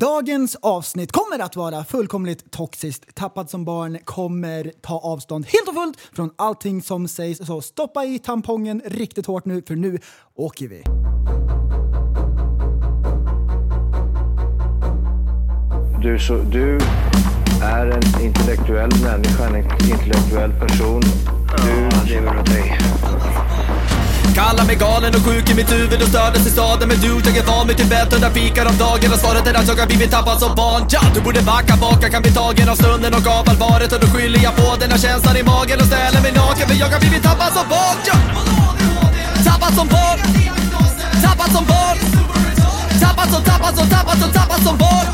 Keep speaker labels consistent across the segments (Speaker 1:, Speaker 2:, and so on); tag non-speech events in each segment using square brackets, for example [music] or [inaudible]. Speaker 1: Dagens avsnitt kommer att vara fullkomligt toxiskt. Tappad som barn kommer ta avstånd helt och fullt från allting som sägs. Så stoppa i tampongen riktigt hårt nu, för nu åker vi.
Speaker 2: Du, så, du är en intellektuell människa, en intellektuell person. Du lever av dig.
Speaker 3: Kallar mig galen och sjuk i mitt huvud och stördes i staden Men du, jag är van vid Tibet och där fikar om dagen Och svaret är att jag har blivit tappad som barn ja! Du borde backa bak, jag kan bli tagen av stunden och av allvaret Och då skyller jag på den här känslan i magen och ställer mig naken För jag har blivit tappad som barn ja! Tappad som barn Tappad som barn Tappad som, tappad som, tappad som, tappad som barn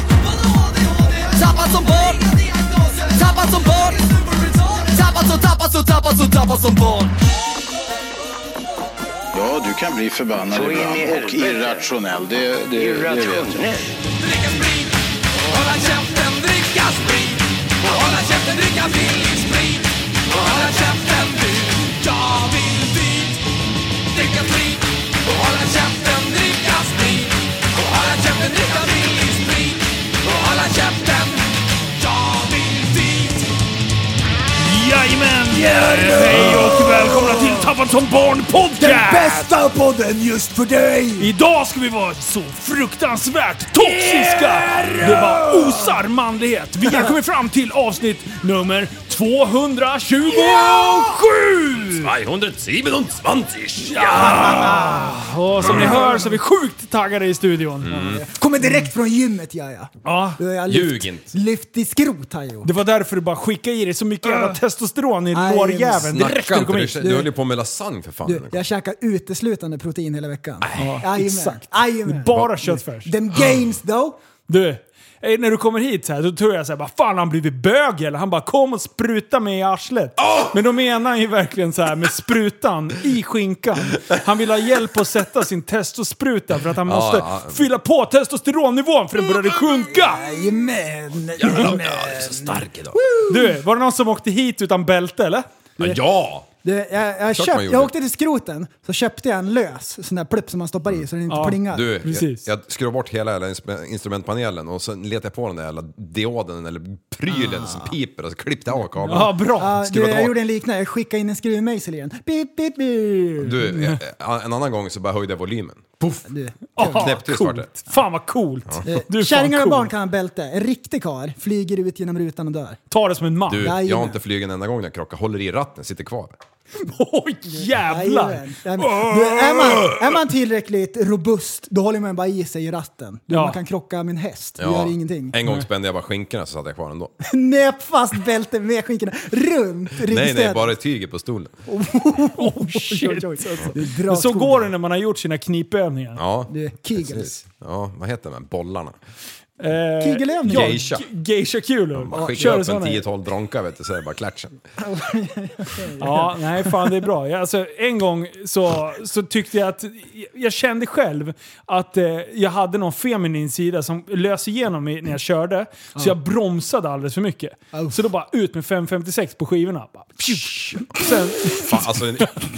Speaker 3: Tappad som barn Tappad som barn Tappad som, tappad som, tappad som, tappad som barn
Speaker 4: Ja, du kan bli förbannad
Speaker 2: Så in i
Speaker 4: ibland och
Speaker 2: helvete.
Speaker 4: irrationell. Det, det, det vet jag.
Speaker 2: Irrationell.
Speaker 3: Dricka sprit, hålla käften, dricka sprit och hålla käften, dricka billig sprit och hålla käften du, jag vill dit. Dricka sprit och hålla käften, dricka sprit och hålla käften, dricka billig sprit och hålla käften, jag vill dit.
Speaker 5: Jajamän! Hej och välkomna till Tappad som barn podcast!
Speaker 1: Bästa podden just för dig!
Speaker 5: Idag ska vi vara så fruktansvärt toxiska! Det bara osar manlighet. Vi har kommit fram till avsnitt nummer 227! Och som ni hör så är vi sjukt taggade i studion.
Speaker 1: Kommer direkt från gymmet gör jag.
Speaker 5: Ja.
Speaker 1: Då har jag
Speaker 6: Ljug
Speaker 1: lyft,
Speaker 6: inte.
Speaker 1: lyft i skrot har jag gjort.
Speaker 5: Det var därför du bara skickade i dig så mycket jävla testosteron i
Speaker 1: Nej,
Speaker 5: lårjäveln direkt när
Speaker 6: Snacka
Speaker 5: du kom
Speaker 6: inte,
Speaker 5: hit.
Speaker 6: du, du höll ju på med lasagne för fan.
Speaker 1: Du, jag käkar uteslutande protein hela veckan.
Speaker 5: Ja,
Speaker 1: Jajamän.
Speaker 5: exakt.
Speaker 1: Jajamän.
Speaker 5: Bara köttfärs.
Speaker 1: Them gains though.
Speaker 5: Du, eh, när du kommer hit så här, då tror jag så här, bara, fan har han blivit bög eller? Han bara kom och spruta mig i arslet.
Speaker 6: Ah!
Speaker 5: Men då menar han ju verkligen så här med sprutan i skinkan. Han vill ha hjälp att sätta sin testospruta för att han måste
Speaker 6: ja.
Speaker 5: fylla på testosteronnivån för den började sjunka.
Speaker 1: Jajamän.
Speaker 6: Ja,
Speaker 1: Jajamän.
Speaker 6: jag är så stark idag.
Speaker 5: Du, var det någon som åkte hit utan bälte eller?
Speaker 6: Ja, ja!
Speaker 1: Du, jag, jag,
Speaker 6: Klart
Speaker 1: köpt,
Speaker 6: man gjorde.
Speaker 1: jag åkte till skroten, så köpte jag en lös sån där plupp som man stoppar i så den inte
Speaker 5: Ja,
Speaker 1: plingar.
Speaker 6: Du, jag,
Speaker 5: Precis.
Speaker 6: jag skruvar bort hela jävla instru- instrumentpanelen och sen letar jag på den där jävla dioden eller prylen som piper och så klippte jag av kabeln.
Speaker 5: Ja, bra.
Speaker 1: Ja, du,
Speaker 6: skruvat
Speaker 1: jag
Speaker 6: av.
Speaker 1: gjorde en liknande, jag skickade in en skruvmejsel i den. Bip, bip, bip.
Speaker 6: Du, jag, jag- en annan gång så bara höjde jag volymen. Puff!
Speaker 1: Du. Eh,
Speaker 5: Ah,
Speaker 6: knäppte ju
Speaker 5: coolt.
Speaker 6: svarte.
Speaker 5: Fan vad coolt. Du är fan
Speaker 1: Kärringar och
Speaker 5: cool.
Speaker 1: barn kan ha bälte. En riktig kar flyger ut genom rutan och dör.
Speaker 5: Ta det som en man.
Speaker 6: Du, jag har
Speaker 1: Jajamän.
Speaker 6: inte flugit en enda gång när jag krockar. Håller i ratten, sitter kvar.
Speaker 5: [laughs] Oj jävlar. Oh,
Speaker 1: Jajamän. Jajamän.
Speaker 5: [laughs]
Speaker 1: Du, är, man, är man tillräckligt robust, då håller man bara i sig i ratten. Du,
Speaker 5: Ja.
Speaker 1: Man kan krocka med en häst, det gör ingenting.
Speaker 6: En gång spände jag bara skinkorna så satt jag kvar ändå.
Speaker 1: [laughs] Näpp fast bälte med skinkorna runt
Speaker 6: Nej, nej,
Speaker 1: ryggstödet.
Speaker 6: bara i tyget på stolen.
Speaker 5: Oh, shit.
Speaker 1: Det är
Speaker 5: Men
Speaker 1: dragt
Speaker 5: så
Speaker 1: god.
Speaker 5: går det när man har gjort sina knipövningar.
Speaker 6: Ja,
Speaker 1: Det är kegels.
Speaker 6: precis. Ja, vad heter de här bollarna?
Speaker 5: Eh,
Speaker 1: Kegelövning.
Speaker 5: ja,
Speaker 6: Geisha.
Speaker 5: ge- Geisha-kulor.
Speaker 6: Man
Speaker 5: Kör
Speaker 6: skickar upp en
Speaker 5: såna.
Speaker 6: 10-12 dronkar vet du, så är det
Speaker 5: [laughs]
Speaker 6: bara klatschen.
Speaker 5: Ja, nej fan det är bra. Jag, alltså, en gång så, så tyckte jag att, jag kände själv att eh, jag hade någon feminin sida som lös igenom mig när jag körde. Så jag bromsade alldeles för mycket. Så då bara ut med 5.56 på skivorna. Bara, pju. Sen,
Speaker 6: Fan, alltså,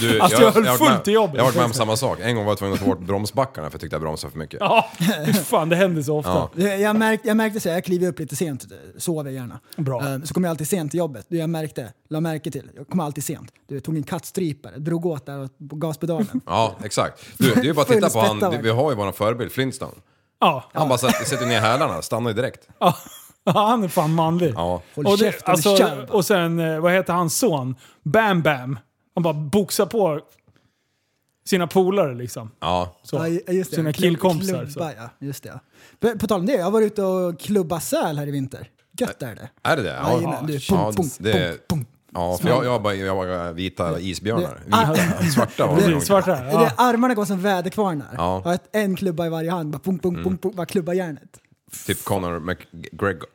Speaker 6: du,
Speaker 5: Alltså, jag höll
Speaker 6: har varit med-
Speaker 5: fullt i jobbet.
Speaker 6: Jag har varit med om samma sak. En gång var jag tvungen att ta bort bromsbackarna för jag tyckte jag bromsade för mycket.
Speaker 5: ja, fy fan det händer så ofta.
Speaker 6: Ja.
Speaker 1: Eh, Jag märkte, jag märkte så här, jag kliver upp lite sent, sover gärna.
Speaker 5: Bra.
Speaker 1: Eh, Så kommer jag alltid sent till jobbet. Du, jag märkte, la märke till, jag kommer alltid sent. Du, jag tog en kattstrypare, drog åt där och- på gaspedalen.
Speaker 6: Ja, exakt. Du, det är ju bara att titta
Speaker 1: Full
Speaker 6: på han,
Speaker 1: spätta,
Speaker 6: vi- vi har ju våran förebild Flintstone.
Speaker 5: Ja.
Speaker 6: Han bara satt- sätter ner hälarna, stannar ju direkt.
Speaker 5: Ja, han är fan manlig.
Speaker 6: Ja.
Speaker 1: Håll
Speaker 5: Och, det,
Speaker 1: käften,
Speaker 5: alltså,
Speaker 1: kör bara.
Speaker 5: och sen, eh, vad heter hans son? Bam Bam. Han bara boxar på sina polare liksom.
Speaker 6: Ja.
Speaker 5: [laughs] Så.
Speaker 1: ja, just det.
Speaker 5: Sina
Speaker 1: Klubb-
Speaker 5: killkompisar.
Speaker 1: Klubba,
Speaker 5: Så.
Speaker 1: ja, just det. På, på tal om det, jag var ute och klubba säl här i vinter. Gött är det.
Speaker 6: Är det det? Ja,
Speaker 1: Jajamän, du,
Speaker 6: ja,
Speaker 1: punk, punk,
Speaker 6: det,
Speaker 1: punk, punk.
Speaker 6: ja för jag, jag, bara, jag var vita isbjörnar.
Speaker 1: Ah.
Speaker 6: Vita, svarta var
Speaker 5: Det är
Speaker 6: de.
Speaker 5: svart
Speaker 6: nog.
Speaker 5: här.
Speaker 1: Det är
Speaker 5: Ja.
Speaker 1: armarna går som väderkvarnar.
Speaker 6: Ja. Mm.
Speaker 1: Och ett, en klubba i varje hand. Bara, pung, pung, pung, pung, bara klubba järnet.
Speaker 6: Typ Conor McGregor.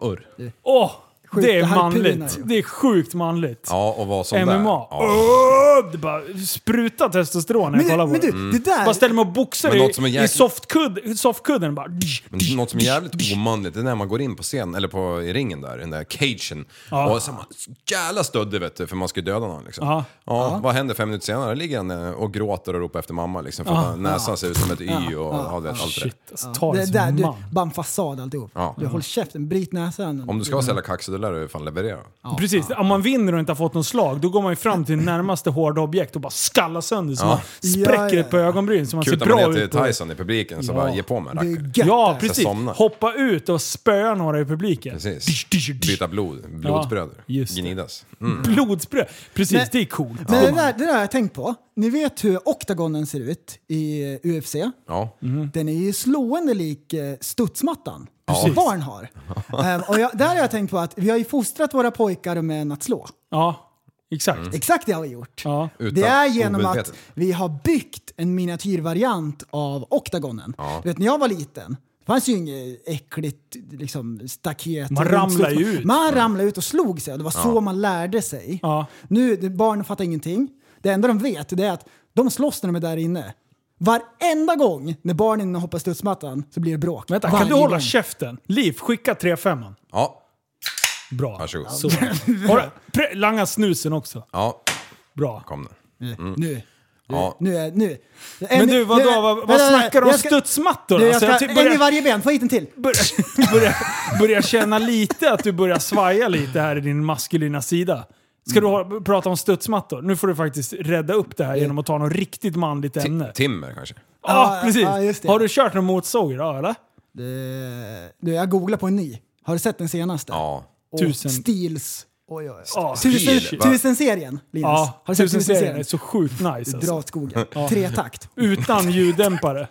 Speaker 1: du-
Speaker 6: Ur.
Speaker 5: Åh!
Speaker 1: Sjukt,
Speaker 5: det är
Speaker 1: här pirrar
Speaker 5: manligt.
Speaker 1: ju.
Speaker 5: Det är sjukt manligt.
Speaker 6: Ja, och vad som där.
Speaker 5: MMA.
Speaker 6: Ja.
Speaker 5: Åh, det bara sprutar testosteron när jag kollar
Speaker 1: Men,
Speaker 5: på
Speaker 1: men du,
Speaker 5: det.
Speaker 1: det
Speaker 5: Bara ställer
Speaker 1: där...
Speaker 5: mig och boxar
Speaker 6: Men
Speaker 5: i,
Speaker 6: något som är
Speaker 5: i
Speaker 6: jäkligt-
Speaker 5: softkudd, soffkudden bara.
Speaker 6: Men något som
Speaker 5: [laughs]
Speaker 6: är jävligt omanligt, det är när man går in på scen, eller på, i ringen där, den där cagen. Och så är man så jävla stöddig vet du, för man ska ju döda någon liksom.
Speaker 5: Ja.
Speaker 6: Ja. Vad händer fem minuter senare? ligger han eh, och gråter och ropar efter mamma liksom, för att näsan ser ut som ett y och ja, vet, allt det där.
Speaker 5: Shit, alltså, ta det
Speaker 1: Det där,
Speaker 5: som
Speaker 1: du,
Speaker 5: man.
Speaker 1: bara en fasad alltihop.
Speaker 6: Ja.
Speaker 1: Du, håll käften, bryt näsan.
Speaker 6: Om du ska vara så jävla kaxig, då lär du fan leverera.
Speaker 5: Precis, om man vinner och inte har fått någon slag, då går man ju fram till närmaste hårda objekt och bara skallar sönder så
Speaker 6: Ja.
Speaker 5: man spräcker
Speaker 1: Ja, ja, ja.
Speaker 5: det på ögonbrynen så man
Speaker 6: Kul
Speaker 5: ser
Speaker 6: att man
Speaker 5: bra
Speaker 6: är
Speaker 5: ut.
Speaker 6: till Tyson i publiken, så bara ge på mig
Speaker 1: Det är
Speaker 6: rackare.
Speaker 1: gött
Speaker 5: Ja,
Speaker 1: det.
Speaker 5: precis.
Speaker 6: somna.
Speaker 5: Hoppa ut och spöa några i publiken.
Speaker 6: Precis. Byta blod, blodsbröder.
Speaker 5: Ja, just det.
Speaker 6: Gnidas. Mm.
Speaker 5: Blodspröd. Precis,
Speaker 1: Men-
Speaker 5: det är coolt.
Speaker 1: Men det, där, det där har jag tänkt på. Ni vet hur oktagonen ser ut i eh, UFC.
Speaker 6: Ja.
Speaker 5: Mm.
Speaker 1: Den är ju slående lik eh, studsmattan som
Speaker 5: Precis.
Speaker 1: barn har. Ehm, och jag, där har jag tänkt på att vi har ju fostrat våra pojkar med att slå.
Speaker 5: Ja, exakt.
Speaker 6: Mm.
Speaker 1: Exakt det har vi gjort.
Speaker 5: Ja.
Speaker 6: Utan
Speaker 1: Det är genom att
Speaker 6: omedvetet.
Speaker 1: vi har byggt en miniatyrvariant av oktagonen. Du vet när jag var liten, det fanns ju inget äckligt liksom, staket.
Speaker 5: Man
Speaker 1: runt
Speaker 5: ramlade ju
Speaker 1: slottet.
Speaker 5: ut.
Speaker 1: Man ramlade ut och slog sig och det var så man lärde sig.
Speaker 5: Ja.
Speaker 1: Nu, det- barnen fattar ingenting. Det enda de vet det är att de slåss när de är där inne. Varenda gång när barnen hoppar studsmattan så blir det bråk.
Speaker 5: Vänta, kan
Speaker 1: Varje
Speaker 5: du hålla
Speaker 1: gång.
Speaker 5: käften? Liv, skicka 3-5.
Speaker 6: Ja.
Speaker 5: Bra.
Speaker 6: Varsågod.
Speaker 5: Så.
Speaker 1: [laughs]
Speaker 5: Har du- pre- Langa snusen också.
Speaker 6: Ja,
Speaker 5: Bra.
Speaker 6: kom nu.
Speaker 1: Nu.
Speaker 6: Ja.
Speaker 1: Nu är nu.
Speaker 5: Men du,
Speaker 1: nu-
Speaker 5: vadå? Vad, vad
Speaker 1: vänta,
Speaker 5: snackar du om
Speaker 1: jag ska-
Speaker 5: studsmattor?
Speaker 1: Du, jag
Speaker 5: Alltså,
Speaker 1: ska,
Speaker 5: jag ty- börjar-
Speaker 1: En i varje ben, få hit en till.
Speaker 5: börjar, börjar, börjar känna lite att du börjar svaja lite här i din maskulina sida. Ska du ha, prata om studsmattor? Nu får du faktiskt rädda upp det här genom att ta något riktigt manligt ämne.
Speaker 6: Ti- Timmer kanske?
Speaker 5: Ja,
Speaker 1: Ja,
Speaker 5: precis.
Speaker 1: ja, ah, just det.
Speaker 5: Har du kört någon motorsåg idag eller?
Speaker 1: Det- Du, jag googlar på en ny. Har du sett den senaste?
Speaker 6: Ja.
Speaker 1: Och
Speaker 5: Tusen.
Speaker 1: Steels. Oj, oj, oj.
Speaker 5: Ja,
Speaker 1: Tusen,
Speaker 6: Steel, va?
Speaker 1: tusen-serien, Linus.
Speaker 5: Ah. Ja,
Speaker 1: har du sett
Speaker 5: tusen-serien är
Speaker 1: tusen-serien?
Speaker 5: så sjukt nice alltså.
Speaker 1: Dra åt skogen.
Speaker 5: [laughs]
Speaker 1: Tretakt. [laughs]
Speaker 5: Utan ljuddämpare.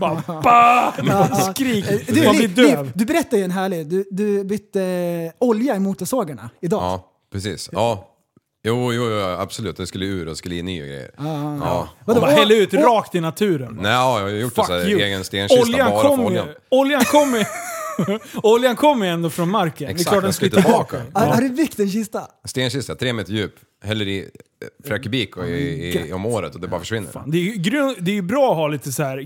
Speaker 5: Bara bah! Skrik.
Speaker 1: Eh, Du,
Speaker 5: Man blir
Speaker 1: Liv, Liv,
Speaker 5: döv.
Speaker 1: du berättade ju en härlig... Du, du bytte olja i motorsågarna idag.
Speaker 6: Ja, precis. Ja. Jo, jo, jo, absolut. Den skulle ur och skulle i ny och
Speaker 5: Ah,
Speaker 6: grejer. Ja.
Speaker 1: Vadå?
Speaker 5: Bara
Speaker 1: Och-
Speaker 5: häller ut
Speaker 1: och-
Speaker 5: rakt i naturen.
Speaker 6: Nej, ja, jag har gjort
Speaker 5: Fuck
Speaker 6: det så här,
Speaker 5: you.
Speaker 6: egen stenkista bara för
Speaker 5: kom ju-
Speaker 6: oljan.
Speaker 5: Oljan kom
Speaker 6: [laughs]
Speaker 5: ju... Oljan kom ju ändå från marken. det är
Speaker 6: Exakt,
Speaker 5: klart den
Speaker 6: den
Speaker 5: skulle
Speaker 6: skulle
Speaker 5: tillbaka.
Speaker 6: tillbaka.
Speaker 1: Har, har du byggt en kista?
Speaker 6: Stenkista, tre meter djup. Häller i eh, fräkebik och i,
Speaker 5: Oh
Speaker 6: i, om året och det bara försvinner.
Speaker 5: Det är, ju grund, det är ju bra att ha lite så här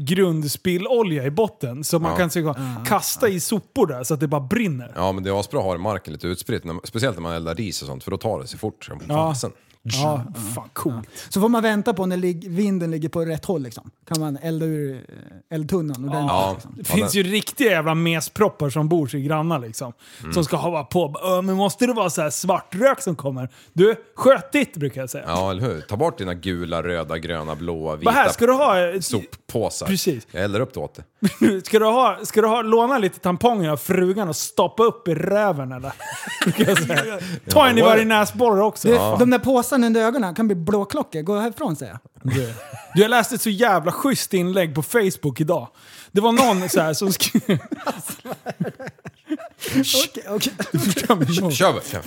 Speaker 5: grundspillolja i botten så man kan så, kasta i sopor där så att det bara brinner.
Speaker 6: Ja, men det är asbra att ha i marken lite utspritt. När, speciellt när man eldar ris och sånt, för då tar det sig fort. som Fasen.
Speaker 5: Ja, fan coolt.
Speaker 1: Så får man vänta på när lig- vinden ligger på rätt håll. Liksom. Kan man elda ur eh, eldtunnan ordentligt.
Speaker 6: Ja.
Speaker 1: Liksom.
Speaker 5: Det finns ju riktiga jävla mesproppar som bor sig grannar liksom.
Speaker 6: Mm.
Speaker 5: Som ska ha på "Ö, men måste det vara så här svart rök som kommer? Du, sköt ditt brukar jag säga.
Speaker 6: Ja, eller hur? Ta bort dina gula, röda, gröna, blåa, vita
Speaker 5: Vad här, ska du ha... eh,
Speaker 6: soppåsar.
Speaker 5: Precis. Mm.
Speaker 6: Jag eldar upp det åt dig.
Speaker 5: [laughs] Ska du, ha, ska du ha, låna lite tamponger av frugan och stoppa upp i röven eller? [laughs] Brukar jag säga. Ta en i varje näsborre också.
Speaker 1: Du, De där påsarna under ögonen kan bli blåklockor. Gå härifrån säger jag.
Speaker 5: Du, du har läst ett så jävla schysst inlägg på Facebook idag. Det var någon så här som skrev... [laughs]
Speaker 1: Okej, okej.
Speaker 6: Kör vi! Kör.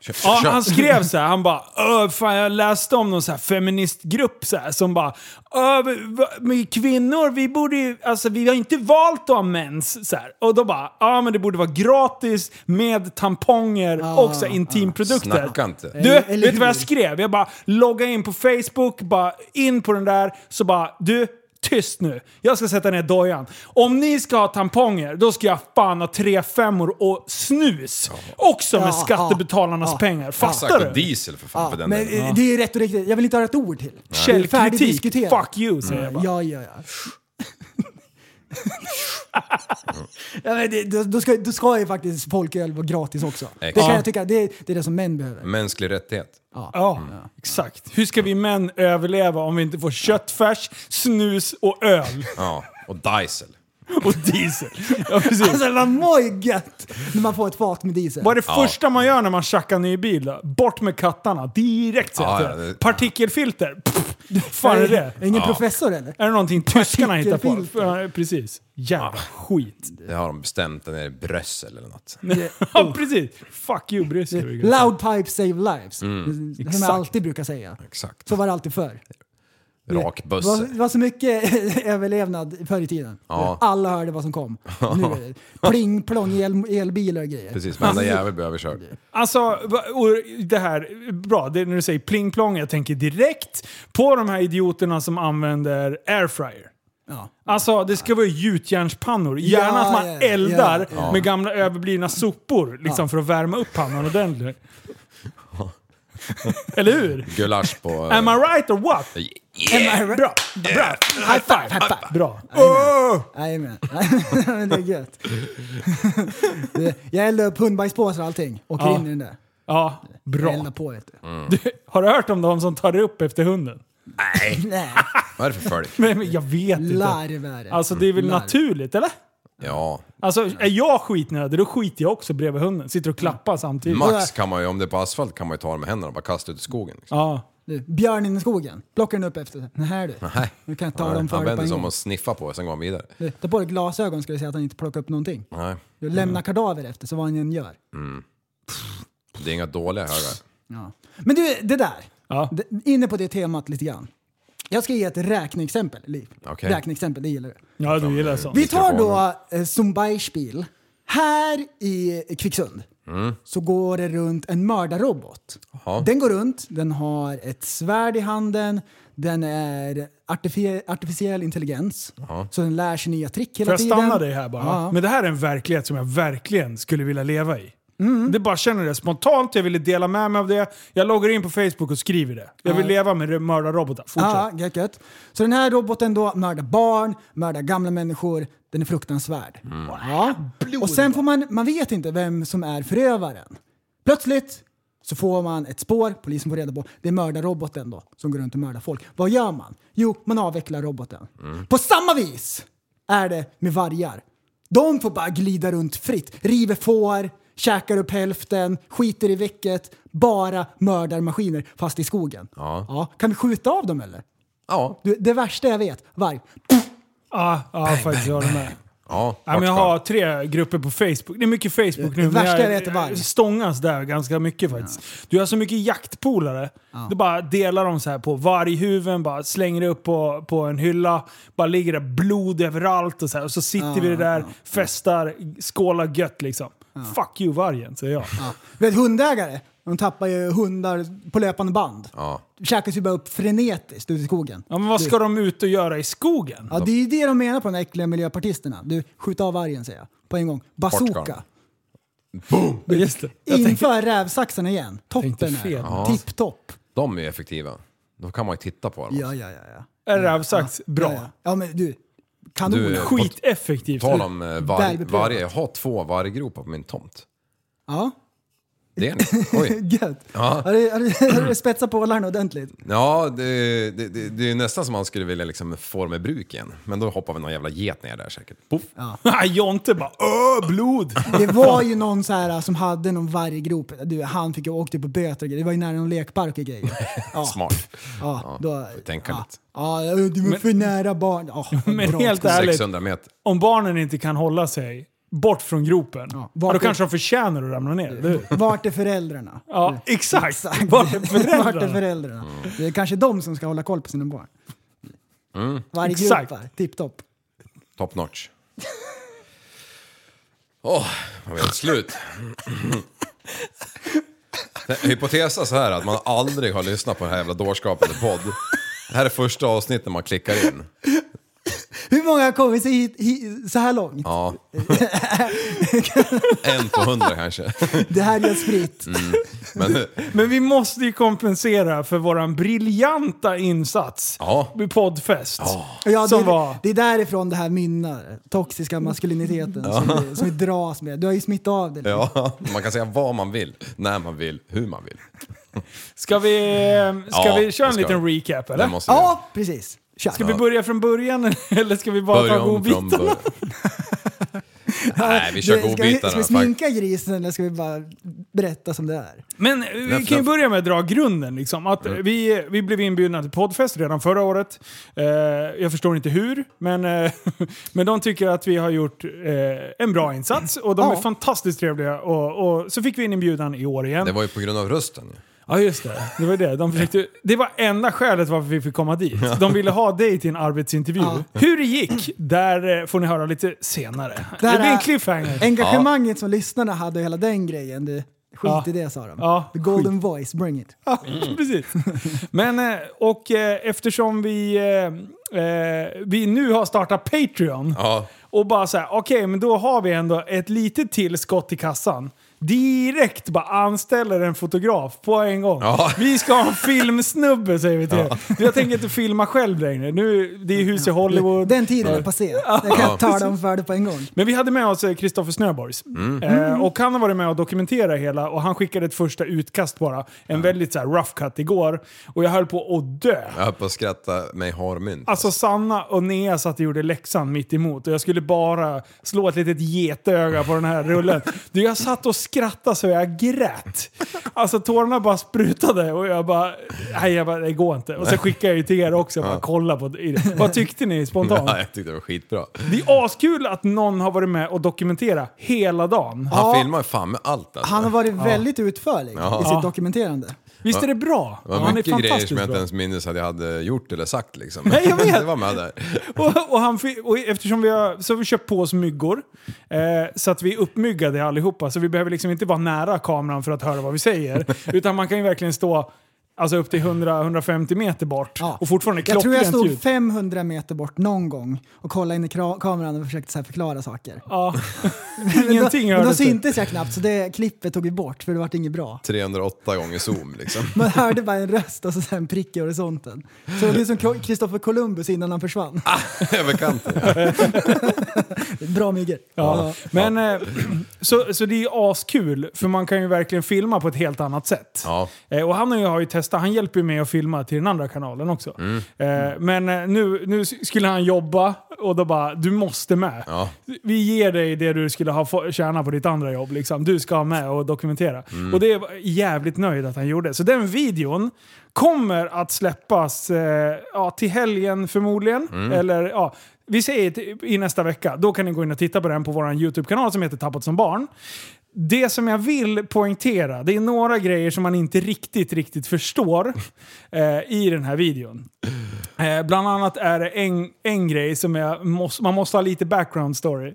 Speaker 6: Kör.
Speaker 5: Ja,
Speaker 6: Kör.
Speaker 5: han skrev så här, han bara "Öh, fan jag läste om någon så här feministgrupp så här, som bara "Öh, vi- va- men kvinnor, vi borde ju, alltså vi har inte valt att ha mens så här. Och då bara, ja men det borde vara gratis med tamponger och så här, intimprodukter.
Speaker 6: Snacka inte.
Speaker 5: Du,
Speaker 1: Ah, Eller- eller
Speaker 5: vet du vad jag
Speaker 1: hur?
Speaker 5: skrev? Jag bara logga in på Facebook, bara in på den där, så bara du, tyst nu. Jag ska sätta ner dojan. Om ni ska ha tamponger, då ska jag fan ha tre femmor och snus. Också med
Speaker 1: Ja,
Speaker 5: skattebetalarnas
Speaker 1: ja,
Speaker 5: pengar. Fattar
Speaker 6: Exakt, och
Speaker 5: du?
Speaker 6: diesel för fan för den
Speaker 1: Men
Speaker 6: delen.
Speaker 1: eh, det är rätt och riktigt. Jag vill inte höra ett ord till. Det är
Speaker 5: Källkritik.
Speaker 1: färdigdiskuterat. Mm.
Speaker 5: Fuck you, säger jag bara.
Speaker 1: Ja, ja, ja. [laughs] ja men det, då, då, ska, då ska ju faktiskt folköl vara gratis också. Det kan
Speaker 6: Ja.
Speaker 1: jag tycka, det, det är det som män behöver. [laughs]
Speaker 6: Mänsklig rättighet.
Speaker 5: Ja,
Speaker 6: Mm.
Speaker 5: exakt.
Speaker 1: Mm.
Speaker 5: Hur ska vi män överleva om vi inte får köttfärs, snus och öl? [laughs]
Speaker 6: Ja, och diesel.
Speaker 5: Och diesel. Ja, precis.
Speaker 1: Alltså vad mår ju gött när man får ett fat med diesel.
Speaker 5: Vad är det
Speaker 6: Ja.
Speaker 5: första man gör när man tjackar ny bil? då? Bort med kattarna. Direkt säger
Speaker 6: Ja,
Speaker 5: jag till
Speaker 6: ja,
Speaker 5: dig.
Speaker 6: det-
Speaker 5: Partikelfilter. Pff, fan är det?
Speaker 1: Ingen professor eller?
Speaker 5: Är det någonting tyskarna hittar på?
Speaker 1: Partikelfilter. Mm.
Speaker 5: Ja, Precis.
Speaker 6: Ah.
Speaker 5: Jävla skit.
Speaker 6: Det har de bestämt, den är i Brössel eller något.
Speaker 5: [laughs] Ja, precis. Fuck you Bryssel.
Speaker 1: Loud pipe save lives. som jag
Speaker 5: Mm. exakt.
Speaker 1: alltid brukar säga.
Speaker 6: Exakt.
Speaker 1: Så var det alltid förr. Det
Speaker 6: rakbösse.
Speaker 1: var, det var så mycket [laughs] överlevnad förr i tiden.
Speaker 6: Ja.
Speaker 1: Alla hörde vad som kom. Nu är
Speaker 6: [laughs]
Speaker 1: det pling plong el, elbilar och grejer.
Speaker 6: Precis, varenda jävel blev överkörd.
Speaker 5: Alltså, va- och det här, bra, det är när du säger pling plong, jag tänker direkt på de här idioterna som använder airfryer.
Speaker 1: Ja.
Speaker 5: Alltså det ska vara gjutjärnspannor. Gärna
Speaker 1: Ja,
Speaker 5: att man
Speaker 1: ja, ja.
Speaker 5: eldar
Speaker 1: Ja,
Speaker 5: med gamla överblivna sopor liksom, för att värma upp pannan ordentligt. Eller hur?
Speaker 6: Gulasch på... eh,
Speaker 5: Am I right or what?
Speaker 1: Am I right?
Speaker 5: Bra! Bra! High five! Bra!
Speaker 1: Nej, men. [laughs] Nej, men det är gött. [laughs] Det- Jag eldade upp hundbajspåsar och allting. Åker
Speaker 5: Ja.
Speaker 1: in i den där.
Speaker 5: Ja,
Speaker 1: Jag
Speaker 5: bra.
Speaker 1: eldar på vet du.
Speaker 6: Mm.
Speaker 5: Du, har du hört om de som tar upp efter hunden?
Speaker 1: [laughs] Nej,
Speaker 6: Vad är det för följd?
Speaker 5: Men, men jag vet inte.
Speaker 1: larv är det.
Speaker 5: Alltså det är väl
Speaker 1: Larv.
Speaker 5: naturligt, eller?
Speaker 6: Ja,
Speaker 5: Alltså är jag skitnödig, då skiter jag också bredvid hunden. Sitter och klappar samtidigt.
Speaker 6: max kan man ju, om det är på asfalt kan man ju ta dem med händerna och bara kasta ut i skogen. Liksom.
Speaker 5: Ja.
Speaker 1: Du, björn in i skogen. Plocka den upp efter. Den här du.
Speaker 6: Nej.
Speaker 1: Nu kan jag ta
Speaker 6: Nej,
Speaker 1: dem
Speaker 6: han
Speaker 1: för
Speaker 6: vänder
Speaker 1: på
Speaker 6: sig
Speaker 1: en
Speaker 6: om
Speaker 1: gång.
Speaker 6: och sniffar på och sen går han vidare.
Speaker 1: Du, Ta på dig glasögon ska du se att han inte plockar upp någonting.
Speaker 6: Nej,
Speaker 1: Du, lämna kadaver efter så vad han än gör.
Speaker 6: det är inga dåliga högar.
Speaker 1: Ja. Men du, det där.
Speaker 5: Ja.
Speaker 1: D- Inne på det temat lite grann. Jag ska ge ett räkneexempel, Liv.
Speaker 6: Okej.
Speaker 1: Räkneexempel, det gillar du.
Speaker 5: ja, du gillar sånt.
Speaker 1: Vi tar då eh, som Beispiel. Här i Kvicksund så går det runt en mördarrobot.
Speaker 6: Mm. Jaha.
Speaker 1: Den går runt, den har ett svärd i handen, den är artifi- artificiell intelligens. Så den lär sig nya trick hela
Speaker 5: Får jag
Speaker 1: tiden.
Speaker 5: stanna dig här bara?
Speaker 1: Ja.
Speaker 5: Men det här är en verklighet som jag verkligen skulle vilja leva i.
Speaker 1: Mm.
Speaker 5: Det bara känner det spontant, jag ville dela med mig av det. Jag loggar in på Facebook och skriver det. Jag vill leva med mördarrobotar. Fortsätt.
Speaker 1: Ja, gött, gött. Så den här roboten då mördar barn, mördar gamla människor. Den är fruktansvärd. Ja. Och sen får man, man vet inte vem som är förövaren. Plötsligt så får man ett spår, polisen får reda på, det är mördarroboten då som går runt och mördar folk. Vad gör man? Jo, man avvecklar roboten.
Speaker 6: Mm.
Speaker 1: På samma vis är det med vargar. De får bara glida runt fritt, river får, käkar upp hälften, skiter i väcket, bara mördar maskiner fast i skogen.
Speaker 6: Ja.
Speaker 1: Ja, kan vi skjuta av dem eller?
Speaker 6: Ja,
Speaker 1: Du, det värsta jag vet, varg.
Speaker 5: Ja, ja faktiskt. Jag håller med.
Speaker 6: ja.
Speaker 5: Ja, men jag
Speaker 6: vart
Speaker 5: har tre grupper på Facebook. Det är mycket Facebook nu. men
Speaker 1: värsta jag vet är varg.
Speaker 5: stångas där ganska mycket faktiskt. Du har så mycket jaktpolare. Du bara delar dem så här på varghuven, bara slänger upp på, på en hylla. Bara ligger det blod överallt och så här. Och så sitter vi där, festar, skålar gött liksom. Fuck you vargen, säger jag.
Speaker 1: Ja. Vi vet, hundägare, de tappar ju hundar på löpande band.
Speaker 6: Ja.
Speaker 1: Käkas ju bara upp frenetiskt ute i skogen.
Speaker 5: Ja, men vad ska de ut och göra i skogen?
Speaker 1: Ja, det är ju det de menar på de här äckliga miljöpartisterna. Du, skjut av vargen säger jag. På en gång.
Speaker 6: Portugal.
Speaker 1: Bazooka.
Speaker 5: Just det. Jag tänkte-
Speaker 1: Inför rävsaxen igen.
Speaker 5: tänkte
Speaker 1: Toppen
Speaker 5: fel.
Speaker 1: är Tipptopp.
Speaker 6: De är ju effektiva. Då kan man ju titta på dem.
Speaker 1: Ja, ja, ja. ja.
Speaker 5: är rävsax bra?
Speaker 1: Ja, ja. ja men du. Kanon.
Speaker 6: Du, eh,
Speaker 5: Skiteffektivt.
Speaker 6: På tal om eh, varg,
Speaker 1: Välbeprövat.
Speaker 6: varje, jag har två varggropar på min tomt.
Speaker 1: Ja. [laughs]
Speaker 6: Det är ni. Oj.
Speaker 1: Gött. Har du, har du, [laughs] har du spetsat pålarna ordentligt?
Speaker 6: Ja, det, det, det, det är ju nästan som man skulle vilja liksom få dem i bruk igen. Men då hoppar väl någon jävla get ner där säkert. Poff.
Speaker 5: [laughs] Nej, Jonte bara öh, blod!
Speaker 1: Det var ju någon så här eh, som hade någon varggrop. Du, han fick ju åka på böter och grejer. Det var ju nära någon lekpark och grejer. Ja.
Speaker 6: Smart.
Speaker 1: Ja, då,
Speaker 6: får tänka
Speaker 1: ja.
Speaker 6: lite.
Speaker 1: Ja, du var för nära barn. Ja,
Speaker 5: [laughs] Men
Speaker 1: bra.
Speaker 5: helt ärligt,
Speaker 6: 600 meter.
Speaker 5: om barnen inte kan hålla sig bort från gropen, ja,
Speaker 1: Ja,
Speaker 5: då
Speaker 1: vart-
Speaker 5: kanske de förtjänar att ramla ner. eller hur?
Speaker 1: Vart är föräldrarna?
Speaker 5: Ja, exakt! Vart
Speaker 1: [laughs]
Speaker 5: är
Speaker 1: Vart är
Speaker 5: föräldrarna?
Speaker 1: föräldrarna? Det är kanske de som ska hålla koll på sina barn.
Speaker 6: Mm.
Speaker 1: Varggropar,
Speaker 5: Exakt.
Speaker 1: tipptopp.
Speaker 6: Top notch. Åh, man vet slut. Nej, Hypotes är så här att man aldrig har lyssnat på den här jävla dårskapen i podd. Det här är första avsnittet man klickar in.
Speaker 1: Hur många har kommit sig hit, hit, så här långt?
Speaker 6: Ja. en på hundra kanske.
Speaker 1: Det här är spritt.
Speaker 6: Mm. Men
Speaker 5: Men vi måste ju kompensera för våran briljanta insats
Speaker 6: Ja.
Speaker 5: vid poddfest.
Speaker 1: Och Ja,
Speaker 5: Som
Speaker 1: det,
Speaker 5: var-
Speaker 1: det är därifrån det här mynnar. Toxiska maskuliniteten som, vi, som vi dras med. Du har ju smittat av det. lite.
Speaker 6: ja, man kan säga vad man vill, när man vill, hur man vill.
Speaker 5: Ska vi, eh, ska
Speaker 6: Ja,
Speaker 5: vi köra en
Speaker 6: det ska
Speaker 5: liten
Speaker 6: vi.
Speaker 5: recap
Speaker 6: Det
Speaker 5: eller?
Speaker 6: måste vi
Speaker 1: Ja, precis. Kör.
Speaker 5: Ska vi börja från början [laughs] eller ska vi bara
Speaker 6: börja
Speaker 5: ta
Speaker 6: om från
Speaker 5: godbitarna?
Speaker 6: början. Nej, vi kör
Speaker 1: ska, vi, ska
Speaker 6: godbitarna.
Speaker 1: vi sminka grisen eller ska vi bara berätta som det är?
Speaker 5: Men vi
Speaker 6: Nej,
Speaker 5: kan ju
Speaker 6: för-
Speaker 5: börja med att dra grunden. Liksom. Att vi, vi blev inbjudna till poddfest redan förra året. Eh, jag förstår inte hur, men, eh, [laughs] men de tycker att vi har gjort eh, en bra insats och de
Speaker 1: Ja.
Speaker 5: är fantastiskt trevliga. Och, och så fick vi en inbjudan i år igen.
Speaker 6: Det var ju på grund av rösten. ju.
Speaker 5: Ja just det, det var det. De försökte, det var enda skälet varför vi fick komma dit. De ville ha dig till en arbetsintervju. Hur det gick, där eh, får ni höra lite senare.
Speaker 1: Där
Speaker 5: det blir en
Speaker 1: är-
Speaker 5: cliffhanger.
Speaker 1: Engagemanget som lyssnarna hade och hela den grejen, det, skit
Speaker 5: Ja.
Speaker 1: i det sa de.
Speaker 5: Ja,
Speaker 1: The golden voice, bring it.
Speaker 5: Ja, [laughs]
Speaker 6: Mm.
Speaker 5: precis. Men, eh, och eh, eftersom vi, eh, eh, vi nu har startat Patreon
Speaker 6: Ja.
Speaker 5: och bara så här, okej, men då har vi ändå ett litet tillskott i kassan. Direkt bara anställer en fotograf på en gång.
Speaker 6: Ja.
Speaker 5: Vi ska ha en filmsnubbe säger vi till er. Jag tänker inte filma själv längre. Nu, det är hus i Hollywood.
Speaker 1: Den tiden är passé. Jag kan tala om för det på en gång.
Speaker 5: Men vi hade med oss eh, Kristoffer Snöborgs.
Speaker 6: Mm.
Speaker 5: Eh, och han har varit med och dokumenterat hela och han skickade ett första utkast bara. En väldigt så här, rough cut igår. Och jag höll på att dö.
Speaker 6: Jag höll på att skratta mig harmynt.
Speaker 5: Alltså Sanna och Nea satt och gjorde läxan mitt emot och jag skulle bara slå ett litet getöga på den här
Speaker 6: [laughs]
Speaker 5: rullen. Du, jag satt och skrattade så jag grät. Alltså tårarna bara sprutade och jag bara, nej jag bara, det går inte. Och så skickade jag ju till er också, bara kolla på det. Vad tyckte ni spontant?
Speaker 6: [laughs] Ja, jag tyckte det var skitbra.
Speaker 5: Det är askul att någon har varit med och dokumenterat hela dagen.
Speaker 6: Han
Speaker 1: Ja.
Speaker 6: filmar ju fan med allt alltså.
Speaker 1: Han har varit väldigt utförlig i
Speaker 6: Ja.
Speaker 1: sitt dokumenterande.
Speaker 5: Visst är det bra?
Speaker 6: Det var
Speaker 5: han är
Speaker 6: mycket grejer
Speaker 5: fantastiskt
Speaker 6: som jag inte
Speaker 5: bra.
Speaker 6: ens minns att jag hade gjort eller sagt liksom.
Speaker 5: Nej, jag vet.
Speaker 6: det var med där.
Speaker 5: Och, och, han, fi- och eftersom vi har, så har vi köpt på oss myggor, eh, så att vi är uppmyggade allihopa. Så vi behöver liksom inte vara nära kameran för att höra vad vi säger. utan man kan ju verkligen stå alltså, upp till 100-150 meter bort
Speaker 1: Ja.
Speaker 5: och fortfarande
Speaker 1: Jag tror jag
Speaker 5: klockrent
Speaker 1: stod
Speaker 5: ljud.
Speaker 1: 500 meter bort någon gång och kollade in i kra- kameran och försökte så här förklara saker.
Speaker 5: Ja.
Speaker 1: Men
Speaker 5: [laughs] Ingenting
Speaker 1: då, men då
Speaker 5: hördes det.
Speaker 1: syntes jag knappt så det klippet tog vi bort för det vart inget bra.
Speaker 6: 308 gånger zoom liksom.
Speaker 5: [laughs]
Speaker 1: Man hörde bara en röst och så sen en prick i horisonten. Så det är som Ko- Christopher Columbus innan han försvann.
Speaker 5: Ah.
Speaker 6: Över kanten ja.
Speaker 1: Bra myggor.
Speaker 5: Ja. Men, eh, [clears throat] så, så det är ju askul, för man kan ju verkligen filma på ett helt annat sätt.
Speaker 6: ja.
Speaker 5: Eh, och han och jag har ju testat, han hjälper ju mig att filma till den andra kanalen också. Eh, men eh, nu, nu s- skulle han jobba och då bara, du måste med.
Speaker 6: Ja.
Speaker 5: Vi ger dig det du skulle ha få, tjäna på ditt andra jobb. Liksom. Du ska ha med och dokumentera. Och det är jag jävligt nöjd att han gjorde. Så den videon kommer att släppas eh, ja, till helgen förmodligen. Eller, ja, vi säger t- i nästa vecka. Då kan ni gå in och titta på den på vår YouTube-kanal som heter Tappat som barn. Det som jag vill poängtera, det är några grejer som man inte riktigt, riktigt förstår [laughs] eh, i den här videon. Eh, bland annat är det en, en grej som jag måste, man måste ha lite background story.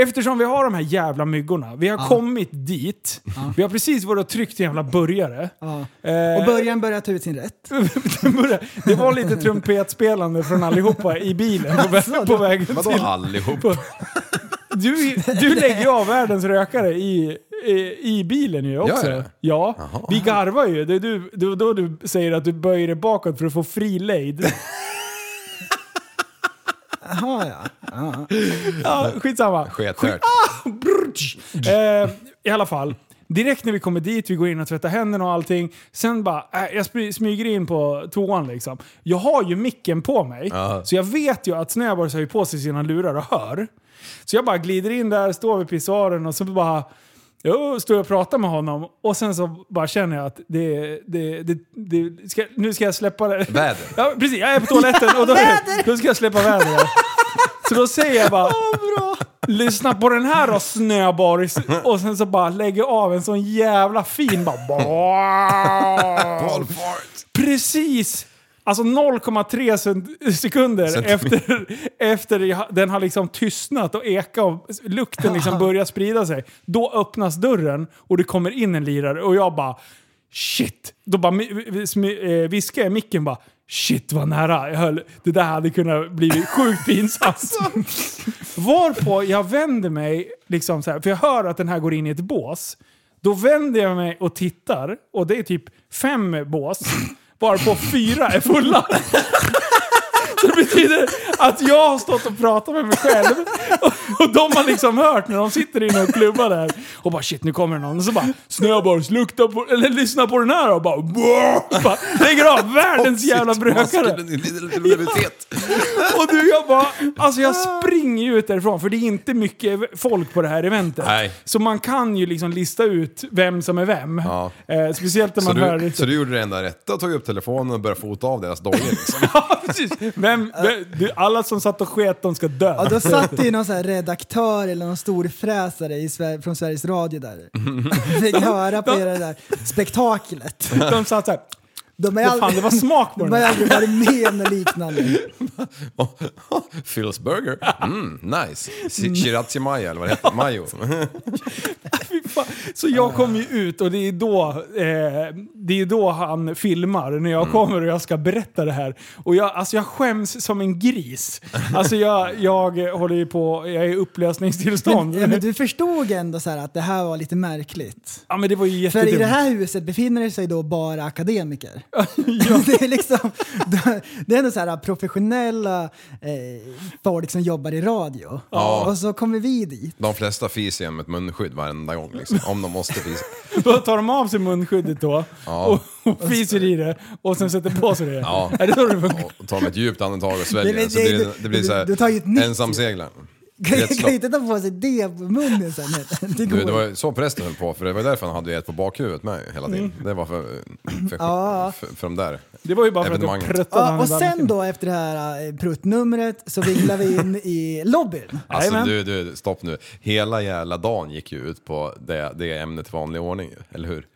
Speaker 5: Eftersom vi har de här jävla myggorna, vi har kommit dit, vi har precis varit och tryckt en jävla burgare.
Speaker 1: Ja.
Speaker 5: Eh,
Speaker 1: Och början börjar ta ut sin rätt.
Speaker 5: den började- Eh, [laughs] det var lite trumpetspelande från allihopa i bilen på,
Speaker 1: Alltså,
Speaker 5: vä- på vägen
Speaker 6: Vadå allihop?
Speaker 5: du, [laughs] du lägger ju av världens rökare i, i, i bilen ju också.
Speaker 6: Gör jag?
Speaker 5: Ja, vi garvar ju. Det är du, du, då du säger att du böjer dig bakåt för att få fri [laughs] lejd.
Speaker 1: Jaha ja.
Speaker 5: Ja, skitsamma.
Speaker 6: Skethört.
Speaker 5: Eh, I alla fall. Direkt när vi kommer dit, vi går in och tvättar händerna och allting. Sen bara, äh, jag smy- smyger in på toan liksom. Jag har ju micken på mig,
Speaker 6: Ja.
Speaker 5: så jag vet ju att Snöborgs har ju på sig sina lurar och hör. Så jag bara glider in där, står vid pissoaren och så bara... Jo, står jag och pratar med honom och sen så bara känner jag att det... det, det, det ska, nu ska jag släppa det.
Speaker 6: Väder.
Speaker 5: Ja, precis. Jag är på toaletten och då, då ska jag släppa vädret. Så då säger jag bara... Lyssna på den här då Snöborgs. Och sen så bara lägger av en sån jävla fin bara...
Speaker 6: All fart.
Speaker 5: Precis! Alltså 0,3 cent- sekunder efter, efter jag- den har liksom tystnat och eka och lukten liksom börjar sprida sig. Då öppnas dörren och det kommer in en lirare och jag bara shit. Då bara mi- vi- smi- eh, viskar jag i micken bara shit vad nära jag höll. Det där hade kunnat bli sjukt pinsamt. Varpå jag vänder mig, liksom så här, för jag hör att den här går in i ett bås. Då vänder jag mig och tittar och det är typ fem bås, varpå fyra är fulla. Så det betyder att jag har stått och pratat med mig själv och, och de har liksom hört när de sitter inne och klubbar där och bara shit nu kommer det någon och så bara Snöborgs lukta på, eller lyssna på den här och bara, "Wow!" bara lägger av världens jävla brökare.
Speaker 6: Maskulinitet.
Speaker 5: Och du, jag bara... Alltså jag
Speaker 1: Ah.
Speaker 5: springer ju ut därifrån för det är inte mycket folk på det här eventet.
Speaker 6: Nej.
Speaker 5: Så man kan ju liksom lista ut vem som är vem.
Speaker 6: Ja.
Speaker 5: Eh, speciellt när
Speaker 6: Så
Speaker 5: man hör...
Speaker 6: du, så du gjorde det enda rätta, tog upp telefonen och började fota av deras dojor liksom.
Speaker 5: [laughs] Ja, precis. Vem Vem, vem, du, alla som satt och sket, de ska dö.
Speaker 1: Ja, då satt det ju någon så här redaktör eller någon storfräsare i Sver- från Sveriges Radio
Speaker 5: [laughs]
Speaker 1: där. Fick höra på hela det där spektaklet.
Speaker 5: De satt såhär.
Speaker 1: De är
Speaker 5: Vad fan,
Speaker 1: aldrig-
Speaker 5: det var smak på
Speaker 1: de
Speaker 5: den.
Speaker 1: har aldrig varit med om något liknande.
Speaker 6: [laughs] Phil's Burger. Mm, nice. Si- Shirazi Maja, eller vad det heter. Majo.
Speaker 5: [laughs] Fy fan. Så jag kommer ju ut och det är då, eh, det är då han filmar, när
Speaker 6: Mm.
Speaker 5: jag kommer och jag ska berätta det här. Och jag, alltså jag skäms som en gris. Alltså jag, jag håller ju på, jag är i upplösningstillstånd.
Speaker 1: Men, ja, men du förstod ändå så här att det här var lite märkligt.
Speaker 5: Ja, men det var ju
Speaker 1: För
Speaker 5: jättedumt.
Speaker 1: i det här huset befinner det sig då bara
Speaker 5: [laughs]
Speaker 1: akademiker. [laughs] det, är liksom, det är ändå så här professionella eh, folk som jobbar i radio. Och så kommer vi dit.
Speaker 6: De flesta fiser ju med ett munskydd varenda gång, liksom, om de måste fisa.
Speaker 5: Då tar de av sig munskyddet då
Speaker 6: Ja.
Speaker 5: och, och fiser i det och sen sätter på sig det.
Speaker 6: Ja.
Speaker 5: Är det så det funkar?
Speaker 6: Och tar med ett djupt andetag och sväljer
Speaker 1: Nej, men
Speaker 6: den, så
Speaker 1: det-
Speaker 6: blir det, det blir
Speaker 1: du-
Speaker 6: så
Speaker 1: du tar ju ett nytt
Speaker 6: här, ensamseglaren.
Speaker 1: [laughs] Kan
Speaker 6: Rätt
Speaker 1: kan
Speaker 6: slopp.
Speaker 1: inte ta på sig det på munnen sen. Det går
Speaker 6: Du, det var ju så prästen höll på, för det var därför han hade ju ett på bakhuvudet med ju hela tiden.
Speaker 1: Mm.
Speaker 6: Det var för, för, för, för de där.
Speaker 5: Det var ju bara för att jag
Speaker 6: Evenemanget.
Speaker 5: pruttade
Speaker 1: Ja,
Speaker 5: han i
Speaker 1: och sen
Speaker 5: balken.
Speaker 1: då efter det här eh, pruttnumret så vinglar vi in i lobbyn.
Speaker 6: Alltså
Speaker 5: Jajamän.
Speaker 6: du, du, stopp nu. Hela jävla dagen gick ju ut på det, det ämnet i vanlig ordning ju, eller hur?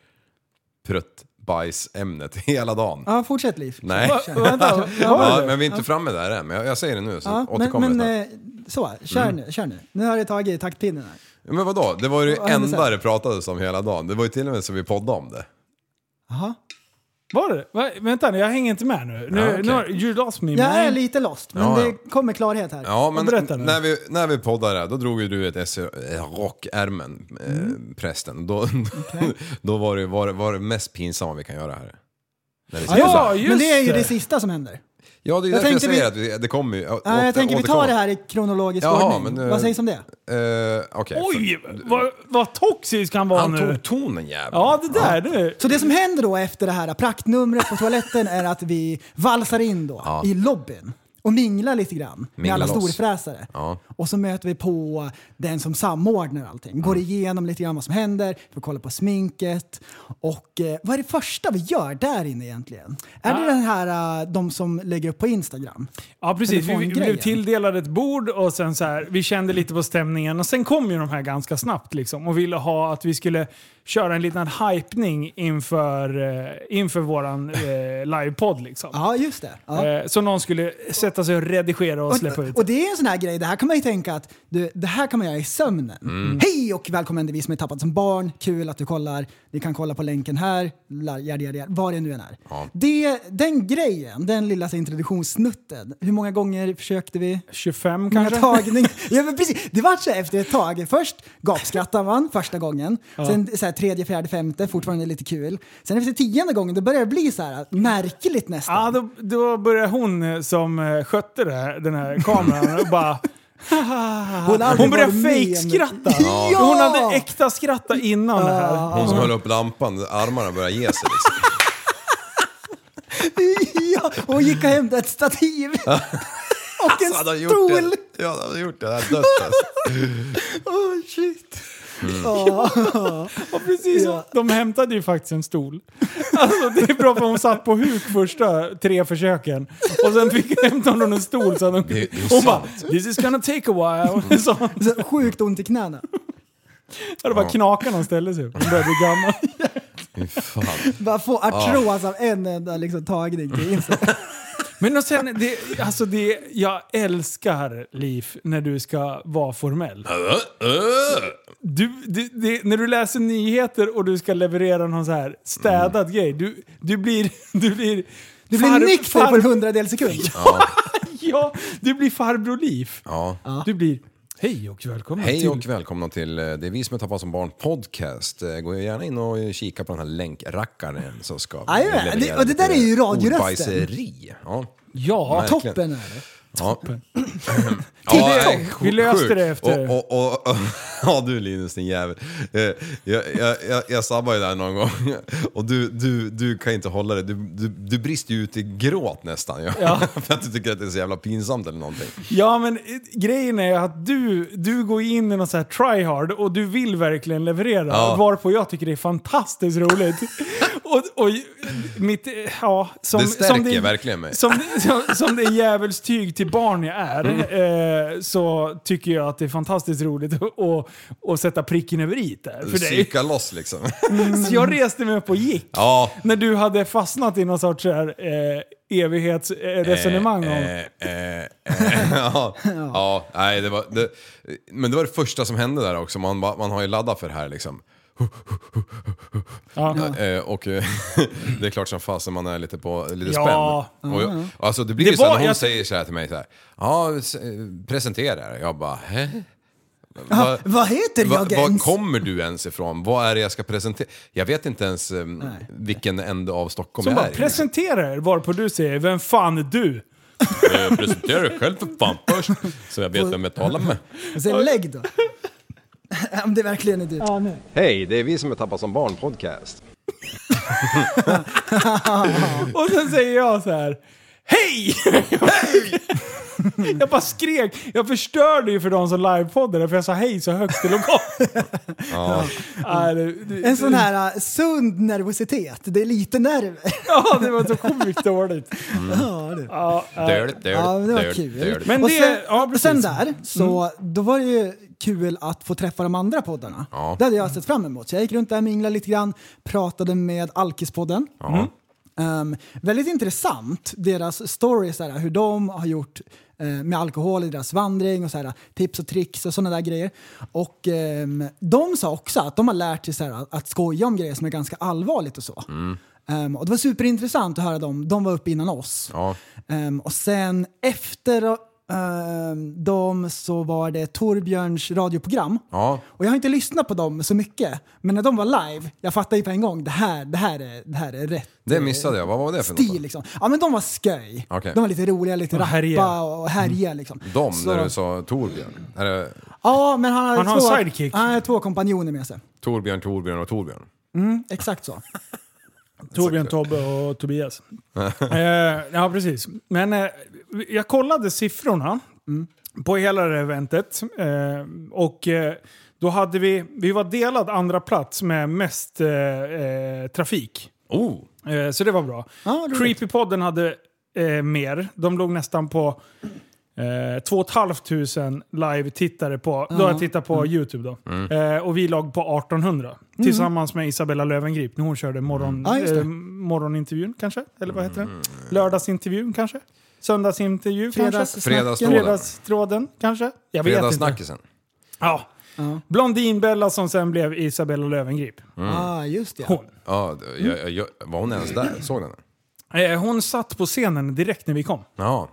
Speaker 6: Pruttbajsämnet [laughs] hela dagen.
Speaker 1: Ja, fortsätt Liv.
Speaker 6: Nej.
Speaker 5: [laughs]
Speaker 1: Kör. Vänta,
Speaker 6: Ja,
Speaker 1: ja,
Speaker 6: men vi är inte framme där än, men jag, jag säger det nu så
Speaker 1: ja,
Speaker 6: återkommer
Speaker 1: men,
Speaker 6: jag Mm. snabbt.
Speaker 1: men eh, så, kör nu, kör nu. Nu har du tagit i taktpinnen här.
Speaker 6: Men vadå, det var ju
Speaker 1: vad
Speaker 6: det
Speaker 1: hände
Speaker 6: enda
Speaker 1: sen?
Speaker 6: det pratades om hela dagen. Det var ju till och med så vi poddade om det.
Speaker 1: Jaha.
Speaker 5: Var det? Va? Vänta nu, jag hänger inte med nu. nu,
Speaker 6: Ja, okej.
Speaker 5: nu har, you lost me
Speaker 1: Jag är
Speaker 5: man.
Speaker 1: lite lost, men
Speaker 6: Ja, ja.
Speaker 1: det kommer klarhet här.
Speaker 6: Ja, men
Speaker 5: berätta nu.
Speaker 6: när vi, när vi poddade där, då drog ju du ett S eh, rockärmen,
Speaker 1: Mm.
Speaker 6: eh, prästen. Då, [laughs] då var, det, var, det, var det mest pinsamma vi kan göra här. När vi ska-
Speaker 5: Ja, just
Speaker 1: men det är ju
Speaker 5: det.
Speaker 1: det sista som händer.
Speaker 6: ja det är
Speaker 1: jag
Speaker 6: jag därför jag
Speaker 1: tänkte
Speaker 6: säger
Speaker 1: vi-
Speaker 6: att vi, det kommer ju. å-
Speaker 1: Nej,
Speaker 6: åter-
Speaker 1: jag tänker vi tar
Speaker 6: återkommer.
Speaker 1: det här i kronologisk
Speaker 6: Jaha,
Speaker 1: ordning.
Speaker 6: men, eh,
Speaker 1: Vad sägs om det?
Speaker 6: Eh, Okej.
Speaker 5: Oj,
Speaker 6: för-
Speaker 5: vad, vad toxisk han var
Speaker 6: Han
Speaker 5: nu.
Speaker 6: tog tonen jäveln.
Speaker 5: Ja, det där nu.
Speaker 1: Så det som händer då efter det här praktnumret på toaletten är att vi valsar in då
Speaker 6: Ja.
Speaker 1: i lobbyn och minglar lite grann med
Speaker 6: Minglar
Speaker 1: alla
Speaker 6: loss.
Speaker 1: storfräsare.
Speaker 6: Ja.
Speaker 1: Och så möter vi på den som samordnar allting. Går
Speaker 6: Mm.
Speaker 1: igenom lite grann vad som händer, får kolla på sminket. Och eh, vad är det första vi gör där inne egentligen? Är det den här eh, de som lägger upp på Instagram?
Speaker 5: Ja, precis. Vi, vi blev
Speaker 1: Telefongrejen.
Speaker 5: tilldelade ett bord och sen så här, vi kände lite på stämningen. Och sen kom ju de här ganska snabbt liksom och ville ha att vi skulle köra en liten hypning inför, eh, inför våran eh, livepodd liksom.
Speaker 1: Ja, just det. Ja.
Speaker 5: Eh, Så någon skulle sätta sig och redigera och släppa ut.
Speaker 1: Och det är en sån här grej, det här kan man ju tänka att du, det här kan man göra i sömnen. Hej och välkommen till vi som är tappat som barn, kul att du kollar, vi kan kolla på länken här, la- jada, jada, jada, vad det nu än är. Det, den grejen, den lilla så, introduktionssnutten, hur många gånger försökte vi?
Speaker 5: 25
Speaker 1: Många
Speaker 5: kanske?
Speaker 1: tagningar. [laughs] Ja, men precis. Det var så här efter ett tag. Först gapskrattar man första gången. Sen så här, tredje, fjärde, femte, fortfarande lite kul. Sen efter tionde gången, då börjar det bli så här märkligt nästan.
Speaker 5: Ja, då, då började hon eh, som eh, skötte det här, den här kameran och
Speaker 1: [laughs]
Speaker 5: bara...
Speaker 1: Hon har aldrig
Speaker 5: Hon började
Speaker 1: varit med om-
Speaker 5: fejkskratta.
Speaker 1: [laughs] Ja.
Speaker 5: Hon hade äkta skratta innan det här.
Speaker 6: Hon som höll upp lampan, armarna började ge sig liksom.
Speaker 1: Ja, hon gick och hämtade ett
Speaker 6: [laughs]
Speaker 1: stativ. Och [laughs] en
Speaker 6: Så hade han gjort
Speaker 1: stol.
Speaker 6: det. Ja, han hade gjort det. Det hade dött [laughs] alltså.
Speaker 1: Åh Oh, shit. Ja.
Speaker 5: Ja, precis.
Speaker 1: Ja.
Speaker 5: De hämtade ju faktiskt en stol. [laughs] Alltså, det är bra för hon satt på huk första tre försöken. Och sen fick hämtade hon en stol så att hon,
Speaker 6: Det- det är
Speaker 5: hon bara
Speaker 6: sant.
Speaker 5: “This is gonna take a while”. [laughs] Så hon,
Speaker 1: Så sjukt ont i knäna.
Speaker 5: det bara knakade när hon ställde sig upp. Hon började bli gammal.
Speaker 6: Fy fan.
Speaker 1: Bara få artros av en enda liksom, tagning. Det är
Speaker 6: [laughs]
Speaker 1: insane.
Speaker 5: [laughs] Men och sen, det, alltså det, jag älskar Liv när du ska vara formell.
Speaker 6: Äh, äh.
Speaker 5: Du, det, det, när du läser nyheter och du ska leverera någon så här städad grej, du, du blir... [laughs] Du blir,
Speaker 1: Du blir nykter på en hundradel sekund.
Speaker 5: [laughs] Ja, du blir farbror Liv.
Speaker 6: Ja.
Speaker 5: Du blir hej och välkommen
Speaker 6: Hej
Speaker 5: till...
Speaker 6: och välkomna till eh, Det är vi som är tappade som barn podcast. Eh, Gå gärna in och kika på den här länkrackaren så ska vi
Speaker 1: Jajamän,
Speaker 6: leverera
Speaker 1: det- och det
Speaker 6: lite
Speaker 1: där är ju radiorösten.
Speaker 6: ordbajseri. Ja.
Speaker 5: ja,
Speaker 6: Nej.
Speaker 5: topp.
Speaker 1: Toppen är det.
Speaker 6: Ja. [clears throat]
Speaker 5: TikTok.
Speaker 6: sj-
Speaker 5: Vi löste
Speaker 6: sjukt.
Speaker 5: det efter-
Speaker 6: Och, och, och, [laughs] och, ja du Linus din jävel. Eh, Jag, jag, jag, jag sabbade ju där någon gång [laughs] och du, du, du kan inte hålla det. Du, du, du brister ju ut i gråt nästan. Ja. [laughs] För att du tycker att det är så jävla pinsamt eller någonting.
Speaker 5: Ja, men eh, grejen är att du, du går in i någon så här tryhard och du vill verkligen leverera.
Speaker 6: Ja. [laughs]
Speaker 5: Varpå jag tycker det är fantastiskt roligt. och och, och mitt, ja, som,
Speaker 6: Det stärker
Speaker 5: som det,
Speaker 6: verkligen mig.
Speaker 5: Som, som, som det djävulstyg till barn jag är
Speaker 6: Mm.
Speaker 5: eh, så tycker jag att det är fantastiskt roligt att, att, att sätta pricken över i där för dig.
Speaker 6: Psyka
Speaker 5: [laughs]
Speaker 6: loss liksom.
Speaker 5: Så jag reste mig upp och gick.
Speaker 6: Ja.
Speaker 5: När du hade fastnat i någon sorts så här, eh, evighetsresonemang om...
Speaker 6: Eh, eh, eh, [laughs] ja, ja, nej, det var, det, men det var det första som hände där också. Man, ba- man har ju laddat för det här liksom.
Speaker 5: Ja.
Speaker 6: Eh, och eh, [laughs] det är klart som fasen man är lite, på, lite
Speaker 5: Ja. Mm.
Speaker 6: spänd. Och jag, alltså det blir
Speaker 5: Det
Speaker 6: ju så här
Speaker 5: var-
Speaker 6: när hon
Speaker 5: jag-
Speaker 6: säger så här till mig så här. Ja, s- eh, presentera dig. Jag bara, hä?
Speaker 1: Ja, vad heter
Speaker 6: Va,
Speaker 1: jag
Speaker 6: var
Speaker 1: ens?
Speaker 6: kommer du ens ifrån? Vad är det jag ska presentera? Jag vet inte ens eh, vilken ände av Stockholm
Speaker 5: Som
Speaker 6: jag
Speaker 5: bara
Speaker 6: är i.
Speaker 5: presenterar er, varpå du säger “Vem fan är du?”
Speaker 6: Eh, Presentera dig själv för fan först, så jag vet vem jag talar med.
Speaker 1: Så lägg då. [laughs] Om det verkligen är du.
Speaker 7: Hej, det är vi som är Tappa som barn podcast.
Speaker 5: Och sen säger jag så här. Hej! [laughs] jag bara skrek. Jag förstörde ju för de som livepoddade för jag sa hej så högt i lokalen. ja. det, det,
Speaker 1: En sån här äh, sund nervositet. Det är lite nerver.
Speaker 5: ja, det var så sjukt dåligt.
Speaker 1: Ja, du.
Speaker 5: Ja, eh,
Speaker 6: Döligt,
Speaker 1: Ja, men det var
Speaker 6: döligt,
Speaker 1: kul.
Speaker 6: döligt.
Speaker 5: Men
Speaker 1: och
Speaker 5: det-
Speaker 1: sen,
Speaker 5: ja,
Speaker 1: och
Speaker 5: precis. Mm.
Speaker 1: sen där, så då var det ju kul att få träffa de andra poddarna.
Speaker 6: Ja.
Speaker 1: Det hade jag sett fram emot. Så jag gick runt där, minglade lite grann, pratade med Alkispodden.
Speaker 5: Mm.
Speaker 6: Ja.
Speaker 1: Ehm, väldigt intressant, deras story, så här, hur de har gjort eh, med alkohol i deras vandring och så här, tips och tricks och sådana där grejer. Och ehm, de sa också att de har lärt sig så här, att skoja om grejer som är ganska allvarligt och så. Ehm, och det var superintressant att höra dem. De var uppe innan oss.
Speaker 6: Ja.
Speaker 1: Ehm, och sen efter ehm, dem så var det Torbjörns radioprogram.
Speaker 6: Ja.
Speaker 1: Och jag har inte lyssnat på dem så mycket, men när de var live, jag fattade ju på en gång det här, det här, är, det här är rätt
Speaker 6: Det missade jag. Vad var det för
Speaker 1: stil
Speaker 6: något?
Speaker 1: liksom. Ja men de var sköj.
Speaker 6: Okej. Mm.
Speaker 1: De var lite roliga, lite
Speaker 5: Och
Speaker 1: rappa
Speaker 5: härjiga.
Speaker 1: och härjiga liksom.
Speaker 6: De,
Speaker 1: Så-
Speaker 6: när du sa Torbjörn. Är det
Speaker 1: Ja men han hade
Speaker 5: Han har
Speaker 1: två,
Speaker 5: en sidekick.
Speaker 1: Han hade två kompanjoner med sig.
Speaker 6: Torbjörn, Torbjörn och Torbjörn?
Speaker 1: Exakt så.
Speaker 5: Torbjörn, Tobbe och Tobias. eh, ja, precis. Men eh, jag kollade siffrorna på hela det här eventet. Eh, och eh, då hade vi, vi var delad andra plats med mest eh, eh, trafik.
Speaker 6: Oh!
Speaker 5: Eh, så det var bra.
Speaker 1: Ja, roligt.
Speaker 5: Creepypodden hade eh, mer. De låg nästan på eh, 2 500 live-tittare på, då jag tittar
Speaker 1: Mm.
Speaker 5: på YouTube då. Eh, och vi låg på 1800. Tillsammans med Isabella Löwengrip när hon körde morgon,
Speaker 1: Mm. Ja, just det.
Speaker 5: eh, morgonintervjun kanske? Eller vad heter den? Lördagsintervjun kanske? Söndagsintervju kanske?
Speaker 1: Fredagssnacken.
Speaker 6: Fredagstråden.
Speaker 5: Fredagstråden kanske? Jag vet inte.
Speaker 6: Fredagssnackisen.
Speaker 5: Ja. Blondinbella som sen blev Isabella Löwengrip.
Speaker 1: Ah, just det.
Speaker 5: Hon.
Speaker 6: Ja, jag, jag, jag, var hon ens där? Såg den?
Speaker 5: Eh, hon satt på scenen direkt när vi kom.
Speaker 6: Ja.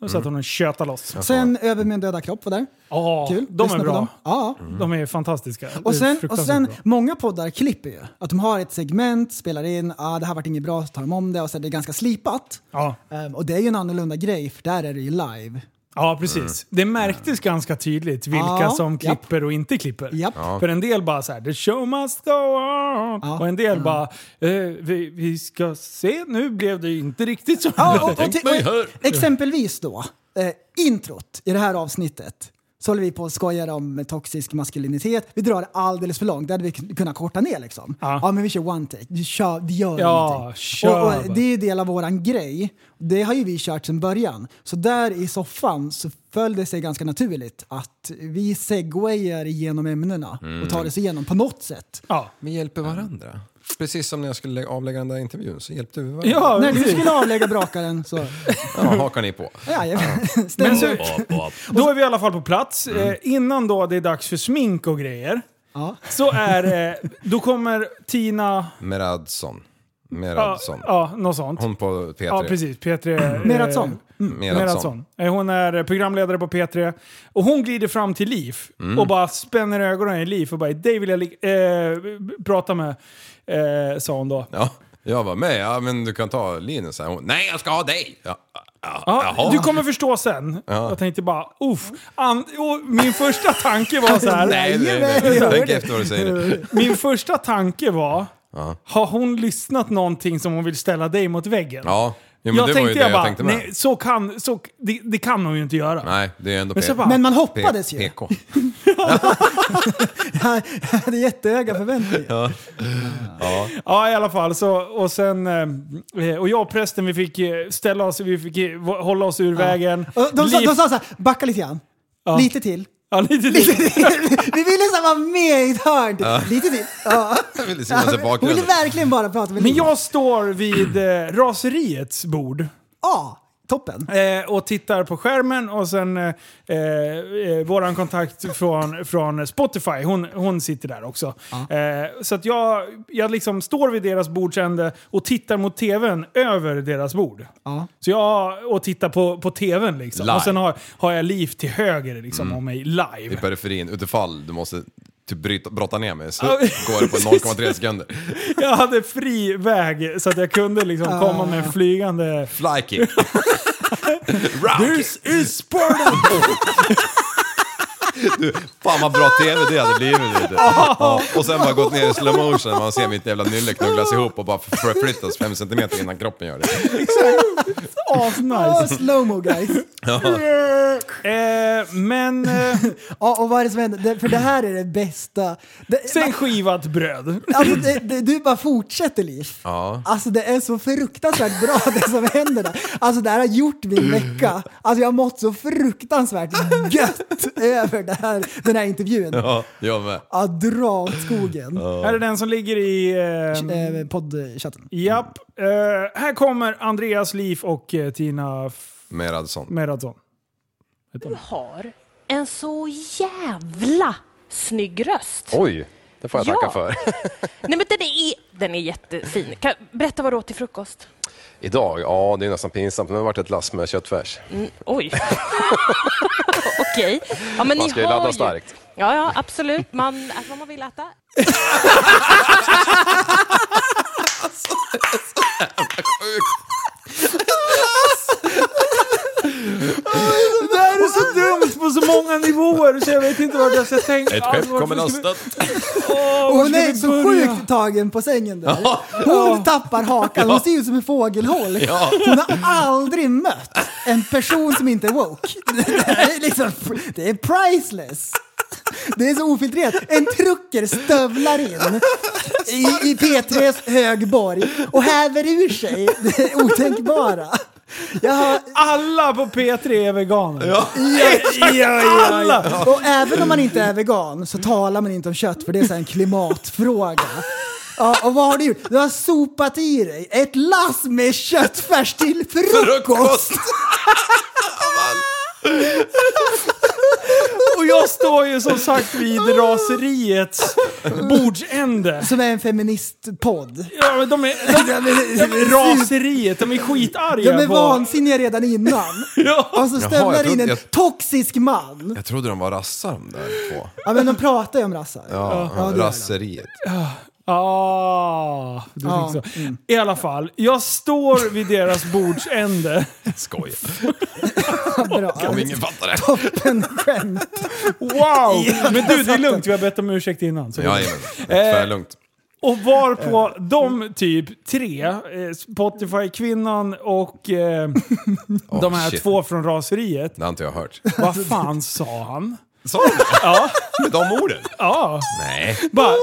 Speaker 5: Då satt hon och tjötade loss.
Speaker 1: Sen Över min döda kropp var där.
Speaker 5: Ja,
Speaker 1: Kul.
Speaker 5: de
Speaker 1: Lyssna
Speaker 5: är
Speaker 1: på
Speaker 5: bra.
Speaker 1: dem. Ja.
Speaker 5: De är fantastiska. Det är
Speaker 1: Och sen, och
Speaker 5: fruktansvärt
Speaker 1: sen
Speaker 5: bra.
Speaker 1: många poddar klipper ju. Att de har ett segment, spelar in, ah, det här vart inget bra, så tar de om det och sen är det ganska slipat.
Speaker 5: Ja.
Speaker 1: Ehm, och det är ju en annorlunda grej för där är det ju live.
Speaker 5: ja, precis. Det märktes ganska tydligt vilka
Speaker 1: Ja,
Speaker 5: som
Speaker 1: japp.
Speaker 5: klipper och inte klipper.
Speaker 1: Japp.
Speaker 5: För en del bara så här, the show must go on.
Speaker 1: Ja. Mm.
Speaker 5: Och en del bara, eh, vi, vi ska se, nu blev det ju inte riktigt så.
Speaker 1: Ja, och, och,
Speaker 6: Tänk mig
Speaker 1: och,
Speaker 6: här.
Speaker 1: exempelvis då, eh, introt i det här avsnittet så håller vi på och skojar om toxisk maskulinitet. Vi drar det alldeles för långt. Det hade vi kun- kunnat korta ner liksom.
Speaker 5: Ja.
Speaker 1: Ja, men vi kör one take. Vi kör, det gör
Speaker 5: Ja,
Speaker 1: ingenting.
Speaker 5: kör
Speaker 1: Och, och
Speaker 5: bara.
Speaker 1: det är ju del av våran grej. Det har ju vi kört sedan början. Så där i soffan så föll det sig ganska naturligt att vi segwayar igenom ämnena och tar oss igenom på något sätt.
Speaker 5: Ja.
Speaker 6: Vi hjälper varandra. Precis som när jag skulle lä- avlägga den där intervjun så hjälpte vi varandra.
Speaker 5: Ja,
Speaker 1: När du
Speaker 5: precis. [laughs]
Speaker 1: skulle avlägga brakaren så...
Speaker 6: ja hakar ni på.
Speaker 1: Ja, jag,
Speaker 5: Men
Speaker 1: stämmer.
Speaker 5: så, [laughs] då är vi i alla fall på plats. Eh, innan då det är dags för smink och grejer
Speaker 1: Ja.
Speaker 5: så är det, då kommer Tina...
Speaker 6: Meradsson.
Speaker 5: Ja,
Speaker 6: Meradsson.
Speaker 5: ja, något sånt.
Speaker 6: Hon på P3.
Speaker 5: Ja, precis.
Speaker 6: [clears throat]
Speaker 5: P3...
Speaker 1: Meradsson.
Speaker 6: Meradsson.
Speaker 5: Eh, Hon är programledare på P3 och hon glider fram till Liv
Speaker 6: Mm.
Speaker 5: och bara spänner ögonen i Liv och bara “dig vill jag li- eh, b- prata med”, eh, sa hon då.
Speaker 6: Ja. Jag var med. Ja, men du kan ta Linus. här. Hon, Nej, jag ska ha dig! Ja. Ja,
Speaker 5: Ja,
Speaker 6: jaha.
Speaker 5: du kommer förstå sen. Jag tänkte bara uff. And- och min första tanke var så här.
Speaker 6: [laughs] Nej, nej, nej. Tänk efter vad du säger.
Speaker 5: Min första tanke var, har hon lyssnat någonting som hon vill ställa dig mot väggen?
Speaker 6: Ja, men det var ju det jag tänkte med.
Speaker 5: nej, så kan, så, det, det kan hon ju inte göra.
Speaker 6: Nej, det är ändå
Speaker 5: Men så
Speaker 6: P-
Speaker 5: bara-
Speaker 1: Men man
Speaker 6: P-
Speaker 1: hoppades ju.
Speaker 6: [laughs] PK.
Speaker 1: [laughs] Jag hade jättehöga förväntningar.
Speaker 5: Ja, i alla fall. Så, och, sen, eh, och jag och prästen vi fick eh, ställa oss, vi fick eh, hålla oss ur vägen.
Speaker 1: Och De, sa,
Speaker 5: Liv-
Speaker 1: de sa såhär, backa lite grann. Lite till.
Speaker 5: ja, lite, lite.
Speaker 1: [laughs] Vi ville så här vara med i ett hörn. Lite till.
Speaker 5: [laughs]
Speaker 1: Ja.
Speaker 6: Jag ville synas i
Speaker 1: Hon ville
Speaker 6: bakgrunden.
Speaker 1: verkligen bara prata med
Speaker 5: Men
Speaker 1: Liv.
Speaker 5: jag står vid eh, raseriets bord.
Speaker 1: Ja, toppen.
Speaker 5: Eh, och tittar på skärmen och sen eh, eh, våran kontakt från, från Spotify, hon, hon sitter där också. Eh, så att jag, jag liksom står vid deras bordsände och tittar mot tvn över deras bord. Så jag, och tittar på, på tvn liksom.
Speaker 6: Live.
Speaker 5: Och sen har, har jag liv till höger liksom om mig
Speaker 6: I
Speaker 5: live.
Speaker 6: periferin, utifall du måste typ bryta, brotta ner mig så
Speaker 5: Ja,
Speaker 6: går det på 0,3 sekunder.
Speaker 5: Jag hade fri väg så att jag kunde liksom komma med en flygande...
Speaker 6: [laughs] Flykick. Roundkick.
Speaker 5: is Sparta!
Speaker 6: Fan vad bra TV det hade blivit. Vet du. [laughs] Ja. Och sen bara gått ner i slow motion man ser mitt jävla nylle knugglas ihop och bara förflyttas fem centimeter innan kroppen gör det.
Speaker 1: Oh,
Speaker 5: [laughs] [laughs] Asnice!
Speaker 1: Slowmo guys.
Speaker 5: Eh, men... Eh,
Speaker 1: Ja, och vad är det som händer? Det- För det här är det bästa. Det,
Speaker 5: sen skivat bröd.
Speaker 1: alltså, det, det, du bara fortsätter Liv.
Speaker 6: Ja.
Speaker 1: Alltså det är så fruktansvärt bra [laughs] det som händer där. Alltså det här har gjort min vecka. Alltså jag har mått så fruktansvärt gött över det här, den här intervjun. Ja.
Speaker 6: Ja, jag med.
Speaker 1: dra åt skogen.
Speaker 5: Här är den som ligger i... Eh,
Speaker 1: Eh, Poddchatten.
Speaker 5: japp. Eh, här kommer Andreas Liv och eh, Tina F-
Speaker 6: Meradsson.
Speaker 5: Meradsson.
Speaker 8: har en så jävla snygg röst.
Speaker 7: Oj, det får jag tacka
Speaker 8: Ja.
Speaker 7: för.
Speaker 8: [laughs] Nej, men den, är, den är jättefin. Kan, berätta vad du åt till frukost.
Speaker 7: Idag, ja det är nästan pinsamt, men det har varit ett lass med köttfärs. [laughs]
Speaker 8: Oj. Okej. Ja, men
Speaker 7: Man
Speaker 8: ni
Speaker 7: ska ju
Speaker 8: har
Speaker 7: ladda starkt.
Speaker 8: Ja, ja, absolut. Man äter vad man vill äta.
Speaker 5: Det här är så dumt på så många nivåer så jag vet inte vart jag ska tänka.
Speaker 6: Ett skepp
Speaker 5: Varför
Speaker 6: kommer
Speaker 5: ska vi-
Speaker 6: lastat.
Speaker 5: Åh, var
Speaker 1: Hon
Speaker 5: ska
Speaker 1: är
Speaker 5: vi
Speaker 1: så
Speaker 5: börja?
Speaker 1: sjukt tagen på sängen där. Hon tappar hakan. Hon ser ut som en fågelholk. Hon har aldrig mött en person som inte är woke. Det är, liksom, det är priceless. Det är så ofiltrerat. En trucker stövlar in i, i P3s högborg och häver ur sig det otänkbara. Jag har,
Speaker 5: Alla på P3 är veganer. Ja.
Speaker 1: jag,
Speaker 5: Alla!
Speaker 1: och även om man inte är vegan så talar man inte om kött för det är så här en klimatfråga. Ja, och vad har du gjort? Du har sopat i dig ett lass med köttfärs till frukost!
Speaker 5: Och jag står ju som sagt vid raseriets bordsände.
Speaker 1: Som är en feministpodd.
Speaker 5: Ja, men de är, de, de, de, raseriet, de är skitarga.
Speaker 1: De är
Speaker 5: på-
Speaker 1: vansinniga redan innan.
Speaker 5: Ja.
Speaker 1: Och så
Speaker 6: Jaha, jag
Speaker 1: stövlar in
Speaker 6: trodde-
Speaker 1: en
Speaker 6: jag-
Speaker 1: toxisk man.
Speaker 6: Jag trodde de var rassar de där två.
Speaker 1: Ja men de pratar ju om rassar.
Speaker 6: Ja,
Speaker 1: Ja, det gör
Speaker 6: rasseriet.
Speaker 5: Ah, du
Speaker 1: Ja,
Speaker 5: tänker så. I alla fall, jag står vid deras bordsände.
Speaker 6: [laughs] Skoj.
Speaker 1: Bra.
Speaker 6: Om ingen fattar det.
Speaker 1: Toppen skämt.
Speaker 5: [laughs] Wow! Men du, det är lugnt. Vi har bett om ursäkt innan. Så det är
Speaker 6: Ja, jajamän. Tvärlugnt.
Speaker 5: Och varpå de typ tre, eh, Spotify-kvinnan och eh,
Speaker 6: [laughs] Oh,
Speaker 5: de här
Speaker 6: shit.
Speaker 5: två från raseriet.
Speaker 6: Det har inte jag hört.
Speaker 5: Vad fan sa han?
Speaker 6: Sa du det? Ja. Med de orden?
Speaker 5: Ja.
Speaker 6: Nej.
Speaker 5: Bara,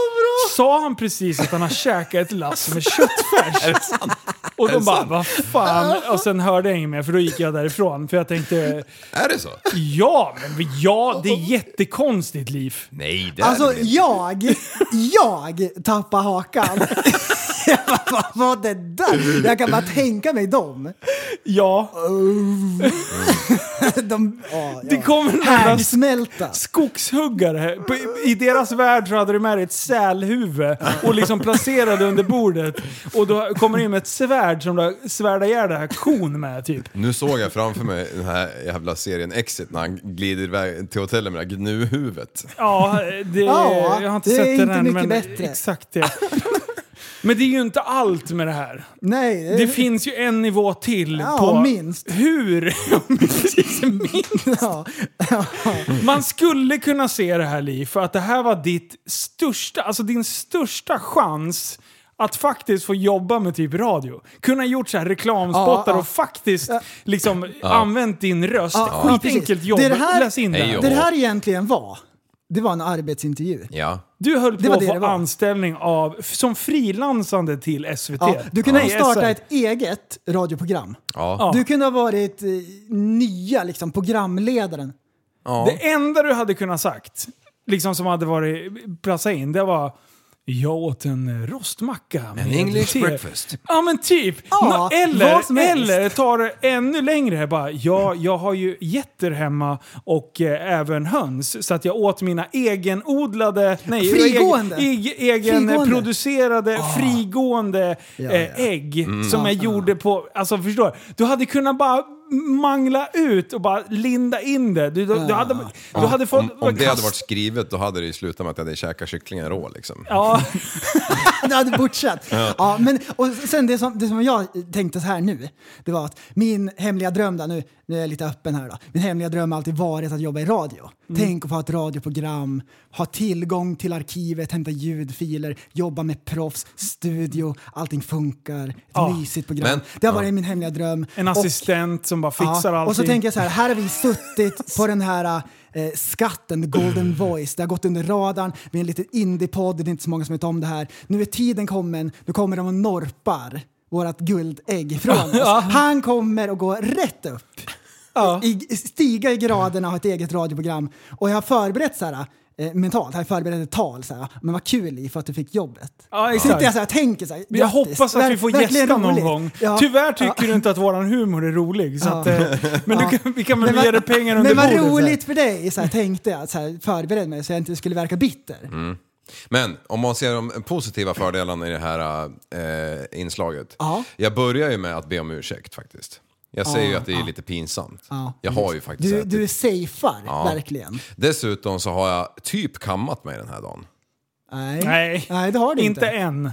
Speaker 5: sa han precis att han har käkat ett lass med köttfärs?
Speaker 6: [laughs] Är det sant?
Speaker 5: Och
Speaker 6: Är
Speaker 5: de
Speaker 6: det
Speaker 5: bara,
Speaker 6: sant?
Speaker 5: vad fan? Och sen hörde jag inget mer för då gick jag därifrån. För jag tänkte,
Speaker 6: Är det så?
Speaker 5: ja, men ja, det är jättekonstigt liv.
Speaker 6: Nej, det är
Speaker 1: Alltså
Speaker 6: det inte.
Speaker 1: jag, jag tappar hakan. [laughs] Jag bara, Vad var det där? Jag kan bara tänka mig dem.
Speaker 5: Ja.
Speaker 1: De, ja,
Speaker 5: Det
Speaker 1: ja.
Speaker 5: kommer någon jävla
Speaker 1: Härdsmälta.
Speaker 5: skogshuggare. På- I deras värld så hade de med ett sälhuvud och liksom placerade under bordet. Och då kommer det in med ett svärd som de svärdar ihjäl den här kon med typ.
Speaker 6: Nu såg jag framför mig den här jävla serien Exit när han glider iväg till hotellet med det här gnuhuvudet.
Speaker 5: Ja, det,
Speaker 1: Ja,
Speaker 5: jag har inte
Speaker 1: det är
Speaker 5: sett den
Speaker 1: inte
Speaker 5: än
Speaker 1: mycket
Speaker 5: men
Speaker 1: bättre.
Speaker 5: exakt det. [laughs] Men det är ju inte allt med det här.
Speaker 1: Nej,
Speaker 5: Det finns ju en nivå till
Speaker 1: Ja,
Speaker 5: på
Speaker 1: minst.
Speaker 5: hur... [laughs] Precis,
Speaker 1: [laughs]
Speaker 5: minst.
Speaker 1: ja.
Speaker 5: Man skulle kunna se det här Li, för att det här var ditt största, alltså din största chans Att faktiskt få jobba med typ radio. Kunna gjort så här reklamspottar
Speaker 1: Ja, ja.
Speaker 5: och faktiskt liksom använt din röst.
Speaker 1: Ja, ja,
Speaker 5: Skitenkelt
Speaker 1: precis.
Speaker 5: jobb.
Speaker 1: Det är det här-
Speaker 5: Läs in det.
Speaker 6: Nej,
Speaker 5: här.
Speaker 6: jo.
Speaker 1: Det här egentligen var, det var en arbetsintervju.
Speaker 6: Ja.
Speaker 5: Du höll på
Speaker 1: var
Speaker 5: att
Speaker 1: det
Speaker 5: få
Speaker 1: det var.
Speaker 5: anställning av, som frilansande till SVT.
Speaker 1: Ja, du kunde ha
Speaker 5: Nej, SR.
Speaker 1: starta ett eget radioprogram.
Speaker 6: Ja.
Speaker 1: Du kunde ha varit eh, nya liksom, programledaren.
Speaker 5: Det enda du hade kunnat sagt, liksom som hade varit platsa in, det var jag åt en rostmacka med
Speaker 6: English
Speaker 5: te."
Speaker 6: breakfast.
Speaker 5: Ja men typ!
Speaker 1: Ja,
Speaker 5: Nå- eller,
Speaker 1: vad som helst.
Speaker 5: eller tar det ännu längre. Bara, ja, jag har ju getter hemma och eh, även höns. Så att jag åt mina egenodlade, nej,
Speaker 1: Frigående.
Speaker 5: Eg, eg, egenproducerade, frigående
Speaker 1: Ja,
Speaker 5: eh,
Speaker 1: ja.
Speaker 5: ägg
Speaker 6: Mm.
Speaker 5: som jag gjorde på... Alltså förstår du? Du hade kunnat bara mangla ut och bara linda in det. Du, du, du hade, du hade fått...
Speaker 6: Om, om det hade varit skrivet då hade det ju slutat med att jag hade käkat kycklingen rå liksom.
Speaker 5: Ja,
Speaker 1: [laughs] Du hade fortsatt. Ja, men, och sen det som, det som jag tänkte så här nu, det var att min hemliga dröm, där, nu, nu är jag lite öppen här då, min hemliga dröm har alltid varit att jobba i radio.
Speaker 5: Mm.
Speaker 1: Tänk att få ha ett radioprogram, ha tillgång till arkivet, hämta ljudfiler, jobba med proffs, studio, allting funkar, ett
Speaker 5: Ja.
Speaker 1: mysigt program.
Speaker 6: Men-
Speaker 1: det har varit min hemliga dröm.
Speaker 5: en
Speaker 1: Och-
Speaker 5: assistent som bara fixar
Speaker 1: Ja,
Speaker 5: allting.
Speaker 1: Och så tänker jag så här, här har vi suttit på den här eh, skatten,
Speaker 5: Mm.
Speaker 1: Golden Voice. Det har gått under radarn, vi är en liten indiepodd, det är inte så många som vet om det här. Nu är tiden kommen, nu kommer de och norpar vårt guldägg
Speaker 5: [laughs]
Speaker 1: från oss. Han kommer och går rätt upp. I, stiga i graderna och ha ett eget radioprogram. Och jag har förberett så här, eh, mentalt, jag har förberett ett tal så här, men vad kul i för att du fick jobbet.
Speaker 5: Ja,
Speaker 1: Sitter jag
Speaker 5: exakt.
Speaker 1: så här, tänker så här,
Speaker 5: Men jag
Speaker 1: grattis,
Speaker 5: hoppas att vi
Speaker 1: verk-
Speaker 5: får
Speaker 1: verkligen
Speaker 5: gästa någon
Speaker 1: roligt.
Speaker 5: gång.
Speaker 1: Ja.
Speaker 5: Tyvärr tycker du inte att våran humor är rolig. Så att, eh, men du kan, vi kan väl
Speaker 1: Men
Speaker 5: ge
Speaker 1: vad-
Speaker 5: dig pengar
Speaker 1: Men
Speaker 5: under bordet.
Speaker 1: vad
Speaker 5: så här.
Speaker 1: roligt för dig, så här, tänkte jag. Så här, förbered mig så jag inte skulle verka bitter.
Speaker 6: Mm, Men om man ser de positiva fördelarna i det här eh, inslaget.
Speaker 1: Ja.
Speaker 6: Jag börjar ju med att be om ursäkt faktiskt. Jag säger ju att det är lite pinsamt. Jag har ju faktiskt
Speaker 1: Du,
Speaker 6: ätit.
Speaker 1: du safear, verkligen.
Speaker 6: Dessutom så har jag typ kammat mig den här dagen.
Speaker 1: Nej.
Speaker 5: Nej.
Speaker 1: Nej, det har du inte.
Speaker 5: Inte än.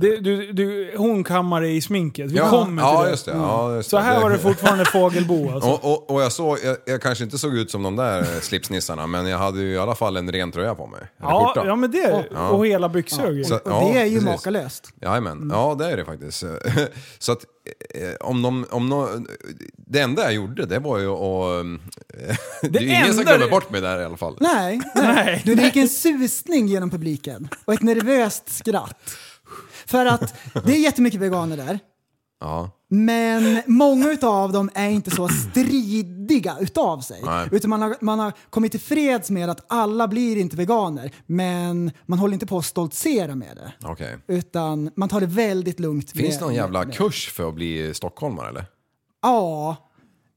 Speaker 5: Det, du, du, hon kammar dig i sminket. Vi kommer till
Speaker 6: ja,
Speaker 5: det. Mm.
Speaker 6: just det. Ja, just
Speaker 5: Så här
Speaker 6: det.
Speaker 5: var det fortfarande fågelbo alltså.
Speaker 6: Och, och, och jag såg, jag, jag kanske inte såg ut som de där eh, slipsnissarna, men jag hade ju i alla fall en ren tröja på mig. Eller
Speaker 5: Ja,
Speaker 6: skjorta.
Speaker 5: ja, men det. Och hela byxor.
Speaker 6: Så-
Speaker 1: Och det är ju
Speaker 6: precis.
Speaker 1: makalöst.
Speaker 6: Jajamän,
Speaker 1: Mm.
Speaker 6: ja det är det faktiskt. [laughs] Så att eh, om de, om no, det enda jag gjorde det var ju [laughs] att... mm, Det, det är ju ingen som
Speaker 5: enda
Speaker 6: glömmer
Speaker 5: du-
Speaker 6: bort mig där i alla fall.
Speaker 1: Nej, [laughs] nej. Du gick en susning genom publiken och ett nervöst skratt. För att det är jättemycket veganer där.
Speaker 6: Ja.
Speaker 1: Men många utav dem är inte så stridiga utav sig.
Speaker 6: Nej.
Speaker 1: Utan man har, man har kommit till freds med att alla blir inte veganer, men man håller inte på att stoltsera med det.
Speaker 6: Okej.
Speaker 1: Utan man tar det väldigt lugnt.
Speaker 6: Finns
Speaker 1: med-
Speaker 6: det någon jävla
Speaker 1: med- med-
Speaker 6: kurs för att bli stockholmare eller?
Speaker 1: Ja.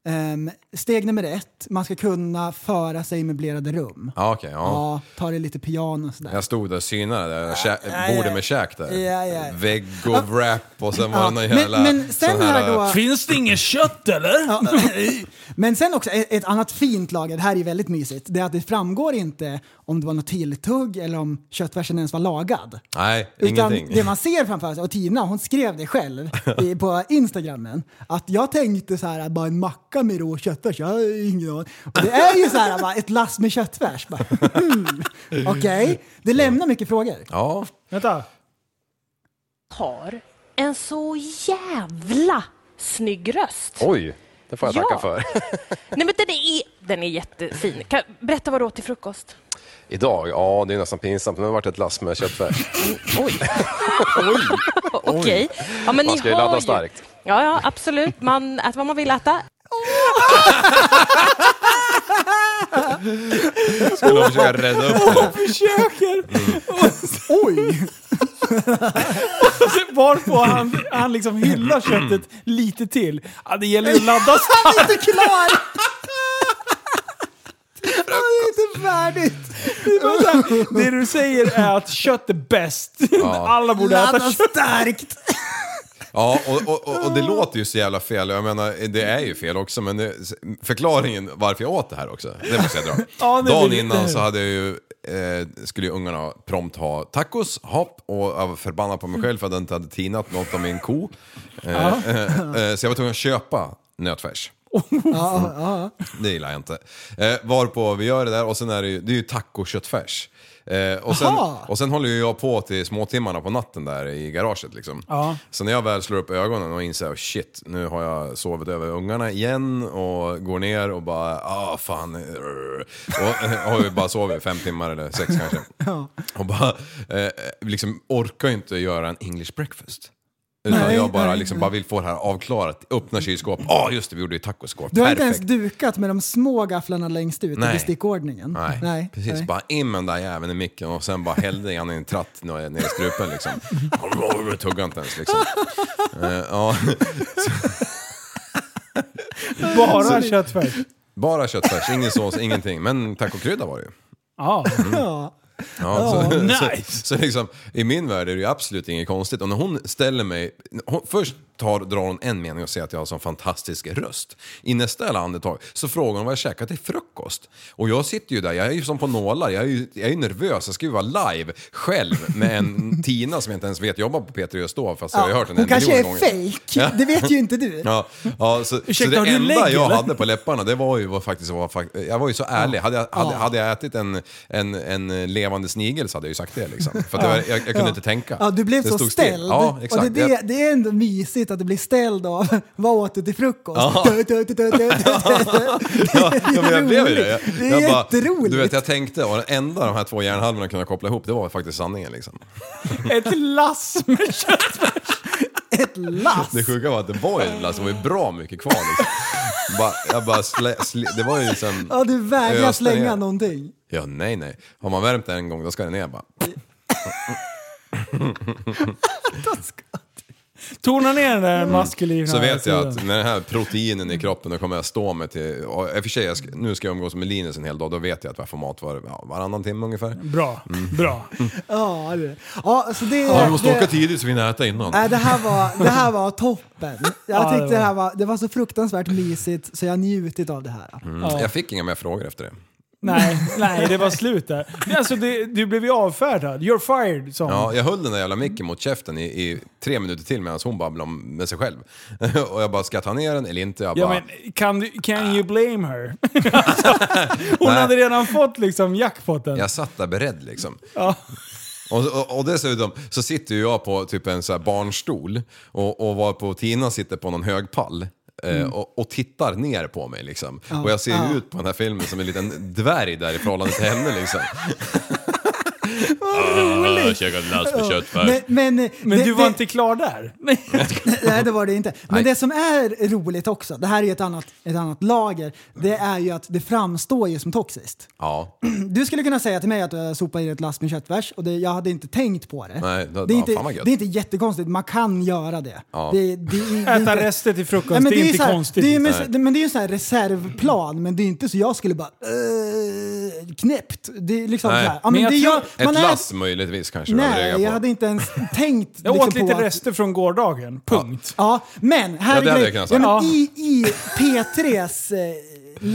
Speaker 1: Ehm, steg nummer ett, man ska kunna föra sig i möblerade rum.
Speaker 6: Ja okej, ja.
Speaker 1: Ja, ta det lite piano och sådär.
Speaker 6: Jag stod där och synade det där, kä-
Speaker 1: ja,
Speaker 6: bordet
Speaker 1: ja.
Speaker 6: med käk där.
Speaker 1: Ja, ja.
Speaker 6: Vägg och wrap och sen var det någon
Speaker 1: men-
Speaker 6: jävla
Speaker 1: men sen
Speaker 6: sån äh,
Speaker 1: här då-
Speaker 5: Finns det inget kött eller?
Speaker 1: Ja, [laughs] Men sen också ett ett annat fint lager, det här är ju väldigt mysigt, det är att det framgår inte om det var något tilltugg eller om köttfärsen ens var lagad.
Speaker 6: Nej,
Speaker 1: Utan
Speaker 6: ingenting.
Speaker 1: det man ser framför sig, och Tina hon skrev det själv i, på instagrammen, att jag tänkte så här, bara en macka med rå köttfärs, jag har ingen aning. Och det är ju så här, bara ett lass med köttfärs. Bara, hmm, Okej, det lämnar mycket frågor.
Speaker 6: Ja,
Speaker 5: [laughs] Vänta.
Speaker 8: Har en så jävla snygg röst.
Speaker 7: Oj, det får jag
Speaker 8: Ja.
Speaker 7: tacka för. [laughs]
Speaker 8: Nej, men den är, den är jättefin. Kan, berätta vad du åt till frukost.
Speaker 7: Idag, ja det är nästan pinsamt, men det har varit ett lass med köttfärs.
Speaker 8: Okej. Ja, men
Speaker 7: Man
Speaker 8: ni
Speaker 7: ska ju
Speaker 8: har
Speaker 7: ladda starkt.
Speaker 8: Ja, ja, absolut. Man äter vad man vill äta.
Speaker 6: skulle de försöka rädda upp det.
Speaker 5: Försöker!
Speaker 1: Oj!
Speaker 5: Alltså, Varpå han, han liksom hyllar köttet lite till. Ja, det gäller ju att
Speaker 6: [laughs]
Speaker 5: ladda starkt.
Speaker 1: Han är inte klar! Han är inte färdigt!
Speaker 5: Det du säger är att kött är bäst. Alla borde äta
Speaker 1: Ladda
Speaker 5: kött.
Speaker 1: starkt!
Speaker 6: Ja, och, och, och, och det låter ju så jävla fel. Jag menar, det är ju fel också, men det, förklaringen varför jag åt det här också, det måste jag dra.
Speaker 5: [laughs] Ja, nu
Speaker 6: Dagen
Speaker 5: blir det-
Speaker 6: innan så hade jag ju, eh, skulle ju ungarna prompt ha tacos, hopp, och jag var förbannad på mig själv för [laughs] att jag inte hade tinat något av min ko. Eh, eh, eh, så jag var tvungen att köpa nötfärs.
Speaker 1: Ja, ja, ja.
Speaker 6: Det gillar jag inte. Eh, varpå vi gör det där och sen är det ju, det är ju tacoköttfärs. Eh, och, sen,
Speaker 1: Aha.
Speaker 6: och sen håller ju jag på till småtimmarna på natten där i garaget liksom. Så när jag väl slår upp ögonen och inser oh, shit, nu har jag sovit över ungarna igen och går ner och bara ah fan. rrr." Och eh, har ju bara sovit fem timmar eller
Speaker 1: [laughs]
Speaker 6: sex kanske. Och bara eh, liksom orkar ju inte göra en English breakfast. Utan
Speaker 1: Nej,
Speaker 6: jag bara,
Speaker 1: nej,
Speaker 6: liksom,
Speaker 1: nej.
Speaker 6: bara vill få det här avklarat, öppna kylskåpet, ah just det vi gjorde ju tacoskåp,
Speaker 1: Du har inte ens
Speaker 6: perfekt.
Speaker 1: dukat med de små gafflarna längst ut i
Speaker 6: Nej.
Speaker 1: bestickordningen.
Speaker 6: Nej, precis.
Speaker 1: nej.
Speaker 6: Bara in med den där jäveln i micken och sen bara hällde han i en tratt ner ner i strupen liksom. Jag tuggade inte ens liksom. Eh, ja.
Speaker 5: Bara köttfärs.
Speaker 6: Bara köttfärs, ingen sås, ingenting. Men tacokrydda var det ju.
Speaker 5: Ja.
Speaker 6: Mm.
Speaker 1: Ja.
Speaker 6: Ja, så, [laughs]
Speaker 5: nice.
Speaker 6: så, så liksom, i min värld är det ju absolut inget konstigt. Och när hon ställer mig... Hon, först tar, drar hon en mening och säger att jag har en sån fantastisk röst. I nästa jävla andetag så frågar hon vad jag käkar till frukost. Och jag sitter ju där, jag är ju som på nålar, jag är ju, jag är ju nervös, jag ska ju vara live själv
Speaker 1: [laughs]
Speaker 6: med en Tina som jag inte ens vet jobbar på P3 just då, fast jag har ju hört henne
Speaker 1: Hon
Speaker 6: en
Speaker 1: kanske
Speaker 6: miljon
Speaker 1: är
Speaker 6: gånger.
Speaker 1: fake.
Speaker 6: Ja.
Speaker 1: Det vet ju inte du.
Speaker 6: Ja, ja så,
Speaker 5: Ursäkta,
Speaker 6: så
Speaker 5: har
Speaker 6: det
Speaker 5: du
Speaker 6: enda
Speaker 5: lägg,
Speaker 6: jag
Speaker 5: eller?
Speaker 6: hade på läpparna det var ju vad faktiskt var, fak- jag var ju så ärlig. Hade jag, hade, hade jag ätit en, en, en levande snigel så hade jag ju sagt det liksom. För att det var, jag, jag kunde inte tänka.
Speaker 1: Ja, du blev
Speaker 6: det
Speaker 1: så
Speaker 6: stod
Speaker 1: ställd.
Speaker 6: Still. Ja, exakt.
Speaker 1: Och det, det, det är ändå mysigt att du blir ställd av [laughs] vad åt du till frukost?
Speaker 6: Ja.
Speaker 1: Tö, tö, tö, tö, tö, tö, tö.
Speaker 6: [laughs]
Speaker 1: [laughs]
Speaker 6: Ja, ja, men jag blev ju det. Jag,
Speaker 1: Det är
Speaker 6: jag bara-
Speaker 1: jätteroligt.
Speaker 6: Du vet, jag tänkte och den enda de här två hjärnhalvorna kunde koppla ihop, det var faktiskt sanningen liksom.
Speaker 5: Ett lass med kött.
Speaker 1: Ett lass!
Speaker 6: Det sjuka var att det var ju alltså, det var ju bra mycket kvar liksom. bara, jag bara slä, slä, det var ju liksom...
Speaker 1: Ja, du vägrar
Speaker 6: öste ner.
Speaker 1: slänga någonting.
Speaker 6: Ja, nej, nej. Har man värmt det en gång, då ska det ner bara.
Speaker 5: Tona ner den där maskulina
Speaker 6: Mm. Så vet jag
Speaker 5: sidan.
Speaker 6: att när den här proteinen i kroppen, då kommer jag stå mig till... Och i och för sig, jag ska, nu ska jag umgås med Linus en hel dag, då vet jag att jag får mat var, ja, varannan timme ungefär.
Speaker 5: Bra,
Speaker 6: Mm.
Speaker 5: bra.
Speaker 6: [laughs]
Speaker 1: Ja, det. Ja, så det,
Speaker 6: Ja, vi måste
Speaker 1: det,
Speaker 6: åka tidigt så vi hinner äta innan.
Speaker 1: Nej, det, här var, det här var toppen. Jag
Speaker 5: Ja, det
Speaker 1: tyckte det
Speaker 5: var-
Speaker 1: här var, det var så fruktansvärt mysigt så jag har njutit av det här.
Speaker 6: Mm. Jag fick inga mer frågor efter det.
Speaker 5: Nej, nej,
Speaker 6: [laughs]
Speaker 5: det var slut där. Men Alltså, det, du blev ju avfärdad. You're fired, sa hon.
Speaker 6: Ja, jag höll den där jävla micken mot käften i, i tre minuter till medan hon babblade om med sig själv. [laughs] och jag bara, ska jag ta ner den eller inte? Jag
Speaker 5: Ja,
Speaker 6: bara,
Speaker 5: men can, du- can you blame her? alltså, hon
Speaker 6: Nej.
Speaker 5: hade redan fått liksom jackpotten.
Speaker 6: Jag satt där beredd liksom. Och, och, och dessutom så sitter ju jag på typ en så här barnstol och, och var på Tina sitter på någon hög pall. eh,
Speaker 1: Mm.
Speaker 6: Och, och tittar ner på mig liksom. Och jag ser ju ut på den här filmen som en liten dvärg där i förhållande till
Speaker 1: [laughs]
Speaker 6: henne liksom. Vad Käkat Ah, lass med köttfärs.
Speaker 1: Men, men,
Speaker 5: Men
Speaker 1: det,
Speaker 5: du var
Speaker 1: det,
Speaker 5: inte klar där?
Speaker 6: [laughs]
Speaker 1: Nej, det var det inte. Men
Speaker 6: Nej.
Speaker 1: det som är roligt också, det här är ju ett annat, ett annat lager, det är ju att det framstår ju som toxiskt. [clears throat]
Speaker 6: Ja,
Speaker 1: Du skulle kunna säga till mig att du sopar i ett last med köttfärs och det, jag hade inte tänkt på det.
Speaker 6: Nej, det-
Speaker 1: det, är
Speaker 6: ja,
Speaker 1: inte,
Speaker 6: fan vad gött.
Speaker 1: det är inte jättekonstigt, man kan göra det.
Speaker 6: Ja.
Speaker 1: det, det, det, det är
Speaker 5: Äta
Speaker 1: inte-
Speaker 5: rester till frukost,
Speaker 1: Nej, men
Speaker 5: det
Speaker 1: ju
Speaker 5: är inte
Speaker 1: så här,
Speaker 5: konstigt. liksom.
Speaker 1: Det är, men,
Speaker 6: Nej.
Speaker 1: det- men det är ju en sån här reservplan, men det är inte så jag skulle bara uh, knäppt. Det är liksom
Speaker 6: Nej.
Speaker 1: så här. Ja,
Speaker 5: Men
Speaker 1: men
Speaker 5: jag
Speaker 1: det är
Speaker 5: tror-
Speaker 1: jag,
Speaker 6: ett
Speaker 1: man är-
Speaker 6: lass möjligtvis kanske man hade
Speaker 1: Nej,
Speaker 6: reagerat
Speaker 1: jag
Speaker 6: på.
Speaker 1: hade inte
Speaker 6: [laughs]
Speaker 1: ens tänkt
Speaker 5: Jag åt
Speaker 1: liksom, på
Speaker 5: lite
Speaker 1: att-
Speaker 5: rester från gårdagen, punkt.
Speaker 1: Ja, men här
Speaker 6: Ja, det
Speaker 1: är
Speaker 6: hade
Speaker 1: grej-
Speaker 6: jag kunnat säga.
Speaker 1: Ja, men
Speaker 5: Ja.
Speaker 1: i, I P3s eh,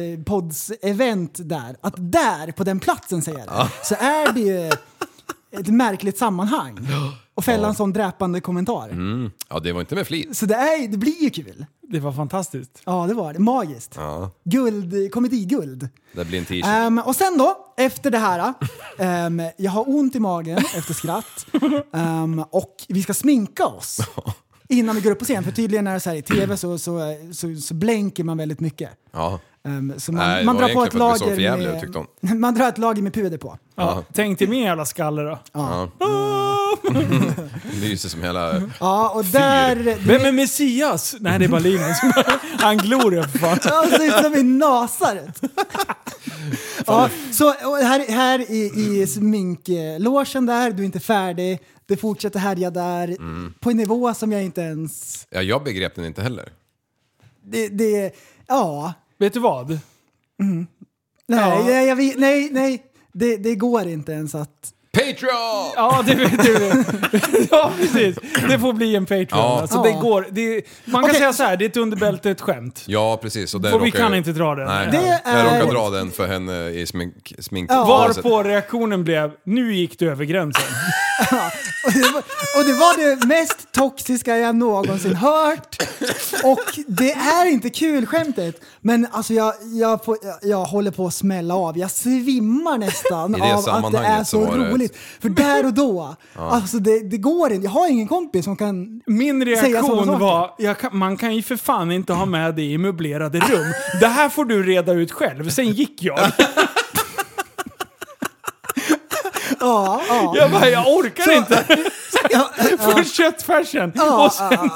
Speaker 1: live-pods-event där, att där på den platsen säger jag det, så är det ju ett märkligt sammanhang. Och fälla en sån dräpande kommentar.
Speaker 6: Mm. Ja, det var inte med flit.
Speaker 1: Så det, är, det blir ju kul.
Speaker 5: Det var fantastiskt.
Speaker 1: Ja, det var det. Magiskt. Guld, komediguld.
Speaker 6: Det blir en t-shirt.
Speaker 1: Ehm, och sen då, efter det här. [laughs] ehm, jag har ont i magen efter
Speaker 6: [laughs]
Speaker 1: skratt. Ehm, och vi ska sminka oss innan vi går upp på scen. För tydligen när det är så här i tv så, så, så, så blänker man väldigt mycket.
Speaker 6: ja.
Speaker 1: Ehm, så man,
Speaker 6: Nej, det
Speaker 1: man
Speaker 6: var
Speaker 1: drar på
Speaker 6: egentligen
Speaker 1: ett
Speaker 6: för att vi såg
Speaker 1: lager
Speaker 6: för jävliga ut, tyckte
Speaker 1: med, [laughs] Man drar ett lager med puder på.
Speaker 5: Ja. Tänk till min jävla skalle då.
Speaker 6: Lyser som hela...
Speaker 1: Ja, och där...
Speaker 6: [laughs]
Speaker 5: Vem är Messias? Nej, det är bara Linus. [laughs] Han glor ju för fan.
Speaker 1: Ja, det ser ut som i
Speaker 6: [laughs]
Speaker 1: Nasaret. ja, så och här, här i, i sminklogen där, du är inte färdig. Det fortsätter härja där
Speaker 6: Mm.
Speaker 1: på en nivå som jag inte ens...
Speaker 6: Ja, jag begrep den inte heller.
Speaker 1: Det, det ja.
Speaker 5: Vet du vad?
Speaker 1: Nej,
Speaker 5: Ja.
Speaker 1: nej, jag, vet- nej, nej. Det, det går inte ens att...
Speaker 6: Patreon!
Speaker 5: Ja, det, det, [laughs] ja, precis. Det får bli en Patreon.
Speaker 6: Ja.
Speaker 5: Alltså,
Speaker 1: Ja.
Speaker 5: det går, det, man kan
Speaker 1: Okej.
Speaker 5: säga så här, det är ett underbältet skämt.
Speaker 6: Ja, precis. Och den
Speaker 5: Och vi
Speaker 6: råkar
Speaker 5: kan
Speaker 6: jag-
Speaker 5: inte dra den.
Speaker 6: Nej,
Speaker 1: Det är-
Speaker 6: jag råkade dra den för henne i smink, smink
Speaker 1: Ja. alltså-
Speaker 5: Varpå reaktionen blev, nu gick du över gränsen.
Speaker 1: Och det, var, och det var det mest toxiska jag någonsin hört. Och det är inte kul skämtet. Men alltså jag, jag, får, jag, jag håller på att smälla av. Jag svimmar nästan
Speaker 6: I det
Speaker 1: av att det är
Speaker 6: sammanhanget så
Speaker 1: så
Speaker 6: var det-
Speaker 1: roligt. För där och då, alltså det, det går inte. Jag har ingen kompis som kan...
Speaker 5: Min
Speaker 1: [laughs] Säga sådana
Speaker 5: reaktion
Speaker 1: saker.
Speaker 5: var, jag kan, man kan ju för fan inte ha med det i möblerade rum. Det här får du reda ut själv. Sen gick jag.
Speaker 1: [laughs] Ja, ja.
Speaker 5: Jag bara, jag orkar inte.
Speaker 1: [laughs]
Speaker 5: Först köttfärsen och sen...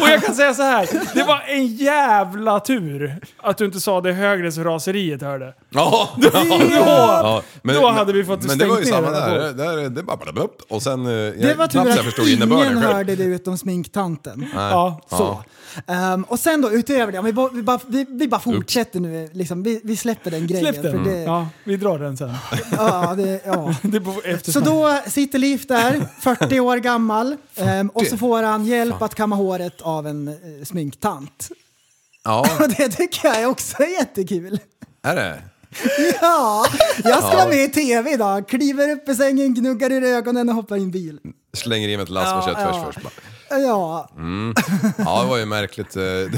Speaker 5: Och jag kan säga så här, det var en jävla tur att du inte sa det högre så raseriet hörde.
Speaker 6: Ja,
Speaker 5: [laughs]
Speaker 6: Ja,
Speaker 5: Då hade vi fått
Speaker 6: Men det var ju
Speaker 5: stängt ner
Speaker 6: samma
Speaker 5: den här
Speaker 6: där. där det bara blablabla. Och sen... eh, Jag,
Speaker 1: Det var tur
Speaker 6: knappt jag
Speaker 1: att
Speaker 6: förstod
Speaker 1: ingen
Speaker 6: innebörden själv.
Speaker 1: hörde det utom sminktanten.
Speaker 5: Ja,
Speaker 1: Så. Ehm, och sen då utöver det, om vi, bara- vi, bara, vi, vi bara fortsätter nu. Liksom, vi, vi släpper den grejen.
Speaker 5: släpp den. Mm.
Speaker 1: För det, ja.
Speaker 5: Ja, vi drar den sen.
Speaker 1: det, ja.
Speaker 5: Det på, efter
Speaker 1: Så då sitter Liv där, 40 år gammal, ehm, och så får han hjälp att kamma håret av en eh, sminktant. [laughs]
Speaker 6: Ja,
Speaker 1: Och det tycker jag är också [laughs] är jättekul.
Speaker 6: är det?
Speaker 1: Ja, jag ska vara med i tv idag. Kliver upp i sängen, gnuggar ur ögonen och hoppar i en bil.
Speaker 6: Slänger i mig ett lass med
Speaker 1: Ja,
Speaker 6: köttfärs
Speaker 1: ja.
Speaker 6: först bara.
Speaker 1: Ja,
Speaker 6: Ja, det var ju märkligt. eh, [laughs] Det,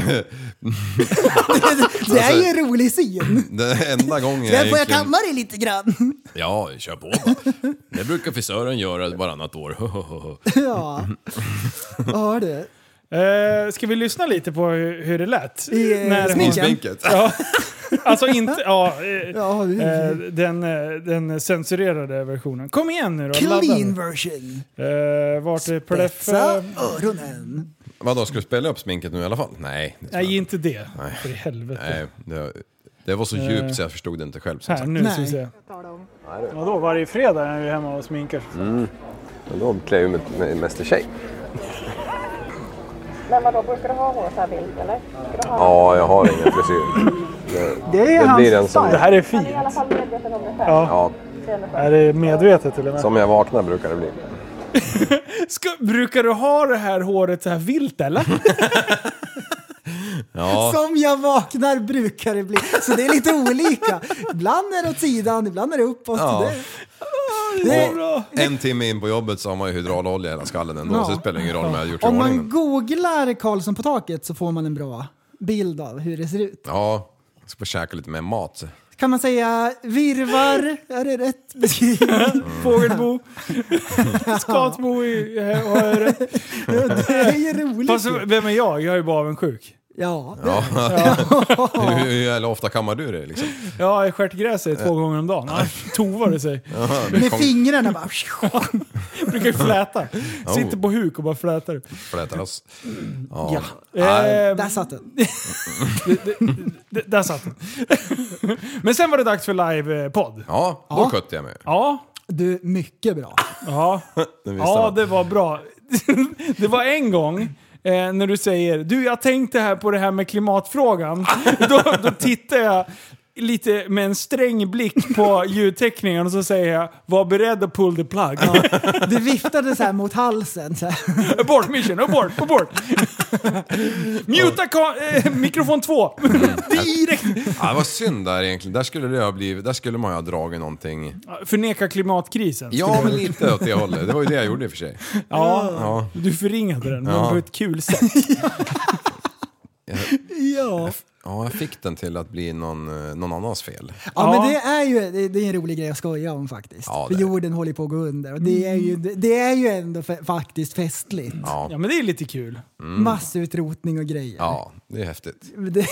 Speaker 1: det, det är ju en rolig syn.
Speaker 6: det enda gången jag
Speaker 1: Där får jag
Speaker 6: egentligen...
Speaker 1: kamma dig lite grann. [laughs]
Speaker 6: Ja, kör på bara. Det brukar frisören göra varannat år. [laughs]
Speaker 1: Ja, ja du.
Speaker 5: Eh, ska vi lyssna lite på hur, hur det lät?
Speaker 1: I, eh,
Speaker 5: När-
Speaker 1: smink.
Speaker 6: Sminket.
Speaker 5: Ja, [laughs] alltså inte... Ja, eh,
Speaker 1: Ja, det är
Speaker 5: eh, den, eh, den censurerade versionen. Kom igen nu då, ladda
Speaker 1: Clean
Speaker 5: nu.
Speaker 1: version.
Speaker 5: Eh, vart är
Speaker 1: Spetsa
Speaker 5: Pleffe?
Speaker 1: öronen.
Speaker 6: Vadå, ska du spela upp sminket nu i alla fall? Nej. det ska jag
Speaker 5: Nej, inte det. För i helvete.
Speaker 6: Nej, det, det var så djupt så jag förstod det inte själv. Som
Speaker 5: Här,
Speaker 6: sagt.
Speaker 5: nu ska
Speaker 1: Nej.
Speaker 5: vi se. Vadå, varje fredag är vi hemma och sminkar.
Speaker 7: Mm. Men då klär jag ju mig- mig mest i tjej.
Speaker 9: Men vadå, brukar du ha hår så här vilt eller? Brukar du ha
Speaker 7: Ja, jag har ingen frisyr.
Speaker 5: Det är
Speaker 7: Det blir en som,
Speaker 5: Det här är fint.
Speaker 9: i alla fall medveten om det själv?
Speaker 7: ja,
Speaker 5: Är det medvetet till och med?
Speaker 7: som jag vaknar brukar det bli.
Speaker 5: Ska, brukar du ha det här håret så här
Speaker 7: [laughs]
Speaker 5: vilt eller?
Speaker 6: Ja,
Speaker 1: Som jag vaknar brukar det bli. Så det är lite [laughs] olika. Ibland är det åt sidan, ibland är det uppåt.
Speaker 6: Ja.
Speaker 1: Det, det,
Speaker 6: och en timme in på jobbet så har man ju hydraulolja i hela skallen ändå,
Speaker 1: Ja.
Speaker 6: så det spelar ingen roll om jag har gjort i
Speaker 1: om
Speaker 6: ordning
Speaker 1: man
Speaker 6: den.
Speaker 1: googlar Karlsson på taket så får man en bra bild av hur det ser ut.
Speaker 6: Ja, jag ska bara käka lite mer mat.
Speaker 1: Kan man säga virvar? Är det rätt
Speaker 6: [laughs]
Speaker 1: beskrivning?
Speaker 7: Mm.
Speaker 5: Fågelbo? Skatbo i eh, har jag rätt?
Speaker 1: [laughs] Det är ju roligt.
Speaker 5: Fast vem är jag? Jag är ju bara avundsjuk.
Speaker 1: Ja.
Speaker 6: Ja. [laughs] hur, hur jävla ofta kammar du det liksom?
Speaker 5: Ja, jag skär gräset två gånger om dagen. [laughs] Annars tovar det sig.
Speaker 1: [laughs] Med fingrarna bara. [laughs]
Speaker 5: [laughs] Brukar ju fläta. Sitter på huk och bara flätar.
Speaker 6: Flätar oss. Ja.
Speaker 5: Eh,
Speaker 1: Där satt den.
Speaker 5: d- där satt den. [laughs] Men sen var det dags för livepodd.
Speaker 6: Ja, då skötte jag mig.
Speaker 5: Ja,
Speaker 1: Du, mycket bra.
Speaker 5: ja.
Speaker 6: Den visste
Speaker 5: Ja,
Speaker 6: man.
Speaker 5: det var bra. [laughs] Det var en gång eh, när du säger du jag tänkte här på det här med klimatfrågan. [laughs] Då, då tittar jag lite med en sträng blick på ljudteckningen och så säger jag var beredd att pull the plug.
Speaker 1: Du viftade så här mot halsen. Så här.
Speaker 5: Abort mission, abort, abort! [laughs] Muta ka- eh, mikrofon två! [laughs] Direkt!
Speaker 6: Ja, det var synd där egentligen. Där skulle, det ha blivit, där skulle man ju ha dragit någonting.
Speaker 5: Förneka klimatkrisen.
Speaker 6: Ja, men lite åt det hållet. Det var ju det jag gjorde i och för sig.
Speaker 5: Ja,
Speaker 6: Ja.
Speaker 5: Du förringade den, men
Speaker 6: Ja.
Speaker 5: på ett kul sätt.
Speaker 1: Ja.
Speaker 6: Ja, jag fick den till att bli någon, eh, någon annans fel.
Speaker 1: Ja,
Speaker 5: Ja.
Speaker 1: men det är ju det, det är en rolig grej att skoja om faktiskt.
Speaker 6: Ja,
Speaker 1: för
Speaker 6: det är det. Mm.
Speaker 1: jorden håller på att gå under. Och det, är ju, det, det är ju ändå fe- faktiskt festligt.
Speaker 5: Ja, men det är lite kul.
Speaker 1: Massutrotning och grejer.
Speaker 6: Mm. Ja, det är häftigt.
Speaker 1: Men [laughs] Det,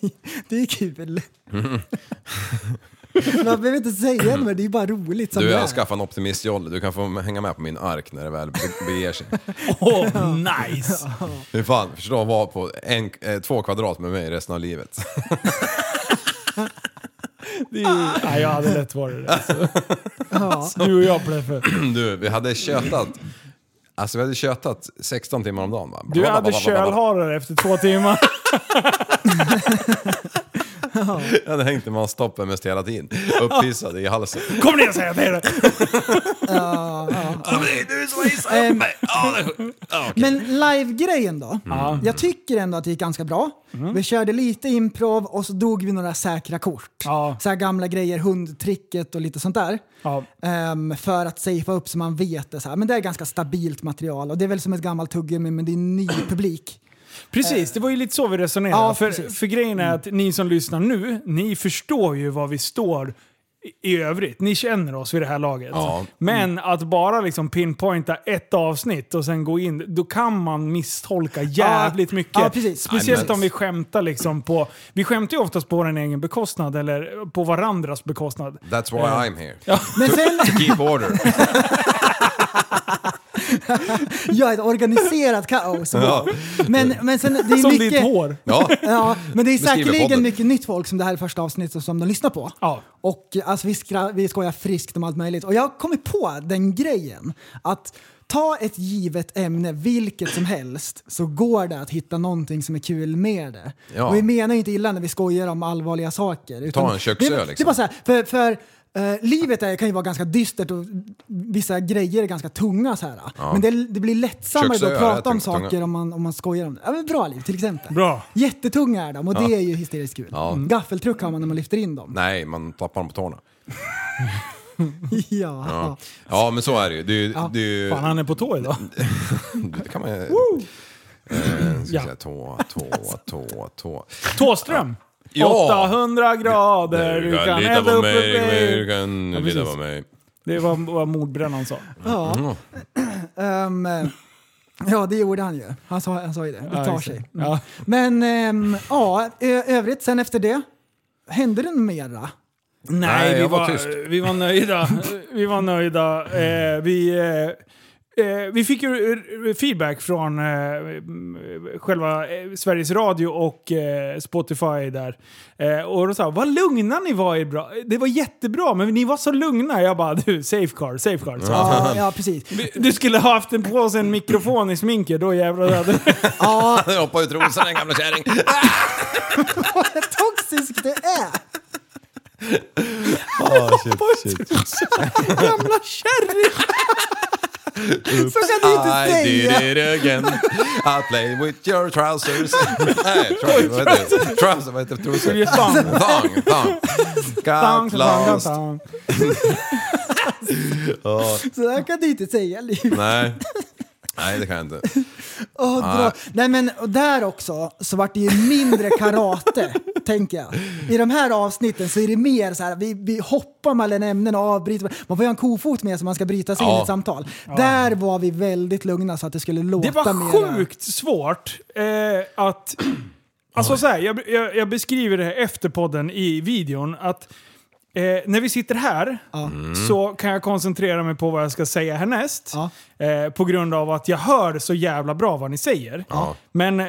Speaker 1: det, det är kul.
Speaker 6: Mm.
Speaker 1: Man behöver inte säga det, men det är bara roligt som
Speaker 6: Du,
Speaker 1: det
Speaker 6: jag
Speaker 1: är.
Speaker 6: har skaffat en optimistjolle. Du kan få hänga med på min ark när det väl be- beger sig.
Speaker 5: Åh, nice!
Speaker 6: Hur fan, förstå att vara på en, eh, två kvadrat med mig resten av livet. [clears throat]
Speaker 5: Det
Speaker 1: Ah.
Speaker 5: är, nej, jag hade lätt varit det.
Speaker 1: [laughs]
Speaker 5: Alltså. Du och jag Pleffe.
Speaker 6: Du, vi hade tjötat. Alltså vi hade tjötat 16 timmar om dagen va?
Speaker 5: Du hade kölharare efter två timmar.
Speaker 6: Jag hade hängt i manstoppen mest hela tiden. Upphissad i halsen.
Speaker 5: [laughs] Kom ner säger jag till dig!
Speaker 6: Ja, men det är du som har hissat
Speaker 1: Ehm.
Speaker 6: upp mig! Ja, det- ja, okej. Mm.
Speaker 1: Men live-grejen då? Jag tycker ändå att det gick ganska bra. Vi körde lite improv och så dog vi några säkra kort.
Speaker 5: Ja.
Speaker 1: Så här gamla grejer, hundtricket och lite sånt där.
Speaker 5: Ja.
Speaker 1: Ehm, för att safea upp så man vet det. Så här. Men det är ganska stabilt material och det är väl som ett gammalt tuggummi men det är ny publik.
Speaker 5: Precis, det var ju lite så vi resonerade.
Speaker 1: Ja,
Speaker 5: för,
Speaker 1: precis.
Speaker 5: för grejen är att ni som lyssnar nu, ni förstår ju var vi står i- i övrigt. Ni känner oss vid det här laget.
Speaker 6: Ja.
Speaker 5: Men att bara liksom pinpointa ett avsnitt och sen gå in, då kan man misstolka jävligt
Speaker 1: Ja.
Speaker 5: mycket.
Speaker 1: Ja, precis.
Speaker 5: Speciellt
Speaker 6: Nej, men-
Speaker 5: om vi skämtar liksom på... Vi skämtar ju oftast på vår egen bekostnad eller på varandras bekostnad.
Speaker 6: That's why I'm here.
Speaker 1: Men sen,
Speaker 6: Keep order.
Speaker 1: ja, ett organiserat kaos.
Speaker 6: Ja.
Speaker 1: Men, men sen, det är
Speaker 5: Som
Speaker 1: mycket,
Speaker 5: ditt hår.
Speaker 6: Ja.
Speaker 1: Ja, men det är
Speaker 6: Beskriver
Speaker 1: säkerligen
Speaker 6: podden.
Speaker 1: mycket nytt folk som det här är första avsnittet som de lyssnar på.
Speaker 5: Ja.
Speaker 1: Och eh, alltså, vi, skra- vi skojar friskt om allt möjligt. Och jag har kommit på den grejen att ta ett givet ämne, vilket som helst, så går det att hitta någonting som är kul med det.
Speaker 6: Ja.
Speaker 1: Och vi menar ju inte illa när vi skojar om allvarliga saker. utan
Speaker 6: en köksö,
Speaker 1: det, Det är
Speaker 6: liksom.
Speaker 1: bara så här, för, för eh, livet är, kan ju vara ganska dystert och vissa grejer är ganska tunga så här. Men det, det blir lättsammare då
Speaker 6: Köksö
Speaker 1: att
Speaker 6: är
Speaker 1: prata om
Speaker 6: tunga.
Speaker 1: saker om man, om man skojar om det. Ja, men bra liv till exempel.
Speaker 5: Bra.
Speaker 1: Jättetunga är de och det är ju hysteriskt kul. Mm. Gaffeltruck har man när man lyfter in dem.
Speaker 6: Nej, man tappar dem på tårna.
Speaker 1: [laughs] Ja, ja.
Speaker 6: Ja, men så är det ju. Det, är ju- det, är ju-
Speaker 5: Fan, han är på tå idag.
Speaker 6: det kan man ju... Eh, ska
Speaker 5: Ja.
Speaker 6: säga tå, tå, tå, tå.
Speaker 5: Tåström!
Speaker 6: Ja.
Speaker 5: 800 grader,
Speaker 6: Du kan
Speaker 5: elda
Speaker 6: lita på
Speaker 5: upp
Speaker 6: mig,
Speaker 5: en vägg.
Speaker 6: du kan lita
Speaker 5: precis.
Speaker 6: på mig. Mm.
Speaker 5: Det var vad mordbrännaren sa.
Speaker 6: [laughs]
Speaker 1: Ehm, eh, ja, det gjorde han ju. Han sa, han sa ju det. Det tar
Speaker 5: exakt.
Speaker 1: sig.
Speaker 6: Mm.
Speaker 5: Ja.
Speaker 1: Men ehm, ja, ö- övrigt sen efter det, hände det mera?
Speaker 5: Nej,
Speaker 6: Nej,
Speaker 5: vi,
Speaker 6: jag var
Speaker 5: var,
Speaker 6: tyst.
Speaker 5: vi var nöjda. vi var nöjda. Eh, vi, eh, eh, vi fick ju eh, feedback från eh, mm, själva eh, Sveriges Radio och eh, Spotify där. Eh, och de sa “Vad lugna ni var i bra. Det var jättebra, men ni var så lugna”. Jag bara “Du, safeguard, safeguard”. Så.
Speaker 1: Ja, ja precis.
Speaker 5: Du skulle ha haft en på sig en mikrofon i sminket, då jävlar hade
Speaker 1: Ja,
Speaker 6: Han hoppar ur trosan den gamla kärring.
Speaker 1: vad toxisk det är!
Speaker 6: Ah, shit, shit.
Speaker 1: Gamla kärring! Så kan du inte
Speaker 6: I
Speaker 1: säga!
Speaker 6: did it again. I played with
Speaker 5: [laughs]
Speaker 6: your trousers. [laughs] Nej, trousers, vad heter det? Trousers, vad heter det? Trosor?
Speaker 5: Thong.
Speaker 6: Thong, thong.
Speaker 5: Thong,
Speaker 6: Got
Speaker 5: thong,
Speaker 6: lost.
Speaker 5: thong.
Speaker 1: Så där kan du inte säga, Liv.
Speaker 6: Nej. Nej, det kan jag inte.
Speaker 1: Åh, dra. Nej men och där också så vart det ju mindre
Speaker 6: [laughs]
Speaker 1: karate, tänker jag. I de här avsnitten så är det mer så här, vi, vi hoppar mellan ämnen och avbryter. Man får ju ha en kofot med sig om man ska bryta sig in i
Speaker 6: Ja.
Speaker 1: ett samtal. Där var vi väldigt lugna så att det skulle låta
Speaker 5: Det var
Speaker 1: mera-
Speaker 5: sjukt svårt eh,
Speaker 1: [clears throat]
Speaker 5: att... Alltså så här, jag, jag, jag beskriver det här efter podden i videon. Att eh, när vi sitter här
Speaker 6: Mm.
Speaker 5: så kan jag koncentrera mig på vad jag ska säga härnäst.
Speaker 1: Ja.
Speaker 5: Eh, på grund av att jag hör så jävla bra vad ni säger.
Speaker 6: Ja.
Speaker 5: Men, eh,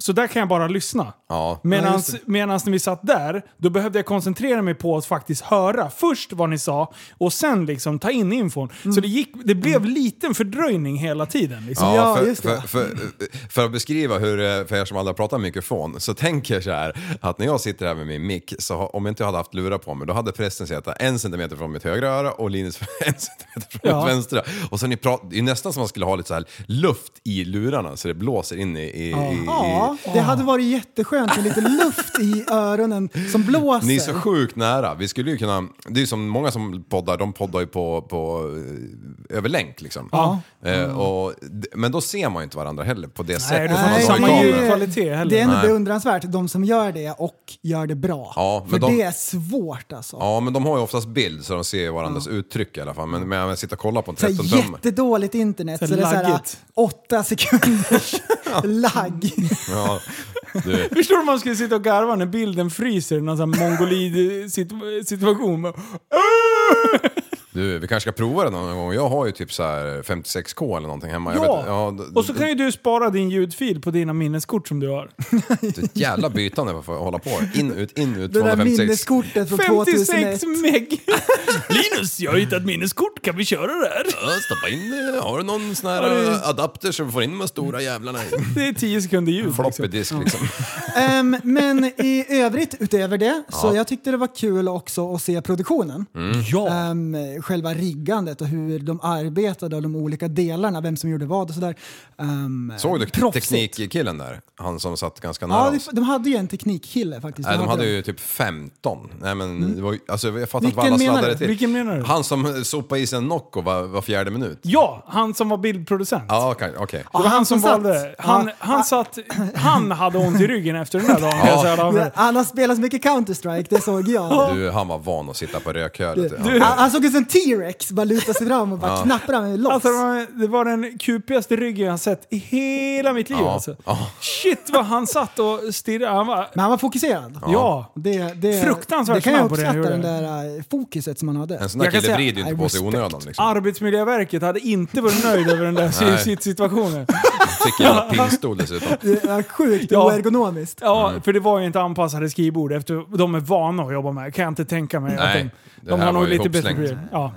Speaker 5: så där kan jag bara lyssna.
Speaker 6: Ja.
Speaker 5: Medan när vi satt där, då behövde jag koncentrera mig på att faktiskt höra först vad ni sa och sen liksom ta in infon.
Speaker 1: Mm.
Speaker 5: Så det, gick, det blev liten fördröjning hela tiden. Liksom.
Speaker 1: Ja,
Speaker 6: för,
Speaker 1: just det.
Speaker 6: För, för, för att beskriva hur, eh, för er som aldrig har pratat med mikrofon, så tänker jag så här att när jag sitter här med min mick, så har- om jag inte hade haft lurar på mig, då hade prästen suttit en centimeter från mitt högra öra och Linus [laughs] en centimeter från
Speaker 5: Ja.
Speaker 6: mitt vänstra. Och sen i prat, det är nästan som att man skulle ha lite så här luft i lurarna så det blåser in i... i, i,
Speaker 1: Ja, det hade varit jätteskönt med lite luft i öronen som blåser.
Speaker 6: i ni är så sjukt nära. Vi skulle ju kunna... Det är ju som många som poddar, de poddar ju på, på eh, över länk liksom.
Speaker 5: Ja.
Speaker 6: Eh, och, d- men då ser man ju inte varandra heller på det
Speaker 5: Nej,
Speaker 6: sättet.
Speaker 5: då får
Speaker 6: som
Speaker 5: man
Speaker 6: man har
Speaker 5: samma
Speaker 6: i kameran.
Speaker 1: det är-
Speaker 5: ljudkvalitet heller.
Speaker 1: Det är ändå
Speaker 6: Nej.
Speaker 1: beundransvärt, de som gör det och gör det bra.
Speaker 6: Ja,
Speaker 1: För
Speaker 6: men de-
Speaker 1: det är svårt alltså.
Speaker 6: Ja, men de har ju oftast bild så de ser ju varandras uttryck i alla fall. Men men jag sitter och kollar på en
Speaker 1: Så
Speaker 6: 13
Speaker 1: här
Speaker 6: tum.
Speaker 1: jättedåligt internet, så,
Speaker 5: Så
Speaker 1: det är så här,
Speaker 5: laggigt.
Speaker 1: åtta sekunders
Speaker 6: [laughs]
Speaker 1: lagg.
Speaker 6: Ja, du.
Speaker 5: Förstår du om man skulle sitta och garva när
Speaker 6: [laughs]
Speaker 5: bilden fryser i någon sån här mongolid-situation?
Speaker 6: Du, vi kanske ska prova det någon gång. Jag har ju typ så här 56k eller någonting hemma. Jag
Speaker 5: Ja!
Speaker 6: vet- ja d-
Speaker 5: och så kan ju du spara din ljudfil på dina minneskort som du har.
Speaker 6: Det är ett jävla bytande vad får jag hålla på. In, ut, in, ut,
Speaker 1: Det där
Speaker 6: 256.
Speaker 1: minneskortet från 2001.
Speaker 5: 56 meg! Linus, jag har hittat minneskort, kan vi köra det här?
Speaker 6: Ja, Stoppa in det. Har du någon sån här
Speaker 5: det-
Speaker 6: eh, adapter som får in de stora jävlarna i?
Speaker 5: Det är 10 sekunder ljud.
Speaker 6: Floppy disk liksom.
Speaker 1: Ehm, men i övrigt, utöver det, så jag tyckte det var kul också att se produktionen.
Speaker 6: Mm.
Speaker 5: Ja!
Speaker 1: Ehm, själva riggandet och hur de arbetade och de olika delarna, vem som gjorde vad och sådär. Ehm,
Speaker 6: Såg du
Speaker 1: proffsigt.
Speaker 6: teknikkillen där? Han som satt ganska nära
Speaker 1: Ja,
Speaker 6: oss.
Speaker 1: det- de hade ju en teknikkille faktiskt.
Speaker 6: Nej, de hade
Speaker 1: de.
Speaker 6: ju typ 15. Nej, men det var, ju- alltså, jag fattar inte
Speaker 1: Mm. Vilken
Speaker 6: vad alla
Speaker 1: menar
Speaker 6: sladdade
Speaker 1: du?
Speaker 6: till.
Speaker 5: Vilken menar du?
Speaker 6: Han som sopade i sig en Nocco var, var fjärde minut.
Speaker 5: Ja, han som var bildproducent.
Speaker 6: Ja, okej. okej.
Speaker 5: Det var
Speaker 1: han
Speaker 5: han som
Speaker 1: som satt.
Speaker 5: valde. Han,
Speaker 1: Ja.
Speaker 5: han, satt, han hade ont i ryggen efter den där dagen. kan jag säga.
Speaker 1: Men Han har spelat så mycket Counter-Strike, det såg
Speaker 6: [laughs]
Speaker 1: jag.
Speaker 6: Du, han var van att sitta på rökhölet.
Speaker 1: Han,
Speaker 6: Ja.
Speaker 1: han såg ut som en T-Rex, bara luta sig fram och bara knappade med loss.
Speaker 5: Alltså, det var- det var den kupigaste ryggen jag har sett i hela mitt liv.
Speaker 6: Ja.
Speaker 5: Alltså.
Speaker 6: Ja.
Speaker 5: Shit vad han satt och stirrade. Han var,
Speaker 1: men han var fokuserad.
Speaker 5: ja.
Speaker 1: Det, det,
Speaker 5: Fruktansvärt
Speaker 1: Det kan jag
Speaker 5: snabb på det han
Speaker 1: uppskatta, den
Speaker 5: gjorde.
Speaker 1: där eh, fokuset som han hade.
Speaker 6: En sån där
Speaker 5: Jag kan
Speaker 6: kille
Speaker 5: säga,
Speaker 6: vrider ju inte
Speaker 1: I
Speaker 6: på sig i
Speaker 1: respect. Ah.
Speaker 6: onödan. Liksom.
Speaker 5: Arbetsmiljöverket hade inte varit nöjd över den där
Speaker 6: [laughs] Nej.
Speaker 5: sitt situationen.
Speaker 6: Fick en jävla pinnstol dessutom.
Speaker 1: Det är sjukt
Speaker 5: Ja.
Speaker 1: oergonomiskt.
Speaker 5: Ja,
Speaker 6: Mm.
Speaker 5: för det var ju inte anpassade skrivbord efter de är vana att jobba med. Kan jag inte tänka mig.
Speaker 6: Nej,
Speaker 5: att de,
Speaker 6: det
Speaker 5: de
Speaker 6: här
Speaker 5: har nog
Speaker 6: var ju
Speaker 5: lite bättre
Speaker 6: ihopslängt.
Speaker 5: grejer. ja.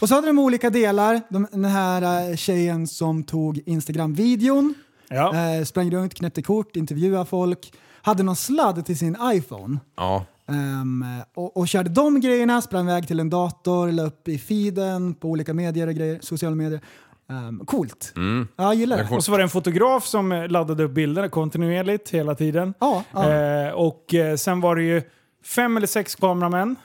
Speaker 1: Och så hade de olika delar. De, den här eh, tjejen som tog Instagram-videon,
Speaker 5: Ja.
Speaker 1: eh, sprang runt, knäppte kort, intervjuade folk, hade någon sladd till sin iPhone.
Speaker 6: Ja.
Speaker 1: Ehm, och, och körde de grejerna, sprang iväg till en dator, la upp i feeden på olika medier och grejer, sociala medier. Um, coolt.
Speaker 6: Mm.
Speaker 1: Ja, jag gillar det.
Speaker 5: Och så var det en fotograf som eh, laddade upp bilderna kontinuerligt hela tiden.
Speaker 1: Ja, ja.
Speaker 5: Eh, och eh, sen var det ju fem eller sex kameramän.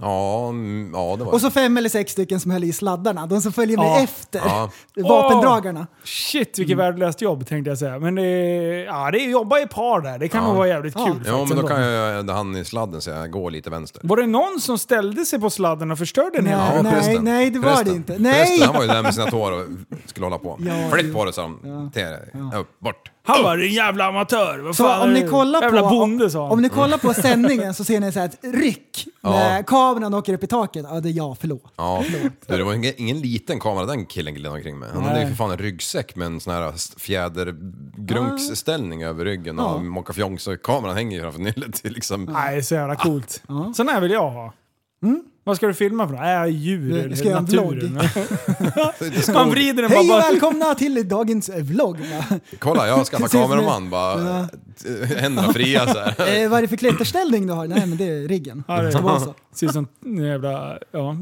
Speaker 6: Ja, mm, ja, det var
Speaker 1: Och så fem eller sex stycken som höll i sladdarna, de som följer med
Speaker 5: Ja.
Speaker 1: efter.
Speaker 6: Ja.
Speaker 1: [laughs] Vapendragarna.
Speaker 5: Shit vilket
Speaker 6: Mm.
Speaker 5: värdelöst jobb tänkte jag säga. Men det, ja, det är jobba i par där. Det kan
Speaker 6: Ja.
Speaker 5: nog vara jävligt
Speaker 1: Ja.
Speaker 5: kul. faktiskt
Speaker 6: Ja, men då
Speaker 5: ändå.
Speaker 6: kan jag, han i sladden säga gå lite vänster.
Speaker 5: Var det någon som ställde sig på sladden och förstörde den hela?
Speaker 1: Nej,
Speaker 6: Ja,
Speaker 1: nej,
Speaker 6: förresten.
Speaker 1: nej, det var
Speaker 6: Förresten.
Speaker 1: det inte. Nej!
Speaker 6: Förresten, han var ju där med sina tår och skulle hålla på.
Speaker 1: Ja,
Speaker 6: Flytt
Speaker 1: det-
Speaker 6: på det, sa de. till dig. Upp, bort.
Speaker 5: Han var en jävla amatör. Vad
Speaker 1: Så
Speaker 5: fan
Speaker 1: om
Speaker 5: är
Speaker 1: ni
Speaker 5: det?
Speaker 1: kollar
Speaker 5: jävla
Speaker 1: på,
Speaker 5: bonde sa han.
Speaker 1: om ni kollar
Speaker 5: [laughs]
Speaker 1: på sändningen så ser ni så här ett ryck när kameran åker upp i taket. Ja, det är jag, förlåt.
Speaker 6: Ja, du, det var ingen, ingen liten kamera den killen gled omkring med. Han hade ju
Speaker 5: Nej.
Speaker 6: för fan en ryggsäck med en sån här st- fjädergrunksställning över ryggen
Speaker 1: Ah. Ja. Ah,
Speaker 6: och mockafjong så kameran hänger ju framför nyllet liksom.
Speaker 5: Nej, så jävla coolt. Sån här vill jag ha. Vad ska du filma för något? Äh, djur
Speaker 1: Jag Mm. ska göra
Speaker 5: eller
Speaker 1: en
Speaker 5: [laughs] naturen. Man
Speaker 6: Skog.
Speaker 5: vrider den bara...
Speaker 1: Hej och
Speaker 5: bara
Speaker 1: välkomna till dagens vlogg.
Speaker 5: [laughs]
Speaker 1: Eh,
Speaker 6: Kolla, jag skaffar
Speaker 1: Precis,
Speaker 6: kameraman bara. t- Händerna fria så här.
Speaker 1: Eh, vad är det för klätterställning du har? Nej, men det är riggen.
Speaker 5: Ja, det är-
Speaker 1: Ska vara så.
Speaker 5: Ser ut som en jävla... Ja.
Speaker 1: [laughs]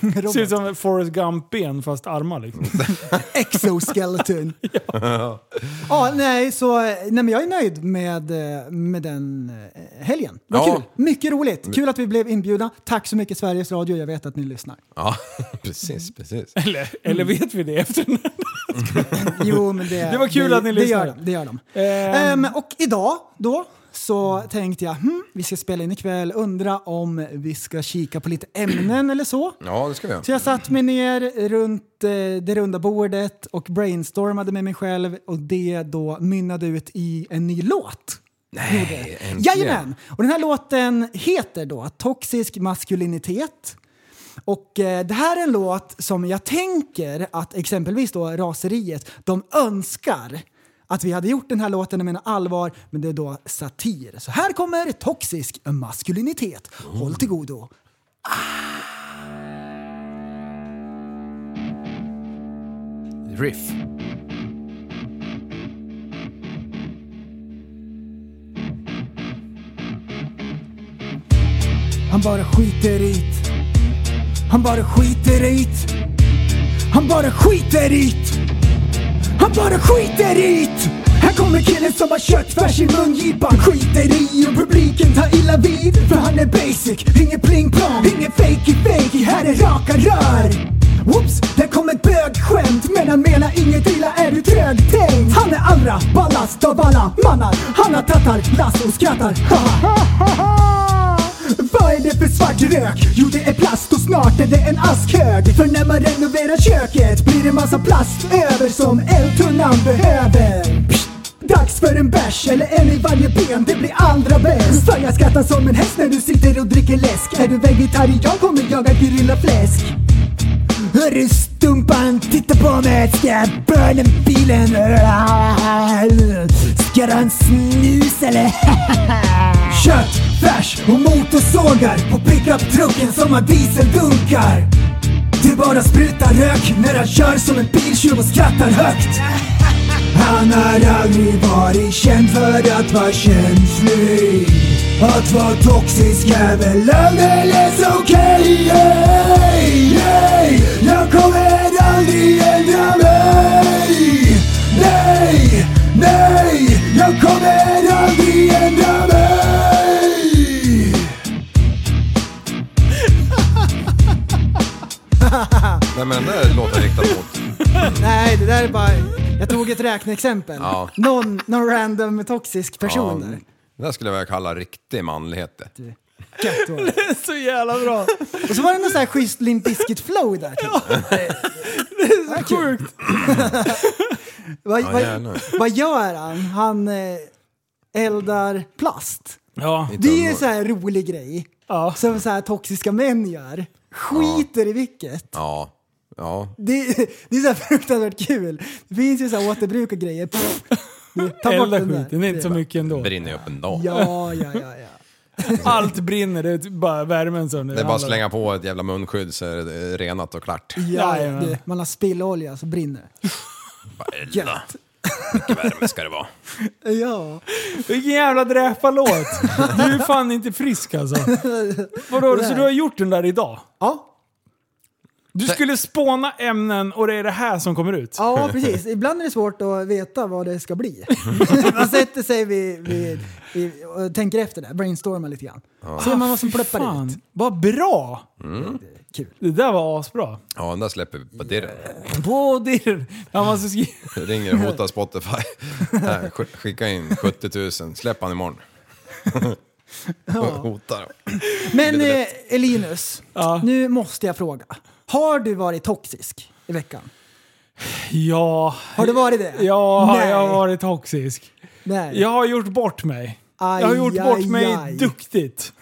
Speaker 1: Robert.
Speaker 5: Ser ut som Forrest Gump-ben fast
Speaker 1: [laughs]
Speaker 5: armar liksom. [laughs]
Speaker 1: Exoskeleton. ja. nej, så nej, men jag är nöjd med, eh, med den eh, helgen. Det var
Speaker 6: Ja.
Speaker 1: kul. Mycket roligt. Kul att vi blev inbjudna. Tack så mycket Sveriges Radio. Jag vet att ni lyssnar.
Speaker 6: Ja, [laughs] precis, precis.
Speaker 5: Eller, eller vet vi det efter den?
Speaker 1: Jo, men det,
Speaker 5: Det var kul
Speaker 1: det,
Speaker 5: att ni
Speaker 1: det
Speaker 5: lyssnade.
Speaker 1: Gör de, det gör de.
Speaker 5: Ehm.
Speaker 1: Ehm, och idag då så tänkte jag, hm, vi ska spela in ikväll, undra om vi ska kika på lite ämnen eller så.
Speaker 6: Ja, det ska vi göra.
Speaker 1: Så jag satt mig ner runt eh, det runda bordet och brainstormade med mig själv och det då mynnade ut i en ny låt.
Speaker 6: Nej, äntligen.
Speaker 1: Jajamän! Och den här låten heter då Toxisk maskulinitet. Och eh, det här är en låt som jag tänker att exempelvis då raseriet, de önskar att vi hade gjort den här låten, jag menar allvar, men det är då satir. Så här kommer Toxisk maskulinitet. Håll till godo.
Speaker 6: Riff.
Speaker 1: Han bara skiter it. Han bara skiter it. Han bara skiter it. Han bara skiter it. Här kommer killen som har köttfärs i mungipan Skiter i och publiken tar illa vid För han är basic, ingen pling plong Ingen fakey fakey, här är raka rör Whoops, där kom ett bögskämt Men han menar inget illa, är du trögtänkt? Han är allra ballast av alla mannar Han har tattar, lass och skrattar Haha. Vad är det för svart rök? Jo det är plast och snart är det en askhög För när man renoverar köket blir det massa plast över som eltunnan behöver Psst. Dags för en bärs eller en i varje ben, det blir allra bäst För jag skrattar som en häst när du sitter och dricker läsk Är du vegetarian kommer jag att grilla fläsk Hörru stumpan, titta på mig. Ska jag börna bilen? Ska du ha en snus eller? Kött, färs och motorsågar på pickup-trucken som har dieseldunkar. Du bara sprutar rök när han kör som en biltjuv och skrattar högt. Han har aldrig varit känd för att vara känslig. Att vara toxisk är väl alldeles okej. Ey, ey, Jag kommer aldrig ändra mig. Nej, nej, jag kommer aldrig ändra mig.
Speaker 6: Nej men den där låten riktar mot...
Speaker 1: Nej, det där är bara... Jag tog ett räkneexempel.
Speaker 6: Ja.
Speaker 1: Någon, någon random toxisk person där.
Speaker 6: Den där skulle jag vilja kalla riktig manlighet det.
Speaker 5: [laughs]
Speaker 1: Gött var det.
Speaker 5: Så jävla bra.
Speaker 1: Och så var det någon sån här schysst Limp Bizkit-flow där. Typ.
Speaker 5: Det är Sjukt.
Speaker 1: [laughs] Vad, vad,
Speaker 6: jävlar.
Speaker 1: vad gör han? Han eh, eldar plast.
Speaker 5: Ja.
Speaker 1: Det är ju så här rolig grej
Speaker 5: ja.
Speaker 1: som så här toxiska män gör. Skiter i vilket.
Speaker 6: Ja. Ja.
Speaker 1: Det, det är så här fruktansvärt kul. Det finns ju så här återbruk och grejer. Pff, du, ta bort
Speaker 5: Elda
Speaker 1: den där.
Speaker 5: skiten, det är inte så mycket ändå.
Speaker 6: Brinner ju upp en dag.
Speaker 1: Ja, ja, ja. ja.
Speaker 5: Allt brinner, det är typ bara värmen som
Speaker 6: Det är bara att slänga på ett jävla munskydd så är det renat och klart.
Speaker 1: ja, ja
Speaker 5: Jajamän.
Speaker 1: du, man har spillolja så brinner det. Gött.
Speaker 6: Värme ska det vara.
Speaker 1: Ja.
Speaker 5: Vilken jävla dräparlåt! Du är fan inte frisk alltså. Vadå, så du har gjort den där idag?
Speaker 1: ja.
Speaker 5: Du skulle spåna ämnen och det är det här som kommer ut?
Speaker 1: Ja, precis. Ibland är det svårt att veta vad det ska
Speaker 5: [laughs]
Speaker 1: bli. man sätter sig vid, vid, vid, och tänker efter det, brainstormar lite grann. Ser man vad som ploppar
Speaker 5: Fan,
Speaker 1: ut.
Speaker 5: vad bra!
Speaker 1: Kul.
Speaker 5: Det där var asbra.
Speaker 6: [laughs] Ja, den där släpper vi på dirren.
Speaker 5: På dirr! Ja, man ska skriva...
Speaker 6: Ringer och hotar Spotify.
Speaker 5: [laughs]
Speaker 6: Nej, sk- Skicka in 70 000, släpp han imorgon. [laughs] Hotar dem.
Speaker 1: Men
Speaker 6: Det är
Speaker 1: eh, Elinus,
Speaker 5: Ja.
Speaker 1: nu måste jag fråga. Har du varit toxisk i veckan?
Speaker 5: Ja,
Speaker 1: Har du varit det?
Speaker 5: ja
Speaker 1: Nej.
Speaker 5: jag har varit toxisk.
Speaker 1: Nej.
Speaker 5: Jag har gjort bort mig. jag har
Speaker 1: Aj,
Speaker 5: gjort bort
Speaker 1: aj,
Speaker 5: mig
Speaker 1: aj.
Speaker 5: duktigt.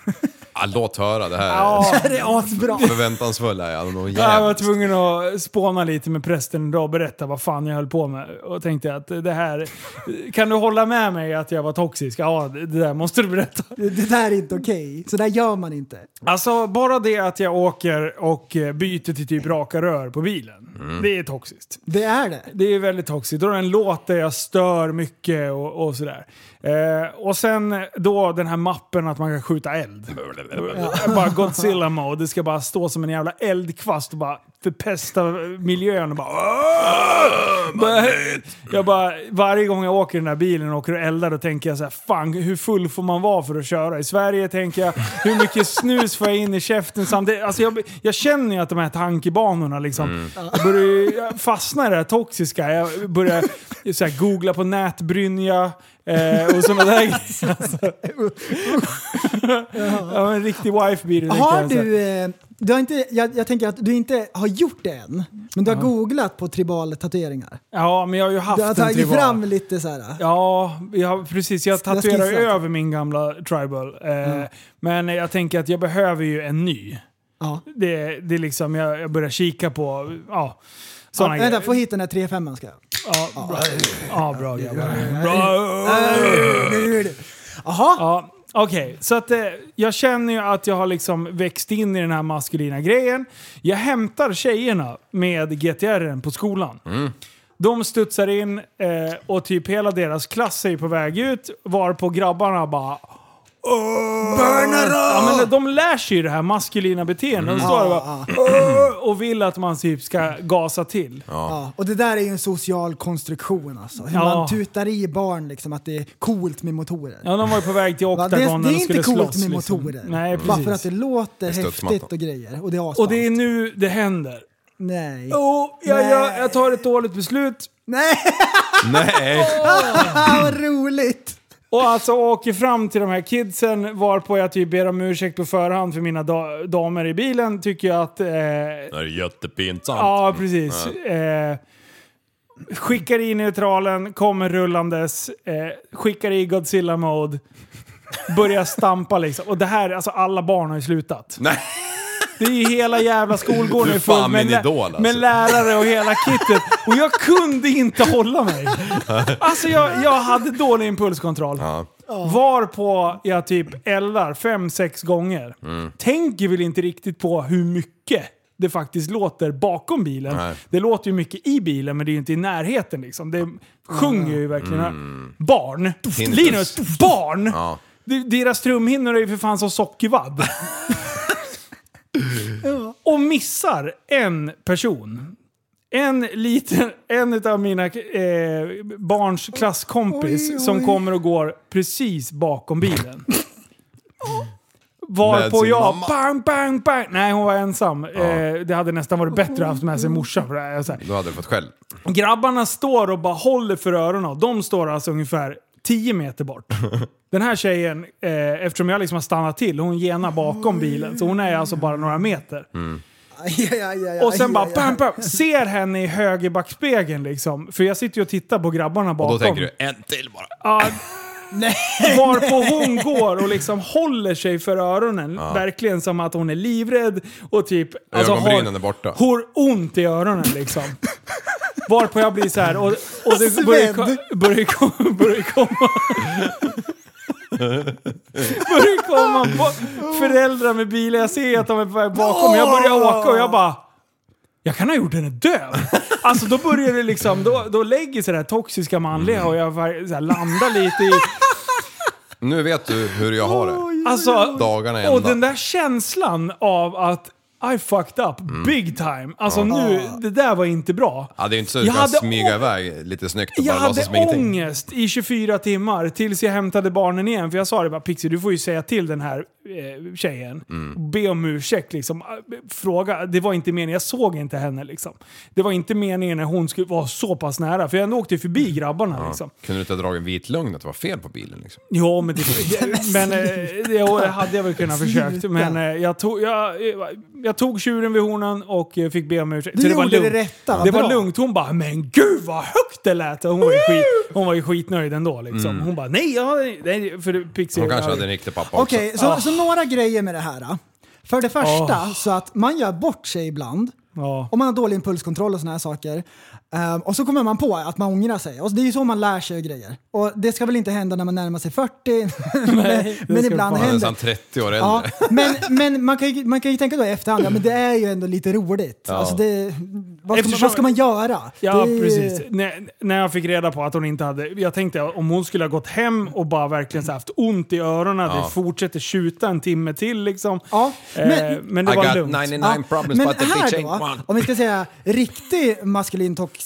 Speaker 6: Ja, låt höra, det här är
Speaker 5: Ja,
Speaker 1: [laughs] Det är asbra.
Speaker 6: förväntansfull är jag nog
Speaker 5: jag var
Speaker 6: jävligt.
Speaker 5: tvungen att spåna lite med prästen idag och berätta vad fan jag höll på med. Och tänkte att det här... Kan du hålla med mig att jag var toxisk? Ja, det det där måste du berätta.
Speaker 1: Det det där är inte okej. Så där gör man inte.
Speaker 5: Alltså bara det att jag åker och eh, byter till typ raka rör på bilen. Det är toxiskt.
Speaker 1: Det är det.
Speaker 5: Det är väldigt toxiskt. Då är det en låt där jag stör mycket och, och sådär. Eh, och sen då den här mappen att man kan skjuta eld. bara Godzilla mode. Det ska bara stå som en jävla eldkvast och bara förpesta miljön och bara... Bara- jag bara, varje gång jag åker i den där bilen och åker och eldar då tänker jag så här, fan hur full får man vara för att köra? I Sverige tänker jag, hur mycket snus får jag in i käften samtidigt? Alltså jag, jag känner ju att de här tankebanorna liksom, jag börjar ju- jag fastnar i det här toxiska. Jag börjar så här, googla på nätbrynja eh, och sådana
Speaker 1: [laughs]
Speaker 5: där grejer. Alltså. [laughs] ja, en riktig wife-beater. tänker
Speaker 1: Har
Speaker 5: jag så här.
Speaker 1: du... Eh, du har inte, jag, jag tänker att du inte har gjort det än, men du har googlat på tribal tatueringar.
Speaker 5: Ja, men jag har ju haft
Speaker 1: Du har tagit
Speaker 5: en tribal.
Speaker 1: fram lite så här.
Speaker 5: Ja, jag, precis. Jag
Speaker 1: Jag
Speaker 5: tatuerar ju
Speaker 1: skissar.
Speaker 5: över min gamla tribal. Eh, Men jag tänker att jag behöver ju en ny.
Speaker 1: Ja.
Speaker 5: Det, det är liksom, jag, jag börjar kika på ja, sådana
Speaker 1: Vänta,
Speaker 5: grejer.
Speaker 1: få hit den där 3-5 ska jag.
Speaker 5: Ja, bra, ja, bra grabbar.
Speaker 1: Jaha,
Speaker 5: Äh. Ja, Okej, så att eh, jag känner ju att jag har liksom växt in i den här maskulina grejen. Jag hämtar tjejerna med GTR på skolan.
Speaker 1: Mm.
Speaker 5: De studsar in eh, och typ hela deras klass är ju på väg ut, varpå grabbarna bara Ja, men de lär sig ju det här maskulina beteendet.
Speaker 1: Mm.
Speaker 5: De står där och bara "Åh", och vill att man typ ska gasa till.
Speaker 1: ja. och det där är ju en social konstruktion alltså. Hur
Speaker 5: Ja.
Speaker 1: man tutar i barn liksom att det är coolt med motorer.
Speaker 5: Ja, de var ju på väg till
Speaker 1: Va? Det, det
Speaker 5: Octagon
Speaker 1: är
Speaker 5: och skulle
Speaker 1: inte coolt
Speaker 5: slåss,
Speaker 1: med
Speaker 5: liksom.
Speaker 1: motorer.
Speaker 5: Nej,
Speaker 1: Bara
Speaker 5: precis.
Speaker 1: för att det låter häftigt
Speaker 6: studsmattan.
Speaker 1: och grejer. Och det är asballt.
Speaker 5: Och det är Oh. nu det händer.
Speaker 1: Nej.
Speaker 5: Jo, jag, jag, jag tar ett dåligt beslut
Speaker 1: Nej, [laughs]
Speaker 5: [laughs]
Speaker 6: Nej!
Speaker 1: vad roligt!
Speaker 5: och alltså åker fram till de här kidsen varpå jag typ ber om ursäkt på förhand för mina da- damer i bilen. Tycker jag att... Eh,
Speaker 6: Det är jättepinsamt.
Speaker 5: ja, precis. Eh, skickar i neutralen, kommer rullandes, eh, skickar i Godzilla-mode. Börjar stampa liksom. Och det här, alltså alla barn har ju slutat.
Speaker 6: Nej.
Speaker 5: Det är ju hela jävla skolgården
Speaker 6: Du är
Speaker 5: är full
Speaker 6: fan
Speaker 5: med,
Speaker 6: min
Speaker 5: lä-
Speaker 6: idol, alltså.
Speaker 5: med lärare och hela kittet. Och jag kunde inte hålla
Speaker 6: [laughs]
Speaker 5: mig. Alltså jag, jag hade dålig impulskontroll.
Speaker 6: Ja.
Speaker 5: Varpå jag typ eldar fem, sex gånger.
Speaker 6: Mm.
Speaker 5: Tänker väl inte riktigt på hur mycket det faktiskt låter bakom bilen.
Speaker 6: Nej.
Speaker 5: Det låter ju mycket i bilen men det är ju inte i närheten liksom. Det sjunger ju verkligen. här. Barn!
Speaker 6: Tintus.
Speaker 5: Linus! Barn!
Speaker 6: Mm. Ja.
Speaker 5: De- Deras trumhinnor är ju för fan
Speaker 1: [laughs]
Speaker 5: som sockervadd. Och missar en person. En liten, en av mina eh, barns klasskompis
Speaker 1: Oj, oj.
Speaker 5: som kommer och går precis
Speaker 1: [laughs]
Speaker 5: bakom bilen.
Speaker 6: Med
Speaker 5: Varpå
Speaker 6: sin
Speaker 5: jag
Speaker 6: mamma.
Speaker 5: bang, bang, bang. Nej, hon var ensam. Eh, det hade nästan varit bättre att haft med sig morsan för det här. Så här.
Speaker 6: Då hade du fått skäll.
Speaker 5: Grabbarna står och bara håller för öronen. De står alltså ungefär 10 meter
Speaker 6: [laughs]
Speaker 5: bort. Den här tjejen, eh, eftersom jag liksom har stannat till, hon genar bakom bilen. Så hon är alltså bara några meter.
Speaker 6: Mm.
Speaker 1: Aj, aj, aj, aj,
Speaker 5: Och sen
Speaker 1: aj,
Speaker 5: bara
Speaker 1: aj,
Speaker 5: bam,
Speaker 1: aj.
Speaker 5: bam, ser henne i högerbackspegeln liksom. För jag sitter ju och tittar på grabbarna
Speaker 6: Och
Speaker 5: bakom.
Speaker 6: då tänker du, en till bara.
Speaker 5: Ja,
Speaker 1: Nej!
Speaker 5: [laughs] varpå hon går och liksom håller sig för öronen. Verkligen som att hon är livrädd och typ...
Speaker 6: Ögonbrynen är borta.
Speaker 5: Hår ont i öronen liksom. Varpå jag blir så här och, och det börjar,
Speaker 1: Svedd.
Speaker 5: ko- börjar, ko- [laughs] börjar komma... börjar komma bo- föräldrar med bilar. Jag ser att de är på väg bakom. Jag börjar åka och jag bara... Jag kan ha gjort henne död. Alltså då börjar det liksom, då, då lägger sig det här toxiska manliga och jag var- så här, landar lite i...
Speaker 6: Nu vet du hur jag har det.
Speaker 5: Alltså,
Speaker 6: Dagarna är
Speaker 5: och
Speaker 6: ända.
Speaker 5: den där känslan av att I fucked up big time. Alltså nu, det där var inte bra.
Speaker 6: Mm. Ja, det är ju inte så att du
Speaker 5: Jag
Speaker 6: kan
Speaker 5: hade
Speaker 6: smyga
Speaker 5: å-
Speaker 6: iväg lite snyggt och
Speaker 5: Jag
Speaker 6: bara låtsas
Speaker 5: hade
Speaker 6: som ingenting.
Speaker 5: ångest i 24 timmar tills jag hämtade barnen igen. För jag sa det bara, Pixie du får ju säga till den här eh, tjejen.
Speaker 6: Mm.
Speaker 5: Be om ursäkt liksom. Fråga, det var inte meningen, jag såg inte henne liksom. Det var inte meningen när hon skulle vara så pass nära. För jag ändå åkte ju förbi grabbarna liksom.
Speaker 6: Kunde du inte ha dragit en vit lögn att det var fel på bilen liksom?
Speaker 5: Jo, men
Speaker 1: [laughs]
Speaker 5: det, men, eh, det hade jag väl kunnat försökt. Men eh, jag tog, jag, eh, jag tog tjuren vid hornen och eh, fick be om ursäkt.
Speaker 1: Du
Speaker 5: Så
Speaker 1: gjorde det rätta, vad
Speaker 5: Det
Speaker 1: bra.
Speaker 5: var lugnt. Hon bara “Men gud vad högt det lät!” Och hon, var ju skit, hon var ju skitnöjd ändå liksom. Hon bara “Nej, jag har- nej för Pixie,
Speaker 6: Mm. Hon kanske
Speaker 5: jag-
Speaker 6: hade en riktig pappa
Speaker 1: Okej,
Speaker 6: också.
Speaker 1: så,
Speaker 5: Ah.
Speaker 1: så några grejer med det här. då. För det första, så att man gör bort sig ibland.
Speaker 5: Ja.
Speaker 1: Om man har dålig impulskontroll och såna här saker. Ehm, och så kommer man på att man ångrar sig. Och det är ju så man lär sig grejer. Och det ska väl inte hända när man närmar sig 40. [laughs] men,
Speaker 5: det
Speaker 1: men
Speaker 5: ska
Speaker 1: ibland
Speaker 5: fan-
Speaker 6: Han är
Speaker 1: händer
Speaker 6: nästan 30 år
Speaker 1: Ja,
Speaker 6: äldre.
Speaker 1: men men man, kan ju, man kan ju tänka då i efterhand, ja, men det är ju ändå lite roligt. Alltså det, vad, ska man,
Speaker 5: Eftersom-
Speaker 1: vad ska man göra?
Speaker 5: Ja,
Speaker 1: det, är-
Speaker 5: precis. När, när jag fick reda på att hon inte hade... Jag tänkte om hon skulle ha gått hem och bara verkligen så här haft ont i öronen, det fortsätter tjuta en timme till liksom.
Speaker 1: Ja, men-
Speaker 5: eh, men det
Speaker 6: I
Speaker 5: var
Speaker 6: got
Speaker 5: lugnt.
Speaker 6: 99
Speaker 1: Ja,
Speaker 6: problems
Speaker 1: men
Speaker 6: but the bitch
Speaker 1: här
Speaker 6: ain't
Speaker 1: då,
Speaker 6: one.
Speaker 1: om vi ska säga riktig maskulin toxicitet,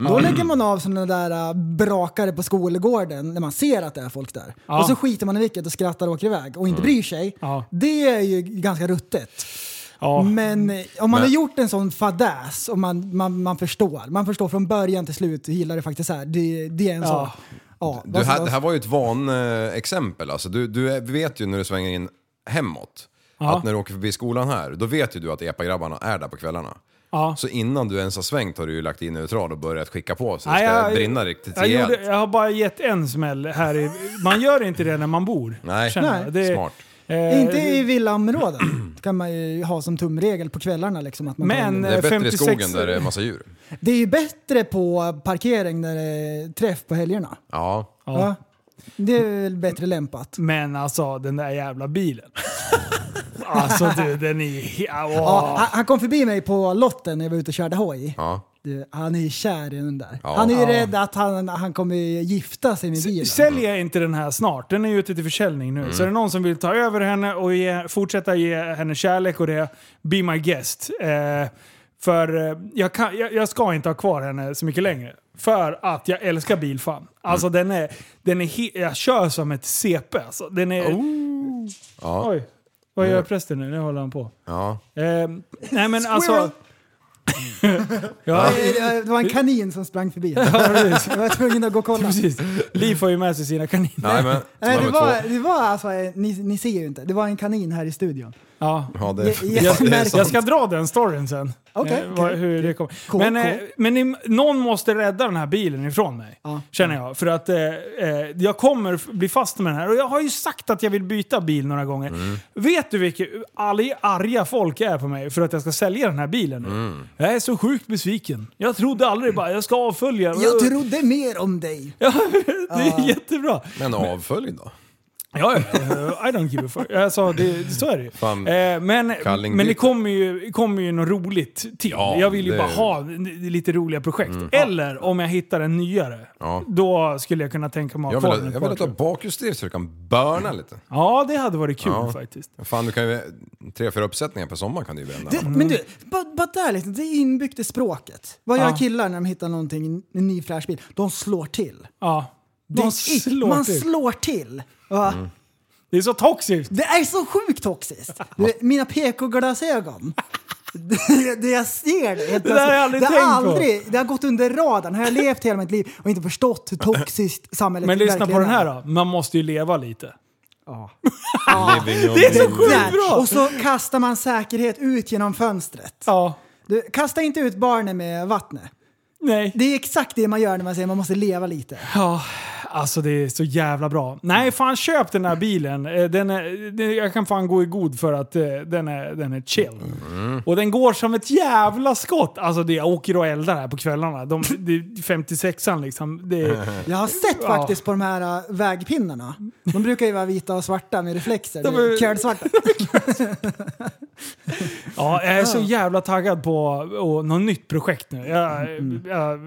Speaker 6: Mm.
Speaker 1: då lägger man av sådana där äh, brakare på skolgården när man ser att det är folk där.
Speaker 5: Ja.
Speaker 1: Och så skiter man i vilket och skrattar och åker iväg och
Speaker 6: Mm.
Speaker 1: inte bryr sig.
Speaker 5: Ja.
Speaker 1: Det är ju ganska ruttet.
Speaker 5: Ja.
Speaker 1: Men eh, om man
Speaker 6: Men-
Speaker 1: har gjort en sån fadäs och man, man, man förstår, man förstår från början till slut hur illa det faktiskt är. Det, det är en sån...
Speaker 5: Ja.
Speaker 1: Ja,
Speaker 6: Du,
Speaker 1: vad ska-
Speaker 6: här, det här var ju ett vanexempel. Alltså, du, du är- vet ju när du svänger in hemåt,
Speaker 5: Ja.
Speaker 6: att när du åker förbi skolan här, då vet ju du att epa-grabbarna är där på kvällarna.
Speaker 5: Ja.
Speaker 6: Så innan du ens har svängt har du ju lagt in neutral och börjat skicka på så det
Speaker 5: Nej,
Speaker 6: ska
Speaker 5: jag-
Speaker 6: brinna riktigt
Speaker 5: jag,
Speaker 6: rejält.
Speaker 5: gjorde, jag har bara gett en smäll här i... Man gör inte det när man bor.
Speaker 6: Nej.
Speaker 5: känner jag.
Speaker 1: Nej.
Speaker 5: Det,
Speaker 6: Smart.
Speaker 5: eh,
Speaker 1: Inte i villaområden kan man ju ha som tumregel på kvällarna. Liksom, att man tar
Speaker 5: Men-
Speaker 1: in-
Speaker 6: Det är bättre i
Speaker 5: 56
Speaker 6: skogen där det är massa djur.
Speaker 1: Det är ju bättre på parkering när det är träff på helgerna.
Speaker 6: Ja.
Speaker 5: Ja.
Speaker 1: Ja. Det är väl bättre lämpat.
Speaker 5: Men alltså den där
Speaker 1: [laughs]
Speaker 5: jävla bilen. alltså du, den är ju... he- Åh.
Speaker 1: Ja, han- han kom förbi mig på lotten när jag var ute och körde hoj.
Speaker 6: ja.
Speaker 1: Du, han är ju kär i den där.
Speaker 6: Ja.
Speaker 1: Han är ju
Speaker 5: Ja.
Speaker 1: rädd att han, han kommer gifta sig med bilen.
Speaker 5: Säljer inte den här snart? Den är ju ute till försäljning nu.
Speaker 6: Mm.
Speaker 5: Så är det någon som vill ta över henne och ge, fortsätta ge henne kärlek och det, be my guest. Eh, för eh, jag, kan, jag, jag ska inte ha kvar henne så mycket längre. För att jag älskar bilfan. Alltså
Speaker 6: Mm.
Speaker 5: den är... Den är he- jag kör som ett CP alltså. Den är...
Speaker 6: Oh. Ja.
Speaker 5: Oj, vad gör prästen nu? Nu håller han på.
Speaker 6: ja.
Speaker 5: Eh, nej men alltså... [laughs] ja,
Speaker 1: Det- Det det var en kanin som sprang förbi. Jag var tvungen att gå och kolla.
Speaker 5: precis. Liv får ju med sig sina kaniner.
Speaker 6: Nej men.
Speaker 1: Nej,
Speaker 6: nummer
Speaker 1: det, eh,
Speaker 6: två.
Speaker 1: var, det var alltså, ni, ni ser ju inte, det var en kanin här i studion.
Speaker 5: Ja.
Speaker 6: Ja, det,
Speaker 1: Jag-
Speaker 6: det,
Speaker 1: jag-
Speaker 6: det är
Speaker 1: jag
Speaker 5: Jag
Speaker 6: sant.
Speaker 5: ska dra den storyn sen.
Speaker 1: Okej,
Speaker 5: Eh, vad-
Speaker 1: okej.
Speaker 5: hur det kommer.
Speaker 1: Cool,
Speaker 5: men
Speaker 1: cool.
Speaker 5: eh, men ni, någon måste rädda den här bilen ifrån mig.
Speaker 1: Ja.
Speaker 5: Känner jag. För att eh, eh, jag kommer f- bli fast med den här. Och jag har ju sagt att jag vill byta bil några gånger.
Speaker 6: Mm.
Speaker 5: Vet du vilka arg- arga folk är på mig för att jag ska sälja den här bilen nu?
Speaker 6: Mm.
Speaker 5: Jag är så sjukt besviken. Jag trodde aldrig bara jag ska avfölja. [laughs]
Speaker 1: Jag trodde mer om dig.
Speaker 5: det är jättebra.
Speaker 6: [laughs] Men avfölj då.
Speaker 5: Ja, ja, ja. I don't give a fuck. Alltså, det, så är det ju.
Speaker 6: Fan.
Speaker 5: Eh, men
Speaker 6: Kallingbyte.
Speaker 5: men det kommer ju, kommer ju något roligt till.
Speaker 6: Ja,
Speaker 5: jag vill ju
Speaker 6: det- Mm.
Speaker 5: bara ha n- lite roliga projekt. Eller om jag hittar en nyare.
Speaker 6: Ja.
Speaker 5: Då skulle jag kunna tänka mig ha
Speaker 6: Jag vill,
Speaker 5: kvar
Speaker 6: ha-
Speaker 5: den
Speaker 6: jag
Speaker 5: ett
Speaker 6: vill
Speaker 5: par
Speaker 6: att du har
Speaker 5: tror
Speaker 6: bakhjulsdrift så du kan burna lite.
Speaker 5: jag. Ja, det hade varit kul
Speaker 6: Ja.
Speaker 5: faktiskt.
Speaker 6: Fan, du kan ju, tre, fyra uppsättningar per sommar kan du ju
Speaker 5: Mm.
Speaker 6: bränna.
Speaker 1: Det, men du, bara ba där lite. Det är inbyggt i språket. Vad gör
Speaker 5: Ja.
Speaker 1: killar när de hittar någonting, en ny fräsch bil? De slår till.
Speaker 5: Ja.
Speaker 1: Det är
Speaker 5: De
Speaker 1: ick.
Speaker 5: slår
Speaker 1: Man
Speaker 5: till. Mm.
Speaker 1: slår till. Va?
Speaker 5: Det är så toxiskt.
Speaker 1: Det är så sjukt
Speaker 5: [laughs]
Speaker 1: toxiskt. Det- Mina PK-glasögon. [laughs] Det, det jag ser det helt
Speaker 5: Det där har jag aldrig
Speaker 1: det,
Speaker 5: tänkt på.
Speaker 1: har aldrig, det har gått under radarn. Här har jag levt hela mitt liv och inte förstått hur toxiskt samhället
Speaker 5: [laughs] Men lyssna på
Speaker 1: verkligen
Speaker 5: den här
Speaker 1: är.
Speaker 5: då. Man måste ju leva lite. [laughs]
Speaker 6: Living on
Speaker 5: Det är så
Speaker 6: the-
Speaker 5: sjukt
Speaker 1: Där.
Speaker 5: bra!
Speaker 1: Och så kastar man säkerhet ut genom fönstret.
Speaker 5: Ja.
Speaker 1: Du, kasta inte ut barnen med vattnet.
Speaker 5: Nej.
Speaker 1: Det är exakt det man gör när man säger att man måste leva lite.
Speaker 5: Ja, alltså det är så jävla bra. Nej,
Speaker 1: Mm.
Speaker 5: fan köp den här bilen. Eh, Den är, den, jag kan fan gå i god för att eh, den är, den är chill.
Speaker 1: Mm.
Speaker 5: Och den går som ett jävla skott. Alltså det, jag åker och eldar här på
Speaker 1: [laughs]
Speaker 5: kvällarna. De, det är 56an liksom. Det, är-
Speaker 1: Jag har sett
Speaker 5: Ja.
Speaker 1: faktiskt på de här äh, vägpinnarna. De brukar ju vara vita och svarta med reflexer.
Speaker 5: De är- [laughs]
Speaker 1: Kölsvarta.
Speaker 5: ja, jag är så jävla taggad på och, något nytt projekt nu. Jag, jag,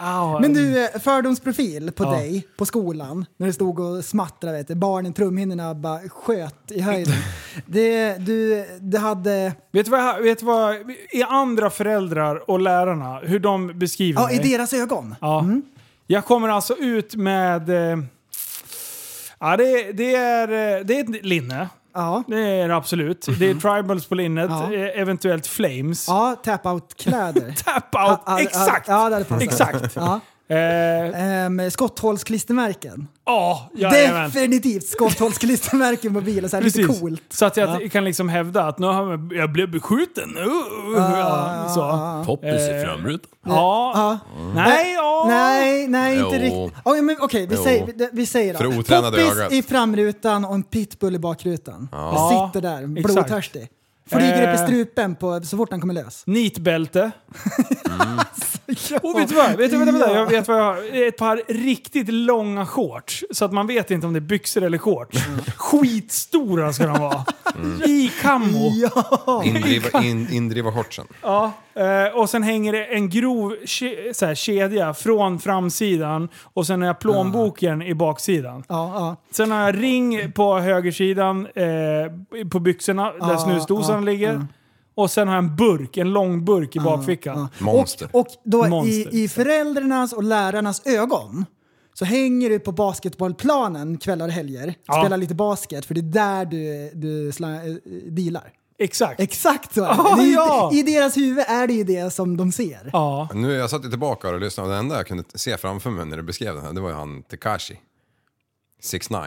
Speaker 5: ah,
Speaker 1: Mm, Men du, eh, fördomsprofil på
Speaker 5: Ja.
Speaker 1: dig på skolan när du stod och smattrade, vet du, barnen, trumhinnorna bara sköt i
Speaker 5: [laughs]
Speaker 1: höjden. Det, du, det hade...
Speaker 5: vet, du vad, jag- vet du vad i andra föräldrar och lärarna, hur de beskriver
Speaker 1: Ja, i
Speaker 5: mig?
Speaker 1: deras ögon.
Speaker 5: Ja. Jag kommer alltså ut med... Eh, ja, det, det, är, eh, det är ett linne.
Speaker 1: Ja,
Speaker 5: Det är det absolut. Det är tribals på linnet,
Speaker 1: Mhm. Ja.
Speaker 5: eh, eventuellt flames.
Speaker 1: ja tap-out-kläder.
Speaker 5: Tap out!
Speaker 1: Ja, ja,
Speaker 5: [laughs] exakt!
Speaker 1: Ja, det hade passat.
Speaker 5: Exakt!
Speaker 1: Ja.
Speaker 5: Eh, Ja,
Speaker 1: Ehm, skotthålsklistermärken.
Speaker 5: jajamän.
Speaker 1: Definitivt skotthålsklistermärken på bilen. Så här, lite
Speaker 5: Precis.
Speaker 1: coolt.
Speaker 5: Så att jag kan liksom hävda att nu har jag, jag blev beskjuten. Uh, uh, ja, Eh, så.
Speaker 6: Poppis i framrutan.
Speaker 5: Ja. Nej, ja.
Speaker 1: Äh, Eh, Nej, nej, inte
Speaker 6: Jo.
Speaker 1: riktigt. Oh, men, Okej, vi
Speaker 6: Jo.
Speaker 1: säger, vi, vi säger då.
Speaker 6: För otränade
Speaker 1: Poppis
Speaker 6: ögat.
Speaker 1: i framrutan och en pitbull i bakrutan.
Speaker 5: Ja.
Speaker 1: Sitter där,
Speaker 5: Exakt.
Speaker 1: blodtörstig. Flyger upp
Speaker 5: Eh.
Speaker 1: i strupen på, så fort han kommer lös.
Speaker 5: Nitbälte. Och vet du vad? Vet du, vänta, vänta, jag vet vad jag, ett par riktigt långa shorts. Så att man vet inte om det är byxor eller shorts. Skitstora ska de vara. I kammo. [laughs]
Speaker 6: Indriva, in, indriva shortsen.
Speaker 5: Ja. eh, och sen hänger det en grov ke- så här, kedja från framsidan. Och sen har jag plånboken i baksidan.
Speaker 1: Ja, ja.
Speaker 5: Sen har jag ring på högersidan eh, på byxorna där
Speaker 1: Ja,
Speaker 5: snusdosan
Speaker 1: ja,
Speaker 5: ligger. Och sen har jag en burk, en lång burk i bakfickan.
Speaker 6: Monster.
Speaker 1: Och, och då
Speaker 5: Monster.
Speaker 1: i, i föräldrarnas och lärarnas ögon så hänger du på basketbollplanen kvällar och helger.
Speaker 5: Ja.
Speaker 1: Spelar lite basket, för det är där du, du sla, eh, dealar.
Speaker 5: Exakt.
Speaker 1: Exakt så är
Speaker 5: Ah,
Speaker 1: det. det är, ju-
Speaker 5: ja.
Speaker 1: I deras huvud är det ju det som de ser.
Speaker 5: ja.
Speaker 6: Nu, jag satt ju tillbaka och lyssnade och det enda jag kunde se framför mig när du beskrev den här, det var ju han Tekashi. 6 9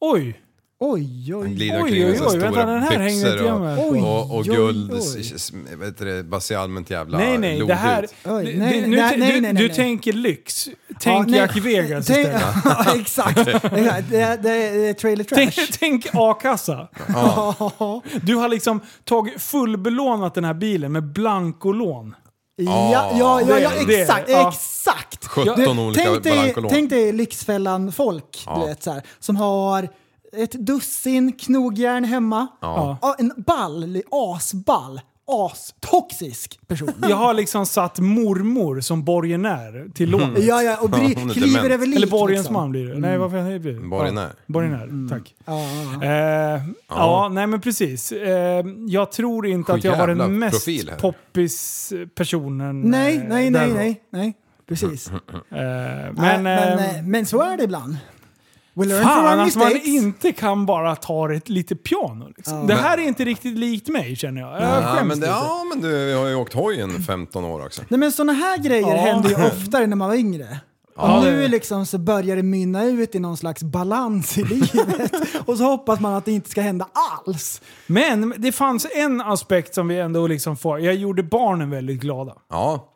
Speaker 5: Oj.
Speaker 1: Oj,
Speaker 6: Han
Speaker 1: oj,
Speaker 6: glider
Speaker 5: Oj,
Speaker 6: omkring med
Speaker 5: oj,
Speaker 6: sina
Speaker 5: oj,
Speaker 6: stora
Speaker 5: vänta, den här hänger inte
Speaker 6: byxor
Speaker 5: jag
Speaker 6: och,
Speaker 5: med
Speaker 1: på.
Speaker 6: och, och
Speaker 1: Oj,
Speaker 6: guld,
Speaker 1: oj,
Speaker 6: s-
Speaker 1: oj.
Speaker 6: s- vet du det, bara ser allmänt jävla
Speaker 5: Nej, nej. Det här...
Speaker 6: lodig ut.
Speaker 1: Oj,
Speaker 5: det-
Speaker 1: nej,
Speaker 5: det- nu,
Speaker 1: nej,
Speaker 5: t-
Speaker 1: nej,
Speaker 5: du,
Speaker 1: nej,
Speaker 5: du
Speaker 1: nej.
Speaker 5: tänker lyx. Tänk
Speaker 1: nej.
Speaker 5: Jack Vegas
Speaker 1: Tänk-
Speaker 5: istället.
Speaker 1: [laughs] Ja,
Speaker 5: [laughs]
Speaker 1: exakt. Exakt. Det, är- det är trailer trash.
Speaker 5: Tänk, tänk a-kassa.
Speaker 6: Ja,
Speaker 1: [laughs]
Speaker 5: Du har liksom tagit fullbelånat den här bilen med blankolån.
Speaker 6: Ah.
Speaker 1: ja, ja, ja, ja,
Speaker 5: Det-
Speaker 1: exakt.
Speaker 5: det- ja.
Speaker 1: exakt.
Speaker 6: 17 olika
Speaker 1: tänk, dig,
Speaker 6: blankolån.
Speaker 1: tänk dig Lyxfällan-folk, du vet så här, som har ett dussin knogjärn hemma.
Speaker 5: Ja.
Speaker 1: Ja, en ball, asball, astoxisk
Speaker 6: [laughs]
Speaker 1: person.
Speaker 5: Jag har liksom satt mormor som borgenär till
Speaker 6: Mm.
Speaker 5: lånet.
Speaker 1: Ja, ja, och bry,
Speaker 6: Hon är
Speaker 1: kliver
Speaker 6: dement.
Speaker 1: över lik.
Speaker 5: Eller borgensman
Speaker 1: liksom. Mm.
Speaker 5: blir det. Nej, varför heter det?
Speaker 6: Borgenär.
Speaker 5: Ja, borgenär, tack.
Speaker 1: Ja,
Speaker 5: Eh, ja. nej men precis. Eh, jag tror inte att jag var
Speaker 6: Sjujävla
Speaker 5: den mest
Speaker 6: profil här.
Speaker 5: poppis personen.
Speaker 1: Nej,
Speaker 5: eh,
Speaker 1: nej,
Speaker 5: där
Speaker 1: nej,
Speaker 5: då.
Speaker 1: nej, nej. Precis.
Speaker 5: Eh,
Speaker 1: Men,
Speaker 5: men...
Speaker 1: men,
Speaker 5: ehm,
Speaker 1: eh, men så är det ibland. We learn from
Speaker 5: Fan
Speaker 1: our
Speaker 5: att man
Speaker 1: mistakes.
Speaker 5: inte kan bara ta ett lite piano. Liksom. Det här är inte riktigt likt mig känner jag. Jag
Speaker 6: Ja,
Speaker 5: skäms
Speaker 6: men, det,
Speaker 5: lite.
Speaker 6: ja, men du jag har ju åkt hojen 15 år också.
Speaker 1: Nej men sådana här grejer
Speaker 5: Ja.
Speaker 1: hände ju oftare när man var yngre. Och
Speaker 5: det-
Speaker 1: nu liksom så börjar det mynna ut i någon slags balans i
Speaker 5: [laughs]
Speaker 1: livet. och så hoppas man att det inte ska hända alls.
Speaker 5: Men det fanns en aspekt som vi ändå liksom får. Jag gjorde barnen väldigt glada.
Speaker 6: Ja.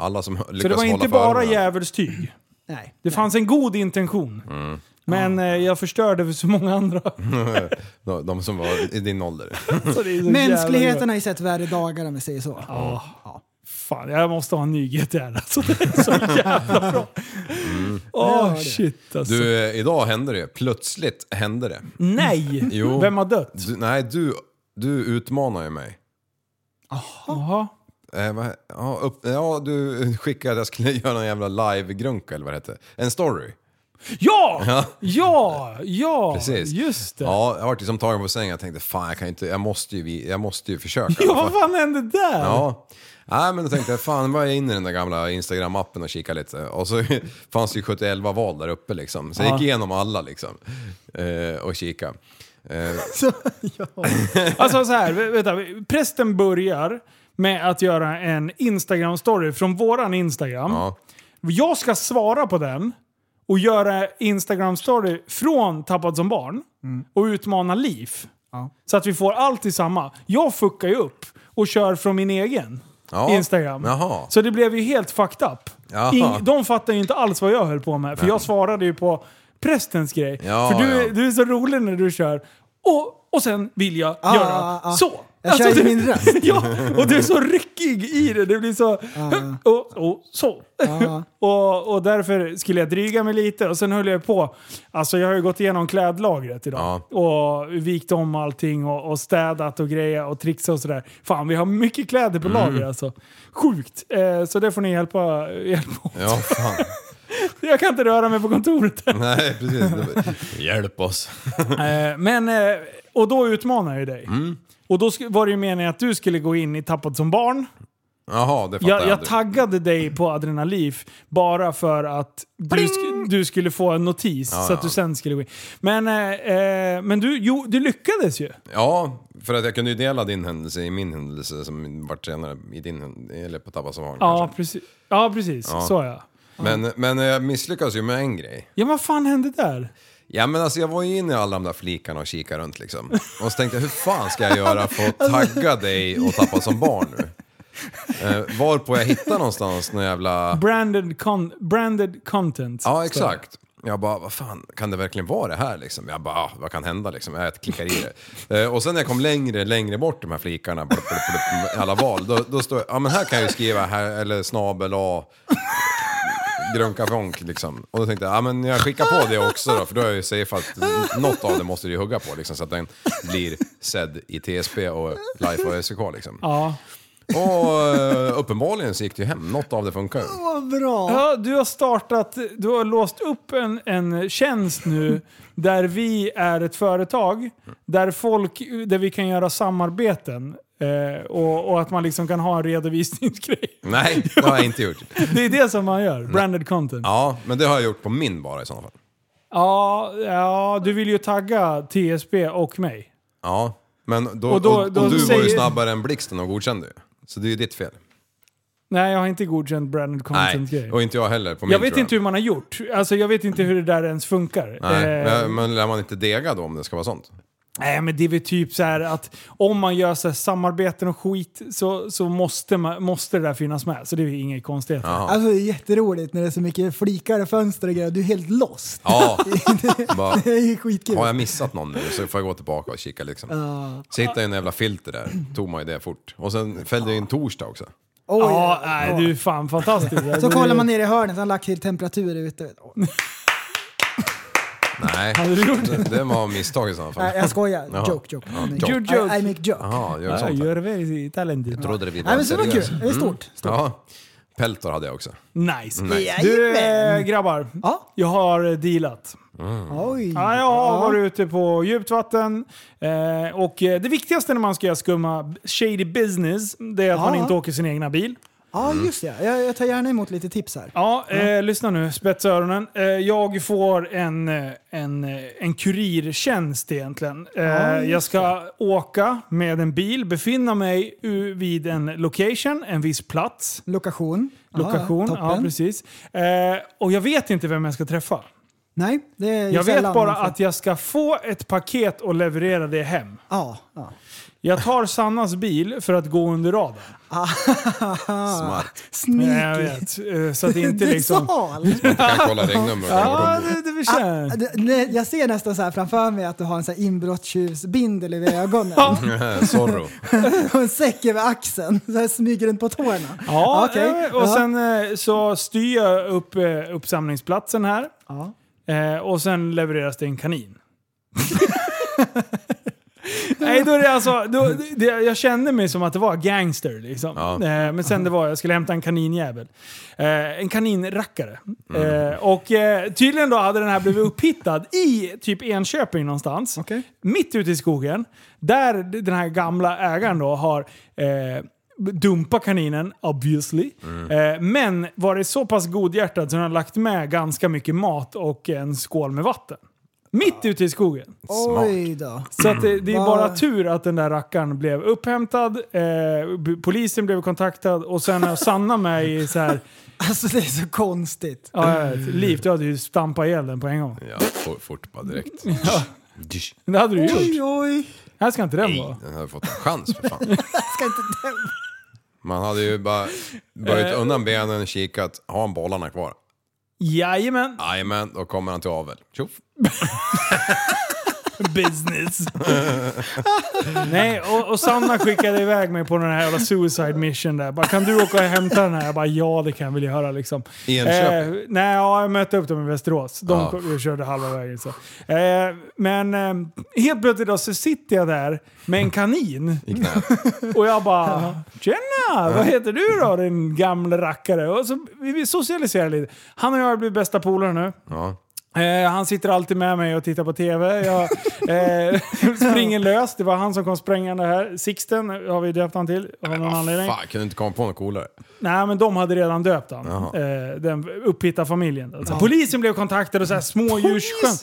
Speaker 6: Alla som lyckas
Speaker 5: Så det var
Speaker 6: hålla
Speaker 5: inte
Speaker 6: för
Speaker 5: bara
Speaker 6: öronen.
Speaker 5: djävulstyg.
Speaker 1: Nej.
Speaker 6: [clears throat]
Speaker 5: Det fanns en god intention.
Speaker 6: Mm.
Speaker 5: Men eh, jag förstörde för så många
Speaker 6: [laughs]
Speaker 5: andra.
Speaker 6: De, de som var i din ålder.
Speaker 5: Så det är så jävla
Speaker 1: Mänskligheten
Speaker 5: bra.
Speaker 1: har ju sett värre dagar om vi säger så.
Speaker 5: Fan, jag måste ha en ny GTR alltså. Det är så jävla
Speaker 6: [laughs]
Speaker 5: bra. Åh
Speaker 6: Mm.
Speaker 1: Ja, det.
Speaker 5: shit alltså.
Speaker 6: Du, eh, idag hände det. Plötsligt hände det.
Speaker 5: Nej!
Speaker 6: Jo.
Speaker 5: Mm. Vem har dött?
Speaker 6: Du, nej, du, du utmanar ju mig.
Speaker 5: Jaha.
Speaker 6: Eh, vad, ja, upp, ja, du skickade att jag skulle [laughs] göra någon jävla live-grunka eller vad det hette. En story. [laughs]
Speaker 5: Ja! Ja! Ja!
Speaker 6: Precis.
Speaker 5: Just det. Ja,
Speaker 6: Ja, jag var liksom tagen på sängen. Jag tänkte fan, jag, kan inte, jag, måste, ju, vi- jag måste
Speaker 5: [laughs]
Speaker 6: ju försöka.
Speaker 5: vad fan hände där?
Speaker 6: Ja. Nej, men då tänkte jag, fan var jag inne i den där gamla Instagram-appen och kikade lite. Och så [laughs] fanns det ju 71 val där uppe liksom. Så jag gick igenom alla liksom. Eh, och kikade. Eh,
Speaker 1: Så, ja.
Speaker 5: Alltså så här, vä- vänta. Prästen börjar med att göra en Instagram-story från våran Instagram.
Speaker 6: ja.
Speaker 5: Jag ska svara på den och göra Instagram-story från Tappad som barn och utmana liv.
Speaker 1: Mm. Ja.
Speaker 5: Så att vi får allt i samma. Jag fuckar ju upp och kör från min egen
Speaker 6: Ja.
Speaker 5: Instagram.
Speaker 6: Jaha.
Speaker 5: Så det blev ju helt fucked up.
Speaker 6: Jaha.
Speaker 5: Ing- de fattar ju inte alls vad jag höll på med. För jag svarade ju på prästens grej.
Speaker 6: Ja,
Speaker 5: för du, är-
Speaker 6: ja.
Speaker 5: du är så rolig när du kör. Och, och sen vill jag
Speaker 1: Ah,
Speaker 5: göra
Speaker 1: ah, ah.
Speaker 5: så. Alltså,
Speaker 1: Jag kör
Speaker 5: du-
Speaker 1: i min röst.
Speaker 5: [laughs] ja, och du är så ryckig i det. Det blir så... [laughs] Och, och så. [laughs] och, och därför skulle jag dryga mig lite och sen höll jag på. Alltså jag har ju gått igenom klädlagret idag. Och vikt om allting och, och städat och grejer och trixat och sådär. Fan vi har mycket kläder på lager alltså. Sjukt. Eh, så det får ni hjälpa, [laughs] hjälpa åt.
Speaker 6: ja, fan.
Speaker 5: Jag kan inte röra mig på kontoret.
Speaker 6: Nej, precis. Det- Hjälp oss.
Speaker 5: Eh, men, eh, och då utmanar jag ju dig. Och då sk- var det ju meningen att du skulle gå in i Tappad som barn.
Speaker 6: Jaha, det fattar
Speaker 5: Jag, jag
Speaker 6: aldrig.
Speaker 5: taggade dig på Adrenalif bara för att du, sk- du skulle få en notis så att du sen skulle gå in. Men, eh, eh, men du, jo, du lyckades ju.
Speaker 6: Ja, för att jag kunde ju dela din händelse i min händelse som vart senare i din händelse, eller på Tappa som barn.
Speaker 5: Ja,
Speaker 6: kanske.
Speaker 5: precis. Ja, precis. Så ja.
Speaker 6: Men, men jag misslyckades ju med en grej.
Speaker 5: Ja, vad fan hände där?
Speaker 6: Ja men alltså jag var ju inne i alla de där flikarna och kikade runt liksom. Och så tänkte jag, hur fan ska jag göra för att tagga dig och Tappa som barn nu? Eh, varpå jag hittade någonstans någon jävla...
Speaker 5: Branded, con- branded content.
Speaker 6: Ja exakt. Jag bara, vad fan, kan det verkligen vara det här liksom? Jag bara, ah, vad kan hända liksom? Jag klickar i det. Eh, och sen när jag kom längre, längre bort de här flikarna, blup, blup, blup, i alla val, då, då står jag, ja men här kan jag ju skriva här, eller snabel A, grönka vonk liksom. Och då tänkte jag, ja men jag skickar på det också då, för då är jag ju safe att något av det måste du ju hugga på liksom, så att den blir sedd i TSB och Life och SEK liksom.
Speaker 5: Ja.
Speaker 6: Och eh, uppenbarligen så gick det ju hem, något av det funkar ju.
Speaker 1: Vad bra.
Speaker 5: Ja, du har startat, du har låst upp en, en tjänst
Speaker 6: [laughs]
Speaker 5: nu där vi är ett företag där, folk, där vi kan göra samarbeten. Eh, och, och att man liksom kan ha en redovisningsgrej.
Speaker 6: Nej, det har jag inte gjort.
Speaker 5: Det är det som man gör, branded content. Ja,
Speaker 6: Ja, men det har jag gjort på min bara i sådana fall.
Speaker 5: ja, du vill ju tagga TSB och mig.
Speaker 6: Ja, men då,
Speaker 5: Och
Speaker 6: och
Speaker 5: då-
Speaker 6: och,
Speaker 5: då
Speaker 6: du var
Speaker 5: säger-
Speaker 6: ju snabbare än blixten och godkände ju. Så det är ju ditt fel.
Speaker 5: Nej, jag har inte godkänt branded
Speaker 6: Nej,
Speaker 5: content-grej.
Speaker 6: och inte jag heller på min
Speaker 5: Jag vet
Speaker 6: tror
Speaker 5: inte hur man har gjort. Alltså, jag vet inte hur det där ens funkar.
Speaker 6: Nej,
Speaker 5: Eh,
Speaker 6: men- men lär man inte dega då om det ska
Speaker 5: [laughs]
Speaker 6: vara sånt?
Speaker 5: Nej men det är väl typ så här att om man gör så här samarbeten och skit så, så måste, man, måste det där finnas med. Så det är ju inget konstigt.
Speaker 1: Alltså det är jätteroligt när det är så mycket flikar och fönster och grejer. Du är helt lost.
Speaker 6: Ja, bara,
Speaker 1: [laughs] Det är ju skitkul.
Speaker 6: har jag missat någon nu så får jag gå tillbaka och kika liksom. Så hittade jag en jävla filter där, tog man ju det fort. Och sen fällde jag ju en torsdag också.
Speaker 1: Oj.
Speaker 5: Ja, nej, du är fan fantastisk.
Speaker 1: [laughs] Så kollar man ner i hörnet, han har lagt till temperatur ute.
Speaker 6: Nej,
Speaker 5: du gjort
Speaker 6: det, det var misstag i sådana fall.
Speaker 1: Nej, jag skojar.
Speaker 6: Jaha.
Speaker 1: Joke, joke.
Speaker 6: Ja,
Speaker 1: I,
Speaker 6: joke.
Speaker 5: You joke.
Speaker 1: I make joke.
Speaker 6: Jaha, gör
Speaker 5: Ja,
Speaker 6: sånt
Speaker 5: you
Speaker 6: här.
Speaker 5: are very talented.
Speaker 6: Trodde det vi
Speaker 1: Nej, men så var det
Speaker 6: seriösa.
Speaker 1: kul. Det är
Speaker 5: Mm.
Speaker 1: stort. stort.
Speaker 6: Ja, Peltor hade jag också.
Speaker 5: Nice.
Speaker 1: Jajamän.
Speaker 5: Du eh, grabbar,
Speaker 1: Ja.
Speaker 5: jag har eh, dealat.
Speaker 1: Oj.
Speaker 5: Mm. Ja, jag har varit ute på djupt vatten. Eh, och eh, det viktigaste när man ska göra skumma shady business, det är att
Speaker 1: Ja.
Speaker 5: man inte åker sin egna bil.
Speaker 1: Ja, just det. Jag, jag tar gärna emot lite tips här.
Speaker 5: Ja, eh, lyssna nu. Spetsa öronen. Eh, jag får en, eh, en, eh, en kurirtjänst egentligen. Eh, jag ska åka med en bil, befinna mig u- vid en location, en viss plats,
Speaker 1: Lokation. Ja,
Speaker 5: lokation.
Speaker 1: Ah, toppen.
Speaker 5: Ja, precis. Eh, och jag vet inte vem jag ska träffa.
Speaker 1: Nej, det är
Speaker 5: Jag
Speaker 1: sällan
Speaker 5: vet bara
Speaker 1: man får-
Speaker 5: att jag ska få ett paket och leverera det hem.
Speaker 1: Ja, ja.
Speaker 5: Jag tar Sannas bil för att gå under radarn.
Speaker 6: Smart.
Speaker 5: Jag
Speaker 1: Ah, Sneaky.
Speaker 5: vet. Eh, Så att det inte
Speaker 1: Du är
Speaker 5: liksom...
Speaker 1: sal.
Speaker 6: Man kan kolla
Speaker 5: [laughs]
Speaker 6: regnumret.
Speaker 5: Ja, det, det vill
Speaker 1: Ah, det- nej, jag ser nästan så här framför mig att du har en så här inbrottstjuvsbindel över
Speaker 5: [laughs]
Speaker 1: ögonen
Speaker 6: [laughs] Zorro.
Speaker 1: och en säck över axeln. Så här smyger runt på tårna.
Speaker 5: Ja,
Speaker 1: okej.
Speaker 5: eh, och
Speaker 1: Ja.
Speaker 5: sen eh, så styr jag upp eh, uppsamlingsplatsen här.
Speaker 1: Ja.
Speaker 5: Eh, Och sen levereras det en kanin. [laughs] Nej, då är det alltså, då, det, jag kände mig som att det var gangster liksom.
Speaker 6: Ja.
Speaker 5: Eh, Men sen det var, jag skulle hämta en kaninjävel. Eh, En kaninrackare. Eh, Och eh, tydligen då hade den här blivit upphittad i typ Enköping någonstans.
Speaker 1: Okej.
Speaker 5: Mitt ute i skogen, där den här gamla ägaren då har eh, dumpat kaninen, obviously.
Speaker 1: Mm.
Speaker 5: Eh, men varit så pass godhjärtad så den har lagt med ganska mycket mat och en skål med vatten. Mitt ute i skogen.
Speaker 1: Oj då.
Speaker 5: Så att det, det är
Speaker 1: Ah. Mm. Vad-
Speaker 5: bara tur att den där rackaren blev upphämtad, eh, b- polisen blev kontaktad och sen är Sanna med i så här,
Speaker 1: Alltså det är så konstigt.
Speaker 5: ja, jag vet, Liv, du hade ju stampat ihjäl den på en gång.
Speaker 6: Ja, for- fort
Speaker 1: [laughs]
Speaker 6: bara direkt. Dysch.
Speaker 5: Det hade du
Speaker 1: Oj,
Speaker 5: gjort.
Speaker 1: oj.
Speaker 5: Här ska inte den vara.
Speaker 6: Den hade fått en chans för fan.
Speaker 1: [laughs] Ska inte döma.
Speaker 6: Man hade ju bara böjt
Speaker 1: Eh.
Speaker 6: undan benen, kikat, har han bollarna kvar?
Speaker 5: Jajamän.
Speaker 6: Jajamän, då kommer han till avel. Tjoff!
Speaker 5: business. [laughs] Nej, och, och Sanna skickade iväg mig på den här jävla suicide mission där. Bara, kan du åka och hämta den här? Jag bara, ja det kan jag väl göra liksom.
Speaker 6: I Enköping?
Speaker 5: Eh, nej, ja, jag mötte upp dem i Västerås. De
Speaker 6: Ja.
Speaker 5: kom- körde halva vägen. Så. Eh, men eh, helt plötsligt då så sitter jag där med en kanin.
Speaker 6: I knät.
Speaker 5: Och jag bara, tjena! Vad heter du då din gamla rackare? Och så, vi vi socialiserar lite. Han och jag har blivit bästa polare nu.
Speaker 6: Ja.
Speaker 5: Eh, han sitter alltid med mig och tittar på TV. Jag eh, [laughs] springer lös. Det var han som kom sprängande här. Sixten har vi döpt han till av någon
Speaker 1: Ah,
Speaker 5: anledning.
Speaker 6: Ah, Fan, kunde inte komma på något coolare.
Speaker 5: Nej, men de hade redan döpt han. Eh, den upphittade familjen. Alltså, Polisen blev kontaktad och så här smådjursskön.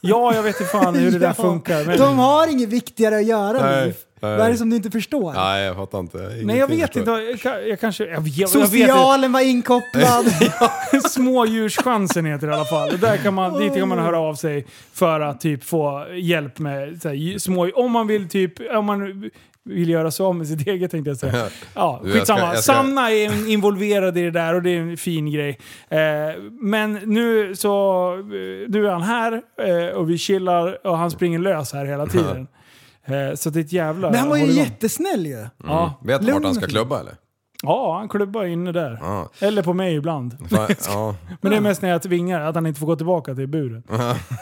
Speaker 5: Ja, jag vet inte fan hur det där
Speaker 1: [laughs] Ja.
Speaker 5: funkar. Men...
Speaker 1: De har inget viktigare att göra nu.
Speaker 6: Nej, nej.
Speaker 1: Vad är det som du inte förstår?
Speaker 6: Nej, jag fattar inte. Ingenting
Speaker 5: Nej, jag vet
Speaker 6: förstår.
Speaker 5: inte. Jag, kan- jag kanske... Jag, vet- jag vet inte.
Speaker 1: Socialen var inkopplad.
Speaker 5: [laughs] Smådjurschansen heter det i alla fall. Och Där kan man, dit kan man höra av sig för att typ få hjälp med så här, ju- små... Om man vill typ... Om man vill göra sig av med sitt eget tänkte jag
Speaker 6: [laughs]
Speaker 5: säga. Ja,
Speaker 6: Du, jag
Speaker 5: skitsamma.
Speaker 6: ska- jag ska-
Speaker 5: Sanna är involverad i det där och det är en fin grej. Eh, men nu så... eh, Nu är han här eh, och vi chillar och han springer lös här hela
Speaker 6: [laughs]
Speaker 5: tiden. Eh, så det är ett jävla...
Speaker 1: Men han var ju
Speaker 5: hålligång.
Speaker 1: jättesnäll ju.
Speaker 5: Ja.
Speaker 6: Vet du vart han ska
Speaker 1: Lugn. [laughs]
Speaker 6: klubba eller?
Speaker 5: ja, han klubbar inne där.
Speaker 6: Ja.
Speaker 5: Eller på mig ibland.
Speaker 6: Fan, ja.
Speaker 5: Men det är mest när jag tvingar att han inte får gå tillbaka till buren.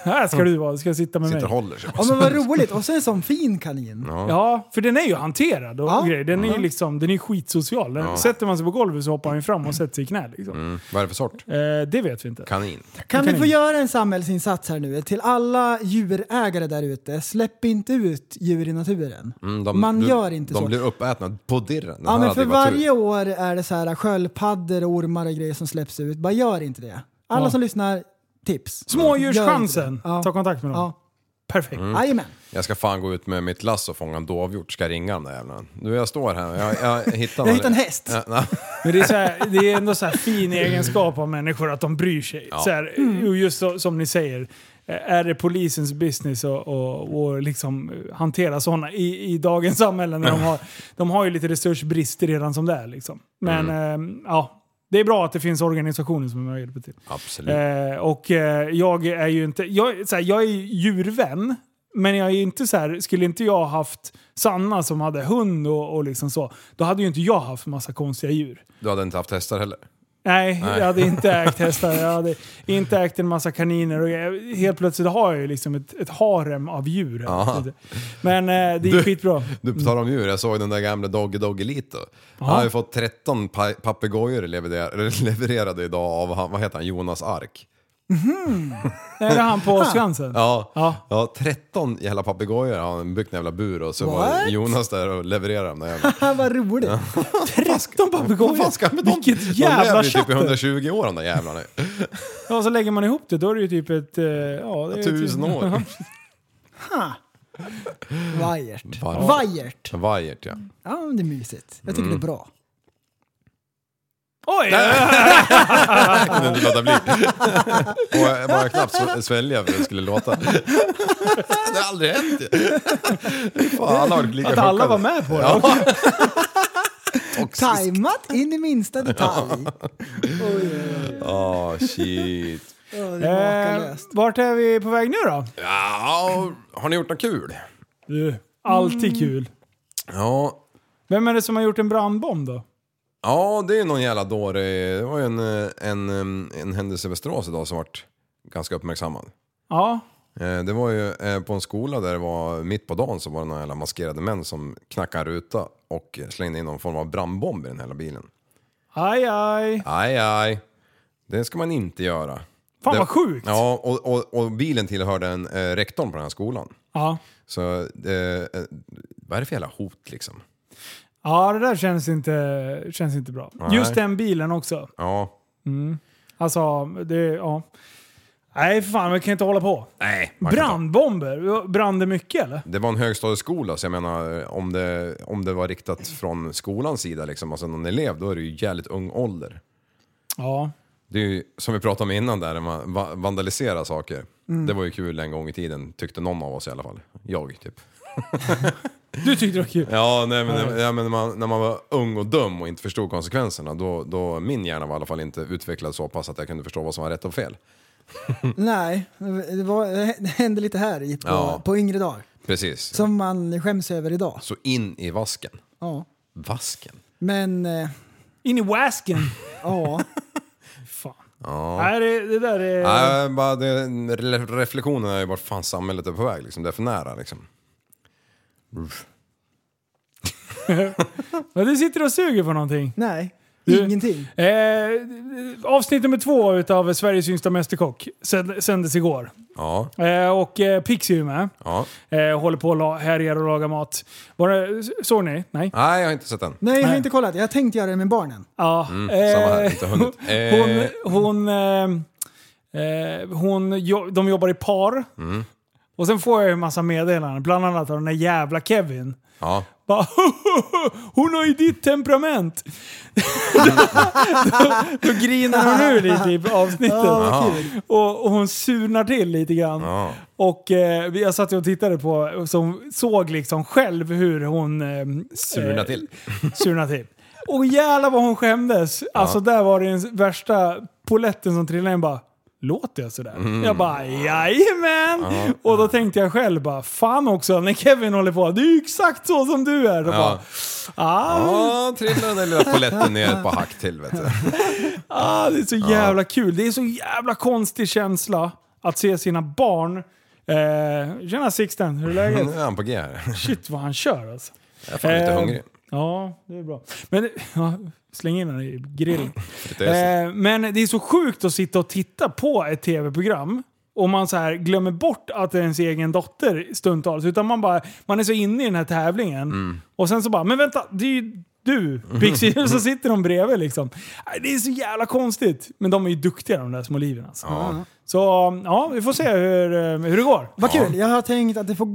Speaker 5: Här ska du vara, du ska sitta med
Speaker 6: Sitter och
Speaker 5: mig.
Speaker 6: håller sig.
Speaker 1: Ja men vad roligt. Och så en sån fin kanin.
Speaker 5: Ja, för den är ju hanterad och
Speaker 1: Ja.
Speaker 5: grejer. Den är ju liksom, den är skitsocial. Den, Sätter man sig på golvet så hoppar han ju fram och sätter sig i knä liksom.
Speaker 6: Mm, Vad är det för sort?
Speaker 5: Eh, det vet vi inte.
Speaker 6: Kanin.
Speaker 1: Kan
Speaker 5: Kanin.
Speaker 1: vi få göra en samhällsinsats här nu? Till alla djurägare där ute, släpp inte ut djur i naturen.
Speaker 6: Mm, de-
Speaker 1: Man
Speaker 6: du-
Speaker 1: gör inte
Speaker 6: de
Speaker 1: så.
Speaker 6: De blir uppätna på dirren. Den
Speaker 1: Ja,
Speaker 6: här
Speaker 1: men
Speaker 6: hade
Speaker 1: för
Speaker 6: ju varit
Speaker 1: varje
Speaker 6: tur.
Speaker 1: år är det så här sköldpaddor och ormar och grejer som släpps ut. Bara gör inte det. Alla
Speaker 5: Ja.
Speaker 1: som lyssnar, tips. Gör
Speaker 5: Smådjurschansen!
Speaker 1: inte det. Ja.
Speaker 5: Ta kontakt med dem.
Speaker 1: Ja.
Speaker 5: Perfekt.
Speaker 1: Jajamän.
Speaker 6: Jag ska fan gå ut med mitt lass och fånga en dovhjort. Ska ringa de där jävlarna. Du, jag står här. Jag,
Speaker 5: [laughs]
Speaker 6: jag hittar
Speaker 1: Jag hittade en häst.
Speaker 6: Ja, nej.
Speaker 5: Men det är, så här, det är ändå så här fin egenskap av människor att de bryr sig. Så här, och just så, som ni säger, eh, är det polisens business att och, och liksom eh, hantera sådana i, i dagens samhälle? När de, har, de har ju lite resursbrist redan som det är. Liksom. Men eh, ja, det är bra att det finns organisationer som är med och hjälper till.
Speaker 6: Absolut.
Speaker 5: Eh, och eh, jag är ju inte... Jag, så här, jag är ju djurvän. Men jag är ju inte så här, skulle inte jag haft Sanna som hade hund och, och liksom så, då hade ju inte jag haft massa konstiga djur.
Speaker 6: Du hade inte haft hästar heller?
Speaker 5: Nej, jag hade
Speaker 6: [laughs]
Speaker 5: inte ägt hästar. Jag hade inte ägt en massa kaniner. Och jag, helt plötsligt har jag ju liksom ett, ett harem av djur.
Speaker 6: Ja.
Speaker 5: Men eh, det är
Speaker 6: Du-
Speaker 5: skitbra.
Speaker 6: Du, på tal om djur, jag såg den där gamla Doggy Doggy Lito. Han
Speaker 5: Ja.
Speaker 6: har ju fått [laughs] 13 pa- papegojor levererade, levererade idag av, han- vad heter han, Jonas Ark.
Speaker 5: Är det
Speaker 6: [laughs]
Speaker 5: han på Skansen?
Speaker 6: Ah. Ja,
Speaker 5: Ja.
Speaker 6: ja. 13 jävla papegojor har han byggt en jävla bur och så var
Speaker 1: What?
Speaker 6: Jonas där och levererade dem. där
Speaker 5: [laughs]
Speaker 6: jävla-
Speaker 1: Här var roligt.
Speaker 5: 13
Speaker 6: Vad fan
Speaker 5: papegojor!
Speaker 6: ska han med dem?
Speaker 5: Vilket
Speaker 6: De lever
Speaker 5: jävla
Speaker 6: ju typ i
Speaker 5: chatter!
Speaker 6: 120 år de där jävlarna.
Speaker 5: Ja, så lägger man ihop det, då är det ju typ ett... eh, Ja, det är ju typ-
Speaker 6: Tusen år.
Speaker 1: Ha. Vajert.
Speaker 6: Vajert.
Speaker 1: Vajert.
Speaker 6: Vajert ja.
Speaker 1: Ja, men det är mysigt. Jag tycker det är bra.
Speaker 5: [laughs] Oj!
Speaker 6: Jag kunde inte låta bli. [laughs] Och jag bara knappt sv- svälja för det skulle låta. Det har aldrig hänt Fan, alla har varit lika
Speaker 5: Att alla
Speaker 6: chockade.
Speaker 5: var med på det.
Speaker 6: Ja. Toxisk.
Speaker 1: Tajmat in i minsta detalj.
Speaker 6: Åh, Ah, shit.
Speaker 1: Ja, det är
Speaker 5: Eh,
Speaker 1: makalöst.
Speaker 5: vart är vi på väg nu då?
Speaker 6: Ja, har ni gjort något kul?
Speaker 5: Du, alltid kul.
Speaker 6: Ja,
Speaker 5: Vem är det som har gjort en brandbomb då?
Speaker 6: ja det är någon jävla dåre. Det var ju en, eh, en, eh, en händelse i Västerås idag som vart ganska uppmärksammad.
Speaker 5: Ja,
Speaker 6: Eh, Det var ju eh, på en skola där det var mitt på dagen så var det några jävla maskerade män som knackade en ruta och eh, slängde in någon form av brandbomb i den här hela bilen.
Speaker 5: aj aj.
Speaker 6: Aj, aj. Det ska man inte göra.
Speaker 5: Fan
Speaker 6: det,
Speaker 5: vad sjukt!
Speaker 6: Ja, och, och, och bilen tillhörde en eh, rektorn på den här skolan.
Speaker 5: Ja.
Speaker 6: Så eh, eh, vad är det för jävla hot liksom?
Speaker 5: Ja, det där känns inte, känns inte bra.
Speaker 6: Nej.
Speaker 5: Just den bilen också.
Speaker 6: Ja,
Speaker 5: Alltså, det... Ja. Nej, för fan, vi kan inte hålla på.
Speaker 6: nej. man kan ta-
Speaker 5: Brandbomber? Brann det mycket eller?
Speaker 6: Det var en högstadieskola, så jag menar om det, om det var riktat från skolans sida, liksom, alltså någon elev, då är det ju jävligt ung ålder.
Speaker 5: Ja.
Speaker 6: Det är ju som vi pratade om innan där, man va- vandalisera saker.
Speaker 5: Mm.
Speaker 6: Det var ju kul en gång i tiden, tyckte någon av oss i alla fall. Jag typ.
Speaker 5: Du tyckte det var kul?
Speaker 6: Ja, nej, men, ja, men när, man, när man var ung och dum och inte förstod konsekvenserna, då, då min hjärna var i alla fall inte utvecklad så pass att jag kunde förstå vad som var rätt och fel.
Speaker 1: Nej, det, var, det hände lite här i- på,
Speaker 6: Ja.
Speaker 1: på yngre dagar.
Speaker 6: Precis. Så,
Speaker 1: Som man skäms över idag.
Speaker 6: in i vasken.
Speaker 1: Ja.
Speaker 6: Vasken?
Speaker 1: Men, eh,
Speaker 5: In i wasken?
Speaker 1: ja. [laughs]
Speaker 5: Fan. Nej, det, det där är...
Speaker 6: Nej, bara det, re- reflektionen är ju vart fan samhället är på väg liksom. Det är för nära liksom.
Speaker 5: Men du sitter och suger på någonting.
Speaker 1: Nej,
Speaker 5: Du-
Speaker 1: ingenting.
Speaker 5: Eh, avsnitt nummer två utav Sveriges yngsta mästerkock sänd- sändes igår.
Speaker 6: Ja,
Speaker 5: Eh, och eh, Pixie är ju med.
Speaker 6: ja.
Speaker 5: Eh, håller på och la- härjar och lagar mat. Var det, såg ni? Nej?
Speaker 6: Nej, jag har inte sett den.
Speaker 1: Nej, jag har
Speaker 5: Nej.
Speaker 1: inte kollat. Jag tänkte göra det med barnen.
Speaker 5: Ja.
Speaker 6: Mm, Samma här, inte hunnit.
Speaker 5: hon,
Speaker 6: Eh,
Speaker 5: hon, eh, eh, hon, jo- de jobbar i par.
Speaker 6: Mm.
Speaker 5: Och sen får jag ju en massa meddelanden, bland annat av den där jävla Kevin.
Speaker 6: ja.
Speaker 5: Bara, [laughs] hon har ju ditt temperament! [laughs] då, då grinar hon ur lite i typ avsnittet.
Speaker 6: Jaha.
Speaker 5: Och, och hon surnar till lite grann.
Speaker 6: Ja.
Speaker 5: Och eh, jag satt ju och tittade på, som såg liksom själv hur hon... Eh,
Speaker 6: Surna till.
Speaker 5: Eh, surna till. Och jävlar vad hon skämdes. Alltså där var det den värsta poletten som trillade in bara. Låter jag sådär? Jag bara jajamän! Och då tänkte jag själv bara fan också när Kevin håller på. Det är ju exakt så som du är. Då bara,
Speaker 6: Ja.
Speaker 5: ah,
Speaker 6: Ja, trillade den där lilla paletten ner ett par hack
Speaker 5: [laughs]
Speaker 6: till vet du.
Speaker 5: Ah, det är så jävla kul. Det är så jävla konstig känsla att se sina barn. Eh, tjena Sixten, hur är
Speaker 6: [laughs]
Speaker 5: läget?
Speaker 6: Nu är han på G här.
Speaker 5: Shit vad han kör alltså.
Speaker 6: Jag är fan lite
Speaker 5: Eh,
Speaker 6: hungrig.
Speaker 5: Ja, det är bra. Men ja, släng in den i grillen.
Speaker 6: Lite ösigt.
Speaker 5: Eh, men det är så sjukt att sitta och titta på ett tv-program och man så här glömmer bort att det är ens egen dotter stundtals. Utan man, bara, man är så inne i den här tävlingen. Och sen så bara, men vänta, det är ju du Pixie. så sitter de bredvid liksom. Nej, Det är så jävla konstigt. Men de är ju duktiga de där små liven alltså. Så ja, vi får se hur, eh, hur det går.
Speaker 1: Vad kul. Jag har tänkt att det, får,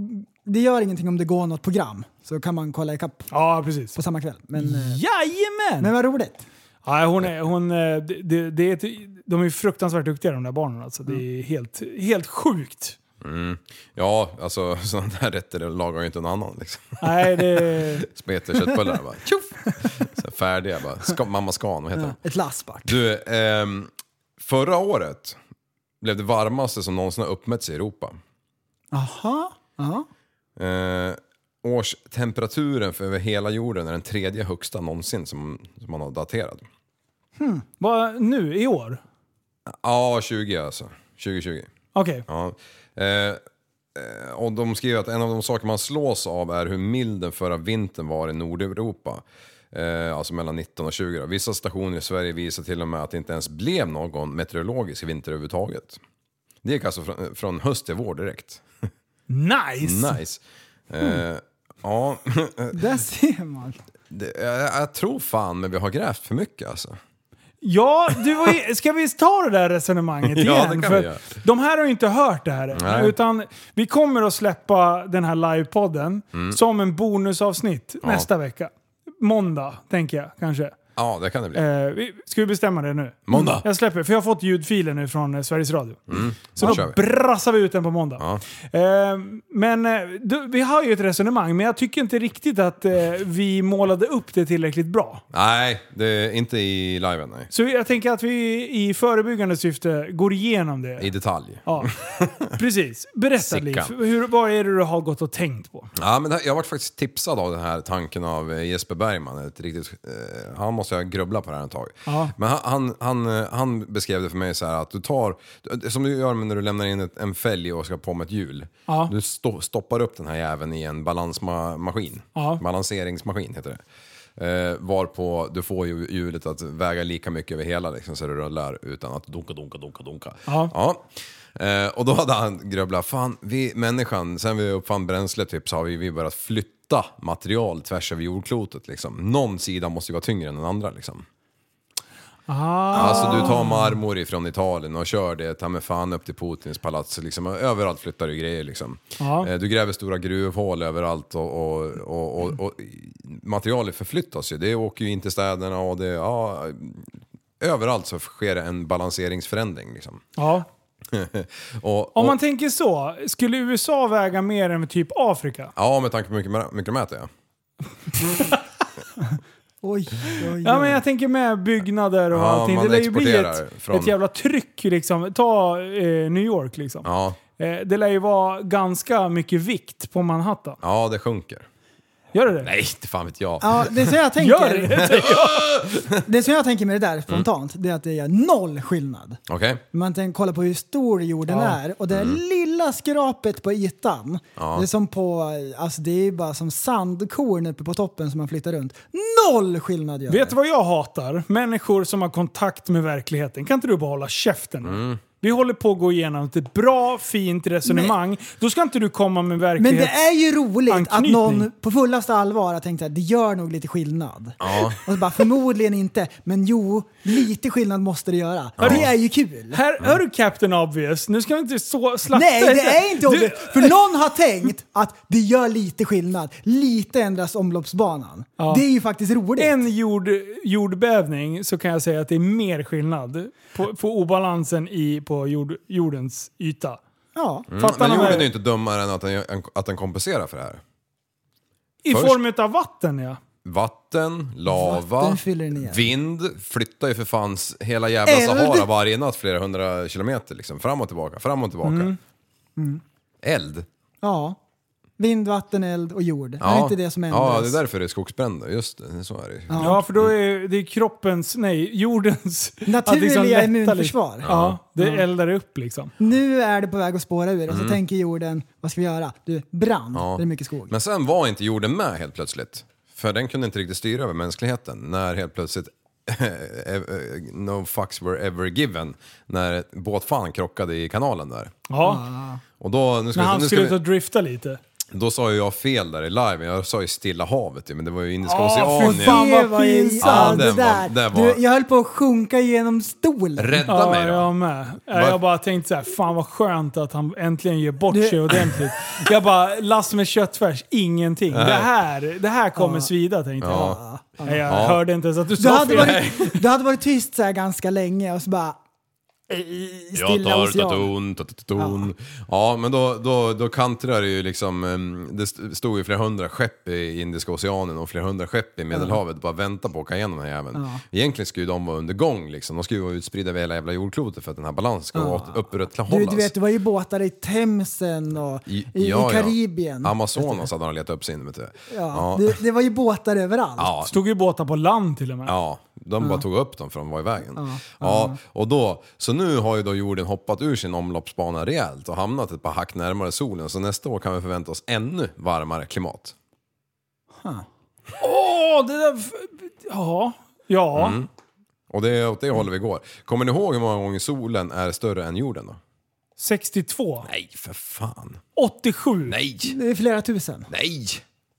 Speaker 1: det gör ingenting om det går något program. Så kan man kolla ikapp
Speaker 5: Ja, precis.
Speaker 1: på samma kväll. Men, eh,
Speaker 5: Jajamän!
Speaker 1: men vad roligt.
Speaker 5: Ja, hon är, hon, eh, det- det, det är ett, de är ju fruktansvärt duktiga de där barnen. Alltså. Det är helt, helt sjukt.
Speaker 6: Ja, alltså [laughs] sådana där rätter lagar ju inte någon annan liksom.
Speaker 5: Nej, det,
Speaker 6: Smet och köttbullar bara. Tjoff! Så här färdiga bara. Ska, mamma Scan, vad heter den?
Speaker 1: Ett lass bara.
Speaker 6: Du, ehm, förra året blev det varmaste som någonsin har uppmätts i Europa.
Speaker 1: Aha. Aha.
Speaker 6: Eh, årstemperaturen för över hela jorden är den tredje högsta någonsin som, som man har daterat.
Speaker 5: vad, nu i år?
Speaker 6: Ja, 20 alltså. 2020.
Speaker 5: Okej.
Speaker 6: Ja. Eh, eh, och de skriver att en av de saker man slås av är hur mild den förra vintern var i Nordeuropa. Eh, alltså mellan 19 och 20 då. Vissa stationer i Sverige visar till och med att det inte ens blev någon meteorologisk vinter överhuvudtaget. Det gick alltså från, från höst till vår direkt.
Speaker 5: Nice!
Speaker 6: Nice. Eh, ja, [laughs]
Speaker 1: Där ser man.
Speaker 6: det, jag, jag tror fan men vi har grävt för mycket alltså.
Speaker 5: Ja, du var ju, ska vi ta det där resonemanget
Speaker 6: [laughs] Ja,
Speaker 5: igen?
Speaker 6: det kan
Speaker 5: För
Speaker 6: vi göra.
Speaker 5: De här har ju inte hört det här
Speaker 6: Nej.
Speaker 5: utan vi kommer att släppa den här livepodden som en bonusavsnitt
Speaker 6: Mm. Ja.
Speaker 5: nästa vecka. Måndag, tänker jag kanske.
Speaker 6: Ja, det kan det bli.
Speaker 5: Eh, vi, ska vi bestämma det nu?
Speaker 6: Måndag. Mm.
Speaker 5: Jag släpper, för jag har fått ljudfilen nu från eh, Sveriges Radio. Så
Speaker 6: då
Speaker 5: då
Speaker 6: kör vi.
Speaker 5: brassar vi ut den på måndag. Eh, men eh, du, vi har ju ett resonemang, men jag tycker inte riktigt att eh, vi målade upp det tillräckligt bra.
Speaker 6: Nej, det är inte i liven nej.
Speaker 5: Så jag tänker att vi i förebyggande syfte går igenom det.
Speaker 6: I detalj. [laughs]
Speaker 5: Ja, precis. Berätta
Speaker 6: Sickan.
Speaker 5: Liv, hur, vad är det du har gått och tänkt på?
Speaker 6: Ja, men det här- jag varit faktiskt tipsad av den här tanken av eh, Jesper Bergman. Ett riktigt, eh, han måste ha grubblat på det här ett tag.
Speaker 5: Ja.
Speaker 6: Men han, han, han, eh, han beskrev det för mig så här att du tar, som du gör när du lämnar in ett, en fälg och ska på med ett hjul.
Speaker 5: Ja.
Speaker 6: Du sto, stoppar upp den här jäveln i en balansmaskin.
Speaker 5: Ja.
Speaker 6: Balanseringsmaskin heter det. Eh, varpå du får ju hjulet att väga lika mycket över hela liksom, så det rullar utan att dunka, dunka, dunka, dunka.
Speaker 5: Ja.
Speaker 6: Eh, och då hade han grubblat, fan vi människan, sen vi uppfann bränsle typ så har vi, vi börjat flytta material tvärs över jordklotet liksom. Någon sida måste ju vara tyngre än den andra liksom.
Speaker 5: Ah,
Speaker 6: Alltså du tar marmor ifrån Italien och kör det ta mig fan upp till Putins palats. Liksom. Överallt flyttar du grejer liksom.
Speaker 5: Ja.
Speaker 6: Eh, Du gräver stora gruvhål överallt och, och, och, och, och materialet förflyttas ju. Det åker ju in till städerna och det, ja, överallt så sker det en balanseringsförändring. Liksom.
Speaker 5: ja.
Speaker 6: och,
Speaker 5: Om
Speaker 6: och,
Speaker 5: man tänker så, skulle USA väga mer än typ Afrika?
Speaker 6: ja, med tanke på hur mycket, mycket de äter ja.
Speaker 1: Oj, oj, oj.
Speaker 5: Ja men jag tänker med byggnader och
Speaker 6: Mm. Ja,
Speaker 5: allting.
Speaker 6: man
Speaker 5: Det lär ju bli
Speaker 6: exporterar
Speaker 5: ett,
Speaker 6: från-
Speaker 5: ett jävla tryck liksom. Ta eh, New York liksom.
Speaker 6: Ja,
Speaker 5: Eh, det lär ju vara ganska mycket vikt på Manhattan.
Speaker 6: ja det sjunker.
Speaker 5: Gör det det?
Speaker 6: Nej, inte fan vet jag.
Speaker 1: Ja, det som jag
Speaker 5: Gör
Speaker 1: tänker,
Speaker 5: det? [laughs]
Speaker 1: det som jag tänker med det där spontant, det är att det gör noll skillnad.
Speaker 6: Okej?
Speaker 1: Man tänker kolla på hur stor jorden är och det
Speaker 5: Mm.
Speaker 1: lilla skrapet på ytan. Det är som på, alltså det är bara som sandkorn uppe på toppen som man flyttar runt. Noll skillnad gör
Speaker 5: Vet
Speaker 1: det.
Speaker 5: du vad jag hatar? Människor som har kontakt med verkligheten. Kan inte du bara hålla käften?
Speaker 6: Mm.
Speaker 5: Vi håller på att gå igenom ett bra, fint resonemang. Då ska inte du komma med
Speaker 1: Men
Speaker 5: verklighets...
Speaker 1: det är ju roligt
Speaker 5: Anknytning.
Speaker 1: att någon på fullaste allvar har tänkt att det gör nog lite skillnad. Och så bara förmodligen inte, men jo, lite skillnad måste det göra. Det är ju kul.
Speaker 5: Här,
Speaker 6: Mm.
Speaker 5: hör du Captain Obvious? Nu ska vi inte så slakta...
Speaker 1: Nej, det är inte
Speaker 5: Du-
Speaker 1: obvious. För någon har tänkt att det gör lite skillnad. Lite ändras omloppsbanan. Det är ju faktiskt roligt.
Speaker 5: En jord, jordbävning så kan jag säga att det är mer skillnad på, på obalansen i, på jord, jordens yta.
Speaker 1: Ja.
Speaker 5: Fattar
Speaker 6: Mm. Men
Speaker 5: ni vad
Speaker 6: jorden är
Speaker 5: jag-
Speaker 6: ju inte dummare än att den, att den kompenserar för det här.
Speaker 5: I
Speaker 6: först.
Speaker 5: form av vatten ja.
Speaker 6: Vatten, lava,
Speaker 1: Vatten fyller ner.
Speaker 6: vind flyttar ju för fans hela jävla
Speaker 1: Eld.
Speaker 6: Sahara varje natt flera hundra kilometer liksom. Fram och tillbaka, fram och tillbaka.
Speaker 1: Mm.
Speaker 6: Eld?
Speaker 1: Ja. Vind, vatten, eld och jord. Är det inte det som ändras?
Speaker 6: Ja, det är därför det är skogsbränder. Just det, så är det ju.
Speaker 5: Ja, för då är det är kroppens, nej, jordens... att liksom
Speaker 1: Naturliga
Speaker 5: lätta lite.
Speaker 1: immunförsvar.
Speaker 5: Ja, det eldar upp liksom.
Speaker 1: Nu är det på väg att spåra ur och så tänker jorden, vad ska vi göra? Du, brand.
Speaker 6: Mm. Ja.
Speaker 1: Det är mycket skog.
Speaker 6: Men sen var inte jorden med helt plötsligt. För den kunde inte riktigt styra över mänskligheten när helt plötsligt [laughs] eh, eh, No fucks were ever given. När ett båtfan krockade i kanalen där.
Speaker 5: Ja.
Speaker 6: Och då, nu ska
Speaker 5: När
Speaker 6: vi-
Speaker 5: han
Speaker 6: nu ska
Speaker 5: skulle
Speaker 6: vi-
Speaker 5: ut och drifta lite.
Speaker 6: Då sa ju jag fel där i live, jag sa ju Stilla havet ju, men det var ju Indiska
Speaker 1: Ah,
Speaker 5: Ja,
Speaker 6: oceanen.
Speaker 5: för fan.
Speaker 1: det
Speaker 5: vad
Speaker 1: var ju-
Speaker 5: pinsamt.
Speaker 1: Ja,
Speaker 6: Ja,
Speaker 1: det
Speaker 6: den var-
Speaker 1: där.
Speaker 6: den var-
Speaker 1: Du, jag höll på att sjunka genom stolen.
Speaker 6: Rädda
Speaker 5: Ja,
Speaker 6: mig då.
Speaker 5: jag med. Ja,
Speaker 6: Var-
Speaker 5: Jag bara tänkte så här, fan vad skönt att han äntligen ger bort
Speaker 1: Du-
Speaker 5: sig ordentligt. Jag bara, lass med köttfärs, ingenting. Det här, det här kommer svida tänkte jag. Nej, jag
Speaker 6: Ja.
Speaker 5: hörde inte ens att du
Speaker 1: Du
Speaker 5: sa
Speaker 1: hade,
Speaker 5: fel.
Speaker 1: varit, du hade varit tyst så här ganska länge och så bara... eh,
Speaker 6: Jag
Speaker 1: Stilla
Speaker 6: tar
Speaker 1: ocean.
Speaker 6: tatun, tatun. Ja, men då, då, då kantrar det ju liksom, ehm, det st- stod ju flera hundra skepp i Indiska oceanen och flera hundra skepp i Medelhavet bara vänta på att åka igenom den här jäveln. Egentligen skulle ju de vara under gång liksom, de skulle ju vara utspridda över hela jävla jordklotet för att den här balansen ska ja.
Speaker 1: Du,
Speaker 6: upprätthållas.
Speaker 1: du vet, det var ju båtar i Themsen och i,
Speaker 6: I-
Speaker 1: i,
Speaker 6: ja, ja.
Speaker 1: Karibien. Ja.
Speaker 6: Amazonas hade de letat upp sin, vet du.
Speaker 1: Det, det var ju båtar överallt.
Speaker 6: Ja,
Speaker 5: Stod ju båtar på land till och med.
Speaker 6: Ja, de bara tog upp dem för de var i vägen. Ja. och då, så nu har ju då jorden hoppat ur sin omloppsbana rejält och hamnat ett par hack närmare solen. Så nästa år kan vi förvänta oss ännu varmare klimat.
Speaker 5: Åh, det där... Ja. Ja.
Speaker 6: Mm. Och det är åt det hållet vi går. Kommer ni ihåg hur många gånger solen är större än jorden då?
Speaker 5: 62.
Speaker 6: Nej, för fan.
Speaker 5: 87.
Speaker 6: Nej!
Speaker 1: Det är flera tusen.
Speaker 6: Nej!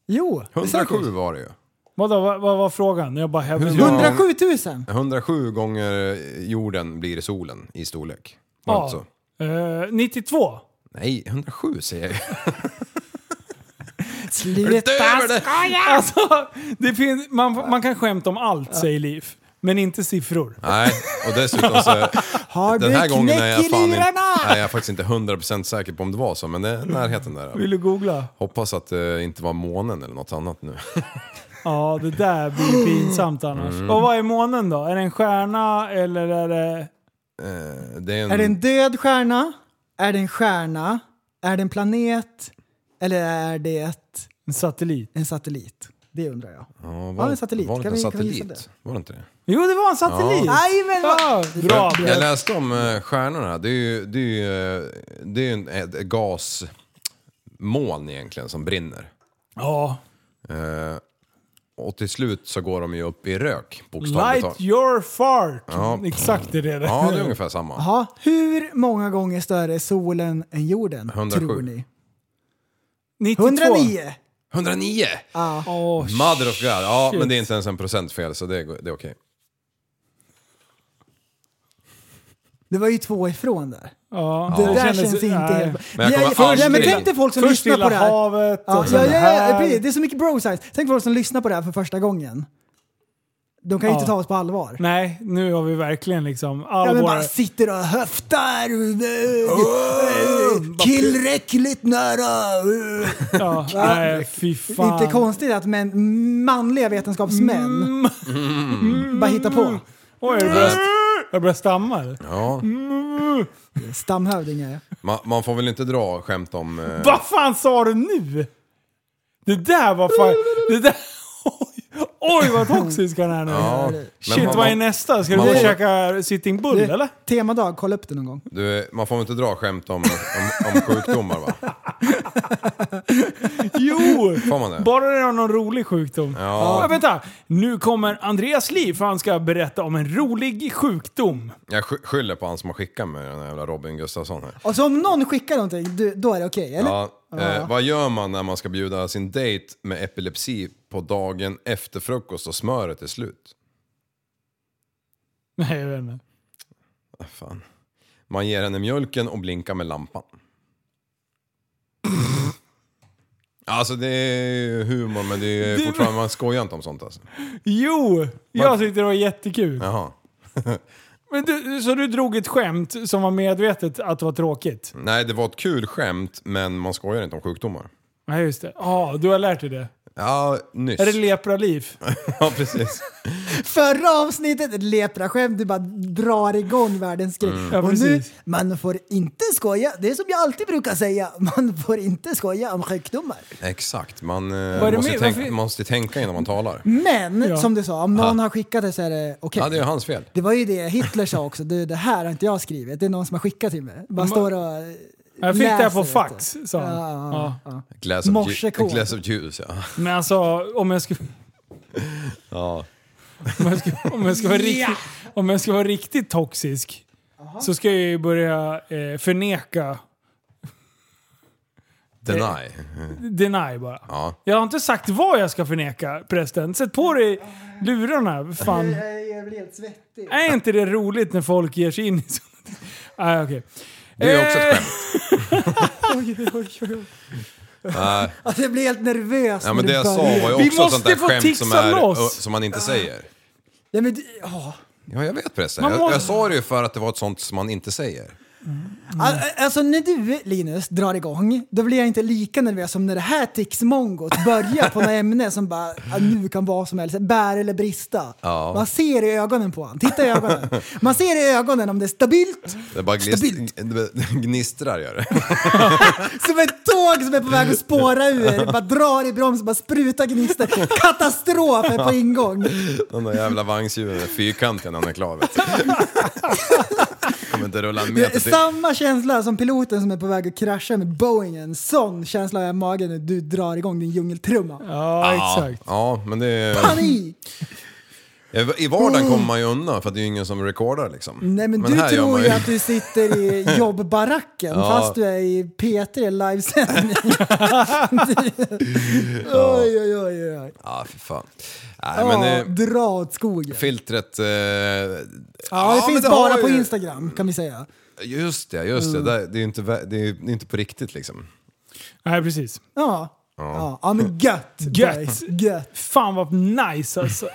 Speaker 1: Jo, det är säkert.
Speaker 6: 107 var det ju.
Speaker 5: Vadå, vad, vad var frågan? Jag bara hävdade...
Speaker 6: många-
Speaker 1: 107 000!
Speaker 6: 107 gånger jorden blir solen i storlek.
Speaker 5: Ja.
Speaker 6: Alltså.
Speaker 5: Eh, 92.
Speaker 6: Nej, 107 säger jag.
Speaker 1: Sluta!
Speaker 6: Utöver det!
Speaker 5: Alltså, det finns, man, man kan skämta om allt, säger Liv. Men inte siffror.
Speaker 6: Nej, och dessutom så...
Speaker 1: Har
Speaker 6: Den
Speaker 1: du
Speaker 6: här gången
Speaker 1: knäckt
Speaker 6: är jag fan
Speaker 1: i
Speaker 6: inte, nej,
Speaker 1: lurarna?
Speaker 6: jag är faktiskt inte 100% säker på om det var så, men det är närheten där.
Speaker 5: Vill du googla?
Speaker 6: Hoppas att det inte var månen eller något annat nu.
Speaker 5: Ja, det där blir pinsamt annars.
Speaker 6: Mm.
Speaker 5: Och vad är månen då? Är det en stjärna eller är det...
Speaker 6: Eh, Det är en,
Speaker 1: Är det en död stjärna? Är det en stjärna? Är det en planet? Eller är det
Speaker 5: En satellit?
Speaker 1: en satellit? Det undrar jag.
Speaker 6: ja,
Speaker 1: Ja, en satellit.
Speaker 6: Var det
Speaker 1: Kan
Speaker 6: en
Speaker 1: vi- kan vi gissa
Speaker 6: satellit? Var det inte det?
Speaker 5: Jo, det var en satellit!
Speaker 6: Ja.
Speaker 1: Nej men
Speaker 5: Ja,
Speaker 1: vad...
Speaker 5: bra!
Speaker 6: Jag läste om eh, stjärnorna. Det är ju, det är ju, eh, det är ju en, ett gasmoln egentligen som brinner.
Speaker 5: Ja.
Speaker 6: Eh, Och till slut så går de ju upp i rök, bokstavligt
Speaker 5: Light
Speaker 6: taget.
Speaker 5: your fart!
Speaker 6: Ja.
Speaker 5: Exakt det är det.
Speaker 6: Ja, det är ungefär samma.
Speaker 1: Jaha, hur många gånger större är solen än jorden
Speaker 6: 107.
Speaker 1: tror ni?
Speaker 5: 92.
Speaker 1: 109!
Speaker 6: 109!
Speaker 1: Ah,
Speaker 5: Åh,
Speaker 6: Mother of God. Ja,
Speaker 5: Shit.
Speaker 6: men det är inte ens en procent fel, så det är, det är okej.
Speaker 1: Det var ju två ifrån där.
Speaker 5: ja.
Speaker 1: Det där
Speaker 5: kändes-
Speaker 1: känns, inte
Speaker 5: nej.
Speaker 1: helt...
Speaker 6: Men jag kommer
Speaker 1: Ja, för-
Speaker 6: aldrig-
Speaker 1: ja, men tänk dig folk som
Speaker 5: Först
Speaker 1: lyssnar på
Speaker 5: Lilla
Speaker 1: det här.
Speaker 5: havet
Speaker 1: Ja,
Speaker 5: och sen
Speaker 1: ja,
Speaker 5: det
Speaker 1: ja, ja,
Speaker 5: här.
Speaker 1: precis. det är så mycket bro science. Tänk folk som lyssnar på det här för första gången. De kan ju
Speaker 5: Ja.
Speaker 1: inte ta oss på allvar.
Speaker 5: Nej, nu har vi verkligen liksom all
Speaker 1: Ja, men
Speaker 5: vår...
Speaker 1: bara sitter och höftar. Oh, Tillräckligt nära. eh.
Speaker 5: Ja, nej, fy
Speaker 1: Det är
Speaker 5: fan.
Speaker 1: inte konstigt att män, manliga vetenskapsmän
Speaker 5: Mm.
Speaker 1: bara hittar på.
Speaker 5: Oj, jag börjar, jag börjar stamma. eller?
Speaker 6: Ja.
Speaker 1: Stamhövdingar.
Speaker 6: Man, man får väl inte dra skämt om... eh,
Speaker 5: Vad fan sa du nu? Det där var fan... Det där... Oj, [laughs] oj vad toxisk han är nu.
Speaker 6: Ja, men
Speaker 5: Shit,
Speaker 6: man-
Speaker 5: vad är
Speaker 6: man-
Speaker 5: nästa? Ska du
Speaker 6: man-
Speaker 5: käka Sitting Bull
Speaker 1: Du,
Speaker 5: eller?
Speaker 1: Temadag, kolla upp det någon gång.
Speaker 6: Du, man får väl inte dra skämt om, om, om sjukdomar va?
Speaker 5: [laughs] [laughs] Jo!
Speaker 6: Får man det?
Speaker 5: Bara det är någon rolig sjukdom.
Speaker 6: Ja.
Speaker 5: Men vänta, nu kommer Andreas Liv för han ska berätta om en rolig sjukdom.
Speaker 6: Jag sk- skyller på han som har skickat mig den här jävla Robin Gustafsson här.
Speaker 1: Och så om någon skickar någonting, du, då är det okej, eller?
Speaker 6: Ja, eh, vad gör man när man ska bjuda sin dejt med epilepsi på dagen efter frukost och smöret är slut?
Speaker 5: Nej, jag vet inte.
Speaker 6: Ah, Fan. Man ger henne mjölken och blinkar med
Speaker 5: [laughs]
Speaker 6: lampan. Alltså det är ju humor men det är fortfarande, man skojar inte om sånt alltså.
Speaker 5: Jo! Jag tyckte det var jättekul.
Speaker 6: Jaha.
Speaker 5: Men du, så du drog ett skämt som var medvetet att det var tråkigt?
Speaker 6: Nej det var ett kul skämt men man skojar inte om sjukdomar.
Speaker 5: Nej, just det. Ja, du har lärt dig det.
Speaker 6: Ja, nyss.
Speaker 5: Är det lepraliv?
Speaker 6: [laughs] ja, precis.
Speaker 1: Förra avsnittet, ett lepraskämt, du bara drar igång världens grej.
Speaker 5: Mm. Ja,
Speaker 1: och nu,
Speaker 5: precis.
Speaker 1: man får inte skoja, det är som jag alltid brukar säga, [laughs] man får inte skoja om sjukdomar.
Speaker 6: Exakt, man, eh,
Speaker 5: är det
Speaker 6: måste,
Speaker 5: med-
Speaker 6: tänka,
Speaker 5: varför-
Speaker 6: man måste tänka innan
Speaker 5: [laughs]
Speaker 6: man talar.
Speaker 1: Men,
Speaker 5: Ja.
Speaker 1: som du sa, om någon har skickat det så är det okej.
Speaker 6: Ja, det är hans fel.
Speaker 1: Det var ju det Hitler sa också, du, det här har inte jag skrivit, det är någon som har skickat till mig. Bara står och...
Speaker 5: Jag fick det här på
Speaker 1: Läser, vet
Speaker 5: fax,
Speaker 1: du.
Speaker 5: sa han.
Speaker 1: Ja,
Speaker 5: Ja.
Speaker 6: Glass of, ju-
Speaker 1: Morsekod.
Speaker 6: glass of juice, ja.
Speaker 5: Men alltså, om jag, ska,
Speaker 6: ja.
Speaker 5: om, jag ska, om, jag
Speaker 1: [laughs]
Speaker 5: ska vara riktigt, om jag ska vara riktigt toxisk så ska jag ju börja eh, förneka. Eh,
Speaker 6: Deny.
Speaker 5: Deny bara.
Speaker 6: Ja.
Speaker 5: Jag har inte sagt vad jag ska förneka förresten. Sätt på dig lurarna. Fan.
Speaker 1: Jag blir helt svettig.
Speaker 5: Är inte det roligt när folk ger sig in i sånt? Nej, okej.
Speaker 6: Det är också ett skämt. Nej.
Speaker 1: Alltså, jag blir helt nervös
Speaker 6: Ja,
Speaker 1: när
Speaker 6: men
Speaker 1: du
Speaker 6: det jag sa
Speaker 1: börjar.
Speaker 6: var ju
Speaker 5: Vi
Speaker 6: också ett sånt
Speaker 5: måste
Speaker 6: där
Speaker 5: få
Speaker 6: skämt som,
Speaker 5: tixa
Speaker 6: är,
Speaker 5: loss.
Speaker 6: ö, som man inte säger.
Speaker 1: Ja, men, du- ja.
Speaker 6: Ja, jag vet förresten.
Speaker 5: Man
Speaker 6: Jag,
Speaker 5: måste-
Speaker 6: jag sa det ju för att det var ett sånt som man inte säger.
Speaker 1: Al- Alltså när du Linus drar igång, då blir jag inte lika nervös som när det här ticsmongot börjar på något ämne som bara, "Ah, nu kan vad som helst, bär eller brista.
Speaker 6: Ja.
Speaker 1: Man ser i ögonen på honom, titta i ögonen. Man ser i ögonen om det är stabilt,
Speaker 6: Det bara
Speaker 1: Stabilt.
Speaker 6: glist, det [laughs] gnistrar gör det. [laughs]
Speaker 1: som ett tåg som är på väg att spåra ur, bara drar i bromsen, bara sprutar gnistor. Katastrof är på ingång.
Speaker 5: [laughs]
Speaker 6: De där jävla vagnshjulen är fyrkantiga när han är klar. Vet du. Kommer inte rullar
Speaker 1: Det är
Speaker 6: meter till.
Speaker 1: samma känsla som piloten som är på väg att krascha med Boeingen. Sån känsla har jag i magen när du drar igång din djungeltrumma.
Speaker 5: Ja,
Speaker 6: Ja,
Speaker 5: exakt.
Speaker 6: ja, men det är...
Speaker 1: Panik!
Speaker 6: I vardagen kommer man ju undan för att det är ju ingen som recordar liksom.
Speaker 1: Nej men, du
Speaker 6: här gör
Speaker 1: tror
Speaker 6: man
Speaker 1: ju att du sitter
Speaker 6: [laughs]
Speaker 1: i jobbbaracken fast du är i P3 livesändning.
Speaker 6: [laughs]
Speaker 1: oj, oj, oj, oj.
Speaker 6: Ja, fy fan. Nej,
Speaker 1: Ja,
Speaker 6: men eh, det...
Speaker 1: dra åt skogen.
Speaker 6: Filtret... Eh... Ja,
Speaker 1: Ja, det
Speaker 6: men
Speaker 1: finns
Speaker 6: det har
Speaker 1: bara på Mm.
Speaker 6: ju-
Speaker 1: Instagram kan vi säga.
Speaker 6: Just det, just det. Där- Det är ju inte, vä- det är ju inte på riktigt liksom.
Speaker 5: Nej, precis.
Speaker 1: Ja. Ja, ja men gött!
Speaker 6: [laughs]
Speaker 5: Gött.
Speaker 1: boys. Gött!
Speaker 5: Fan vad nice alltså.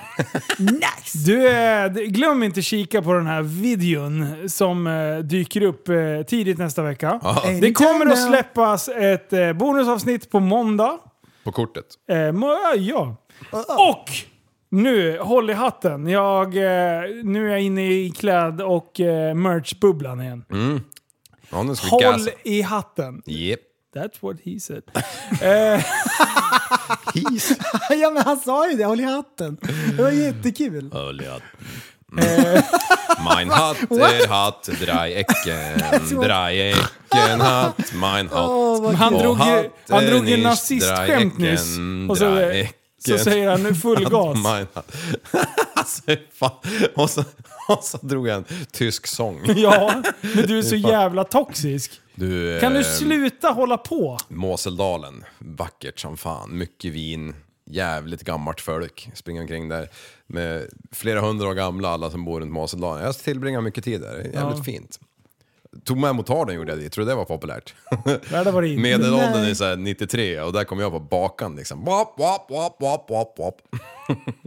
Speaker 1: Nice!
Speaker 6: [laughs]
Speaker 5: Du, eh, d- glöm inte kika på den här videon som eh, dyker upp eh, tidigt nästa vecka. Det kommer att släppas ett eh, bonusavsnitt på måndag.
Speaker 6: På kortet.
Speaker 5: Eh, må- ja. Och nu, håll i hatten. Jag, eh, nu är jag inne i kläd och eh, merch-bubblan igen.
Speaker 6: Ja, nu ska vi
Speaker 5: Håll
Speaker 6: gasa.
Speaker 5: i hatten.
Speaker 6: Yep.
Speaker 5: That's what he said.
Speaker 6: His.
Speaker 1: Ja men han sa ju det, håll i hatten. Det var
Speaker 6: Mm.
Speaker 1: jättekul.
Speaker 6: Mein Hatt är Hatt, drei Ecken, drei Ecken Hatt, mein Hatt.
Speaker 5: Men han
Speaker 6: Och
Speaker 5: drog ju, han
Speaker 6: hatten
Speaker 5: drog ju
Speaker 6: ist
Speaker 5: nazistskämt
Speaker 6: eh, drei
Speaker 5: nyss.
Speaker 6: Ecken,
Speaker 5: Och så, eh,
Speaker 6: drei
Speaker 5: så
Speaker 6: Ecken.
Speaker 5: säger han nu
Speaker 6: [laughs]
Speaker 5: full gas.
Speaker 6: Mein Hatt. Alltså, fan. Och, så, och så drog jag en tysk sång.
Speaker 5: Ja, men du är så jävla toxisk.
Speaker 6: Du,
Speaker 5: Kan du
Speaker 6: eh,
Speaker 5: sluta hålla på?
Speaker 6: Moseldalen, vackert som fan. Mycket vin, jävligt gammalt folk springer omkring där. Med flera hundra år gamla, alla som bor runt Moseldalen. Jag tillbringar mycket tid där, det är jävligt
Speaker 5: Ja.
Speaker 6: fint. Tog med motarden gjorde jag det, tror du det var populärt?
Speaker 5: Nej, det var det inte.
Speaker 6: [laughs] Medelåldern är såhär 93 och där kom jag på bakan liksom. Wap, wap, wap, wap, wap, wap.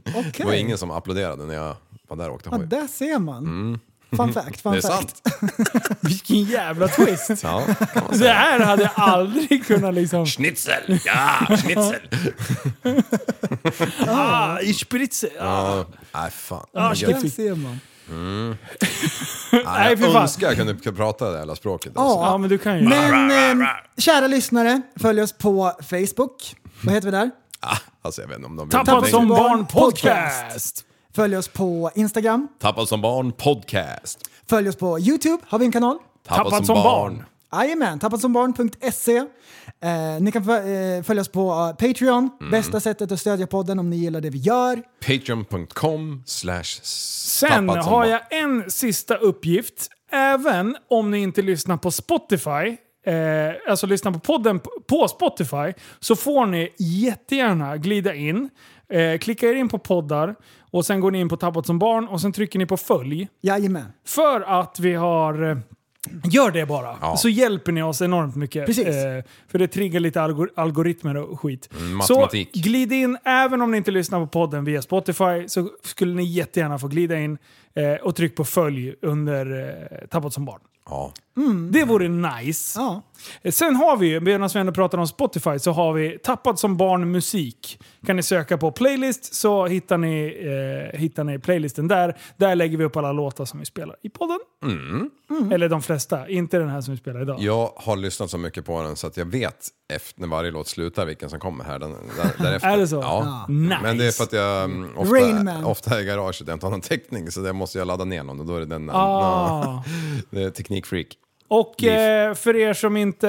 Speaker 6: Det
Speaker 1: Okej.
Speaker 6: var ingen som applåderade när jag var där och åkte
Speaker 1: Ja,
Speaker 6: hoj.
Speaker 1: där ser man. Fun fact, fun
Speaker 6: Mm. Det är
Speaker 1: fact.
Speaker 6: sant.
Speaker 5: Vilken jävla
Speaker 6: [laughs]
Speaker 5: twist.
Speaker 6: Ja, kan man
Speaker 5: Det
Speaker 6: säga.
Speaker 5: här hade jag aldrig kunnat liksom...
Speaker 6: Schnitzel! Ja, schnitzel!
Speaker 5: Ah, ich spritze. Ah.
Speaker 6: Ja, nej fan.
Speaker 5: Ah,
Speaker 6: Gött.
Speaker 1: Där ser man.
Speaker 5: Nej,
Speaker 6: Nej,
Speaker 5: fy
Speaker 6: jag
Speaker 5: fan.
Speaker 6: önskar jag kunde prata det jävla språket. alltså.
Speaker 5: Ja, men du kan ju.
Speaker 1: Men eh, kära lyssnare, följ oss på Facebook. Vad heter vi där?
Speaker 6: Ah, [laughs] alltså jag vet inte om de vill
Speaker 5: Tappad
Speaker 6: det.
Speaker 5: som barn podcast.
Speaker 1: podcast. Följ oss på Instagram.
Speaker 6: Tappad som barn podcast.
Speaker 1: Följ oss på YouTube. Har vi en kanal?
Speaker 5: Tappad som barn.
Speaker 1: Jajamän, tappatsombarn.se. Eh, ni kan fö- eh, följa oss på eh, Patreon.
Speaker 6: Mm.
Speaker 1: Bästa sättet att stödja podden om ni gillar det vi gör.
Speaker 6: Patreon.com slash
Speaker 5: Sen har jag en sista uppgift. Även om ni inte lyssnar på Spotify, eh, alltså lyssnar på podden p- på Spotify, så får ni jättegärna glida in, eh, klicka er in på poddar och sen går ni in på Tappat som barn och sen trycker ni på följ.
Speaker 1: Jajamän.
Speaker 5: För att vi har... eh, Gör det bara,
Speaker 6: Ja.
Speaker 5: så hjälper ni oss enormt mycket. eh,
Speaker 1: Precis.
Speaker 5: för det triggar lite algor- algoritmer och skit.
Speaker 6: Mm, matematik.
Speaker 5: Så glid in, även om ni inte lyssnar på podden via Spotify, så skulle ni jättegärna få glida in eh, och tryck på följ under eh, Tappat som barn.
Speaker 6: Ja.
Speaker 5: Det vore nice.
Speaker 1: Ja.
Speaker 5: Sen har vi ju, medan vi ändå pratar om Spotify, så har vi Tappad som barn musik. Kan ni söka på playlist så hittar ni, eh, hittar ni playlisten där. Där lägger vi upp alla låtar som vi spelar i podden.
Speaker 6: Mm.
Speaker 5: Mm. Eller de flesta, inte den här som vi spelar idag.
Speaker 6: Jag har lyssnat så mycket på den så att jag vet efter, när varje låt slutar vilken som kommer här den,
Speaker 5: [laughs]
Speaker 6: där, därefter.
Speaker 5: Är det så?
Speaker 6: Ja.
Speaker 5: Nice.
Speaker 6: Men det är för att jag mm,
Speaker 1: Rain Man.
Speaker 6: ofta, ofta är i garaget jag inte har någon täckning så där måste jag ladda ner någon och då är det den.
Speaker 5: Ah.
Speaker 6: [laughs] Det är teknikfreak.
Speaker 5: Och
Speaker 6: Liv.
Speaker 5: eh, för er som inte...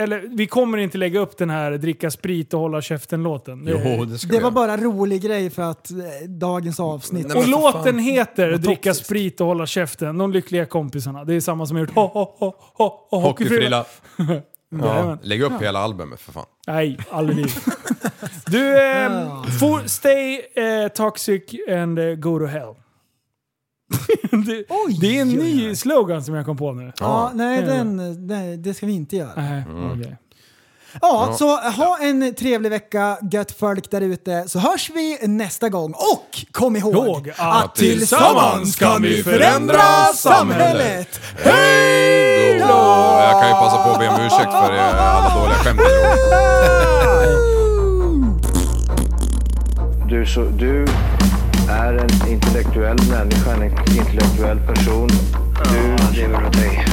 Speaker 5: Eller vi kommer inte lägga upp den här dricka sprit och hålla käften-låten.
Speaker 6: Jo, det ska
Speaker 1: Det var
Speaker 6: vi göra.
Speaker 1: bara en rolig grej för att eh, dagens avsnitt.
Speaker 6: Nej,
Speaker 5: Och
Speaker 6: men för fan.
Speaker 5: låten heter Dricka
Speaker 6: toxiskt.
Speaker 5: sprit och hålla käften. De lyckliga kompisarna. Det är samma som har gjort ho, ho, ho, ho, ho, hockeyfrilla.
Speaker 6: Hockeyfrilla. Ja.
Speaker 5: [laughs] Jajamän.
Speaker 6: Lägg upp hela albumet för fan.
Speaker 5: Nej,
Speaker 6: [laughs]
Speaker 5: aldrig. Du, eh, for, stay eh, toxic and eh, go to hell. [laughs] det,
Speaker 1: Oj,
Speaker 5: det är en
Speaker 1: oj, oj.
Speaker 5: ny slogan som jag kom på nu.
Speaker 1: Ja, nej,
Speaker 5: det är
Speaker 1: den, nej, det ska vi inte göra.
Speaker 5: Nej,
Speaker 6: Mm.
Speaker 5: okej.
Speaker 1: Ja, så ha en trevlig vecka, gött folk där ute, så hörs vi nästa gång. Och kom ihåg
Speaker 5: Ihåg att
Speaker 1: att tillsammans kan vi förändra samhället!
Speaker 6: Hej då! Jag kan ju passa på att be om ursäkt för eh, alla dåliga skämt jag gjorde.
Speaker 2: Du, så, du är en intellektuell människa, en intellektuell person. Du lever av dig.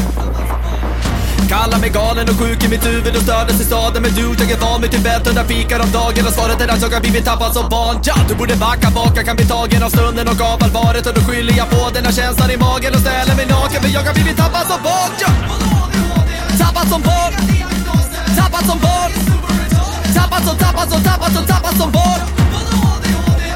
Speaker 3: Kallar mig galen och sjuk i mitt huvud och stördes i staden Men du, jag är van vid Tibet och där fikar om dagen Och svaret är att jag har blivit tappad som barn ja, Du borde backa bak, jag kan bli tagen av stunden och av allvaret Och då skyller jag på den här känslan i magen och ställer mig naken För jag har blivit tappad som barn ja. Tappad som barn Tappad som barn Tappad som, tappad som, tappad som, tappad som barn